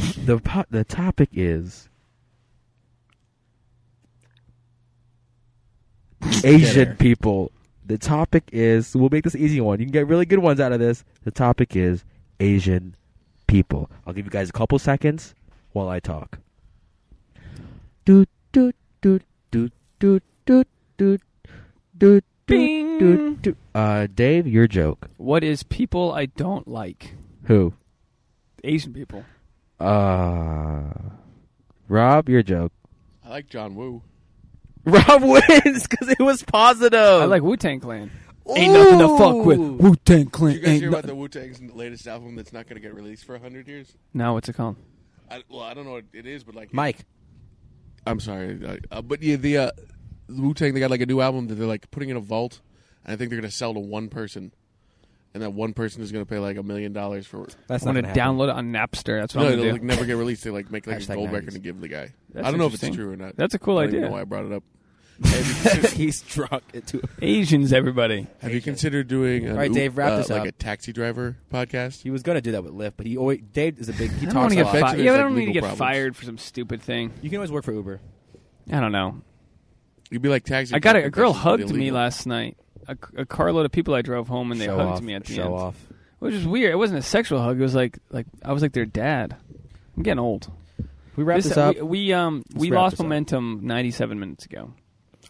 [SPEAKER 1] the po- The topic is Asian people. The topic is we'll make this an easy one. You can get really good ones out of this. The topic is Asian people. I'll give you guys a couple seconds while I talk. Doot doot doot doot doot doot doot doot doot
[SPEAKER 2] Bing.
[SPEAKER 1] doot doot. Uh, Dave, your joke.
[SPEAKER 2] What is people I don't like?
[SPEAKER 1] Who?
[SPEAKER 2] Asian people.
[SPEAKER 1] Uh, Rob, your joke.
[SPEAKER 5] I like John Woo.
[SPEAKER 1] Rob wins because it was positive.
[SPEAKER 2] I like Wu Tang Clan.
[SPEAKER 1] ain't nothing to Oh. fuck with.
[SPEAKER 2] Wu Tang
[SPEAKER 5] Did
[SPEAKER 2] Clan.
[SPEAKER 5] you guys hear about the Wu Tang's latest album that's not going to get released for hundred years?
[SPEAKER 2] No, what's it called?
[SPEAKER 5] I, well, I don't know what it is, but like
[SPEAKER 1] Mike.
[SPEAKER 5] I'm sorry, I- uh, but yeah, the uh, Wu Tang they got like a new album that they're like putting in a vault, and I think they're going to sell to one person, and that one person is going to pay like a million dollars for.
[SPEAKER 1] That's
[SPEAKER 2] I'm
[SPEAKER 1] not
[SPEAKER 2] gonna
[SPEAKER 1] gonna happen.
[SPEAKER 2] download it on Napster. That's what
[SPEAKER 5] No,
[SPEAKER 2] I'm
[SPEAKER 5] it'll
[SPEAKER 2] gonna
[SPEAKER 5] like,
[SPEAKER 2] do.
[SPEAKER 5] never get released. They like make like
[SPEAKER 1] Hashtag
[SPEAKER 5] a gold
[SPEAKER 1] 90s.
[SPEAKER 5] record and give the guy.
[SPEAKER 2] That's
[SPEAKER 5] I don't know if it's
[SPEAKER 2] interesting.
[SPEAKER 5] true or not.
[SPEAKER 2] That's a cool
[SPEAKER 5] I don't even
[SPEAKER 2] idea.
[SPEAKER 5] know why I brought it up.
[SPEAKER 1] He's drunk into it.
[SPEAKER 2] Asians, everybody.
[SPEAKER 5] Have you considered doing an
[SPEAKER 1] All right,
[SPEAKER 5] Oop-
[SPEAKER 1] Dave, wrap
[SPEAKER 5] uh,
[SPEAKER 1] this up.
[SPEAKER 5] like a taxi driver podcast?
[SPEAKER 1] He was gonna do that with Lyft, but he always Dave is a big. He
[SPEAKER 2] I don't want
[SPEAKER 1] talks
[SPEAKER 2] to
[SPEAKER 1] a
[SPEAKER 2] get
[SPEAKER 1] lot.
[SPEAKER 5] fi-
[SPEAKER 2] fired.
[SPEAKER 5] there's,
[SPEAKER 2] Yeah, but I
[SPEAKER 5] like,
[SPEAKER 2] don't need to
[SPEAKER 5] legal
[SPEAKER 2] get
[SPEAKER 5] problems.
[SPEAKER 2] fired for some stupid thing.
[SPEAKER 1] You can always work for Uber.
[SPEAKER 2] I don't know.
[SPEAKER 5] You'd be like taxi.
[SPEAKER 2] I got a,
[SPEAKER 5] driver,
[SPEAKER 2] a girl
[SPEAKER 5] that's
[SPEAKER 2] hugged me
[SPEAKER 5] illegal.
[SPEAKER 2] last night. A, a carload of people I drove home and they
[SPEAKER 1] show
[SPEAKER 2] hugged
[SPEAKER 1] off,
[SPEAKER 2] me at the
[SPEAKER 1] show
[SPEAKER 2] end,
[SPEAKER 1] off.
[SPEAKER 2] which is weird. It wasn't a sexual hug. It was like like I was like their dad. I'm getting old.
[SPEAKER 1] We wrap this, up.
[SPEAKER 2] We, we um we
[SPEAKER 1] wrap
[SPEAKER 2] lost
[SPEAKER 1] this up.
[SPEAKER 2] momentum 97 minutes ago.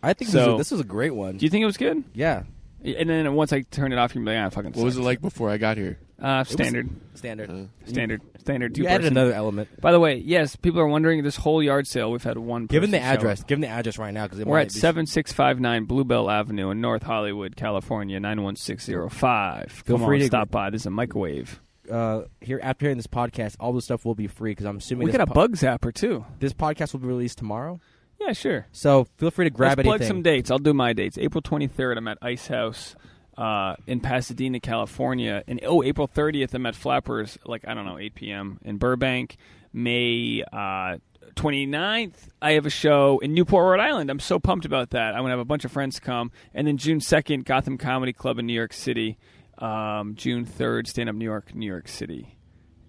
[SPEAKER 1] I think this,
[SPEAKER 2] so-
[SPEAKER 1] is, this was a great one.
[SPEAKER 2] Do you think it was good?
[SPEAKER 1] yeah,
[SPEAKER 2] And then once I turn it off, you're gonna be like, ah, fucking.
[SPEAKER 5] What was it
[SPEAKER 2] sucked."
[SPEAKER 5] like before I got here?
[SPEAKER 2] Uh, standard,
[SPEAKER 1] standard.
[SPEAKER 5] Uh,
[SPEAKER 2] standard, standard. Two
[SPEAKER 1] you added
[SPEAKER 2] person.
[SPEAKER 1] another element.
[SPEAKER 2] By the way, yes, people are wondering this whole yard sale. We've had one.
[SPEAKER 1] Give him the
[SPEAKER 2] person show
[SPEAKER 1] address.
[SPEAKER 2] up.
[SPEAKER 1] Give him the address right now because
[SPEAKER 2] We're at seven six five nine Bluebell Avenue in North Hollywood, California nine one six zero five.
[SPEAKER 1] Feel
[SPEAKER 2] Come
[SPEAKER 1] free
[SPEAKER 2] on,
[SPEAKER 1] to-
[SPEAKER 2] stop by. There's a microwave.
[SPEAKER 1] Uh, here after hearing this podcast, all this stuff will be free because I'm assuming
[SPEAKER 2] We
[SPEAKER 1] this,
[SPEAKER 2] got a
[SPEAKER 1] po-
[SPEAKER 2] bug zapper too.
[SPEAKER 1] this podcast will be released tomorrow.
[SPEAKER 2] Yeah, sure.
[SPEAKER 1] So feel free to grab
[SPEAKER 2] Let's plug
[SPEAKER 1] anything.
[SPEAKER 2] some dates. I'll do my dates. April 23rd, I'm at Ice House uh, in Pasadena, California, and oh, April 30th, I'm at Flappers, like I don't know, 8 p.m. in Burbank. May uh, 29th, I have a show in Newport, Rhode Island. I'm so pumped about that. I'm gonna have a bunch of friends come, and then June 2nd, Gotham Comedy Club in New York City. Um, June 3rd, Stand Up New York, New York City.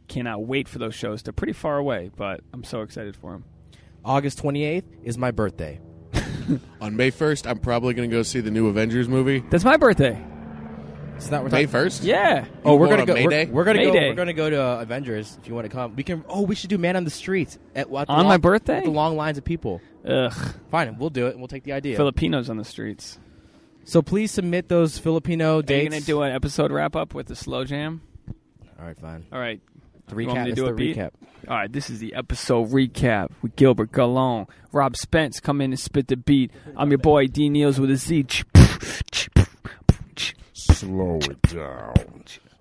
[SPEAKER 2] Cannot wait for those shows. They're pretty far away, but I'm so excited for them.
[SPEAKER 1] August 28th is my birthday.
[SPEAKER 5] on May first, I'm probably going to go see the new Avengers movie.
[SPEAKER 2] That's my birthday.
[SPEAKER 1] It's not we're
[SPEAKER 5] May
[SPEAKER 1] talking-
[SPEAKER 5] first.
[SPEAKER 2] Yeah.
[SPEAKER 1] Oh, we're
[SPEAKER 5] going
[SPEAKER 1] gonna
[SPEAKER 5] on
[SPEAKER 1] go.
[SPEAKER 5] May
[SPEAKER 1] We're,
[SPEAKER 5] Day?
[SPEAKER 1] we're gonna
[SPEAKER 2] May
[SPEAKER 1] go.
[SPEAKER 2] Day.
[SPEAKER 1] We're gonna go to uh, Avengers if you want to come. We can. Oh, we should do Man on the Street at, at the
[SPEAKER 2] On
[SPEAKER 1] long-
[SPEAKER 2] my birthday?
[SPEAKER 1] at The long lines of people.
[SPEAKER 2] Ugh.
[SPEAKER 1] Fine, we'll do it. and We'll take the idea.
[SPEAKER 2] Filipinos on the streets.
[SPEAKER 1] so please submit those Filipino
[SPEAKER 2] Are you
[SPEAKER 1] dates.
[SPEAKER 2] gonna do an episode wrap up with the slow jam?
[SPEAKER 1] All right, fine.
[SPEAKER 2] All right.
[SPEAKER 1] The
[SPEAKER 2] You want
[SPEAKER 1] recap.
[SPEAKER 2] me to
[SPEAKER 1] That's
[SPEAKER 2] do
[SPEAKER 1] the
[SPEAKER 2] it, Pete?
[SPEAKER 1] recap.
[SPEAKER 2] All right, this is the episode recap with Gilbert Galone. Rob Spence come in and spit the beat. I'm your boy D Neals with a Z.
[SPEAKER 3] Slow it down.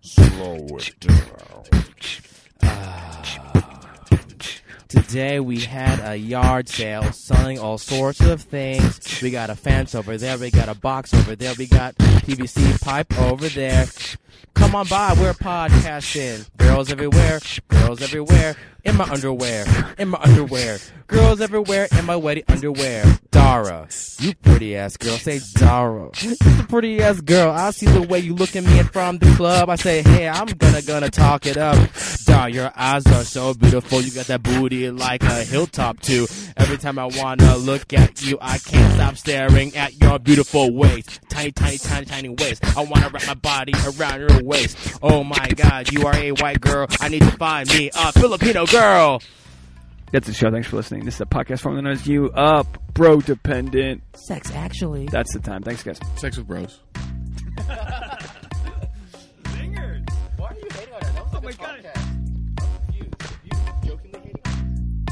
[SPEAKER 3] Slow it down.
[SPEAKER 1] Today we had a yard sale selling all sorts of things. We got a fence over there, we got a box over there, we got PVC pipe over there. Come on by, we're podcasting. Girls everywhere, girls everywhere, in my underwear, in my underwear. Girls everywhere, in my wetty underwear. Dara, you pretty ass girl, say Dara. She's a pretty ass girl, I see the way you look at me from the club. I say, hey, I'm gonna, gonna talk it up. Dara, your eyes are so beautiful, you got that booty like a hilltop too. Every Every time I wanna look at you, I can't stop staring at your beautiful waist. Tiny, tiny, tiny, tiny waist. I wanna wrap my body around your waist. Oh my god, you are a white girl. I need to find me a Filipino girl.
[SPEAKER 2] That's the show. Thanks for listening. This is a podcast from the knows you up, bro dependent.
[SPEAKER 8] Sex actually.
[SPEAKER 2] That's the time. Thanks, guys.
[SPEAKER 5] Sex with bros.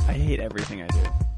[SPEAKER 2] I hate everything I do.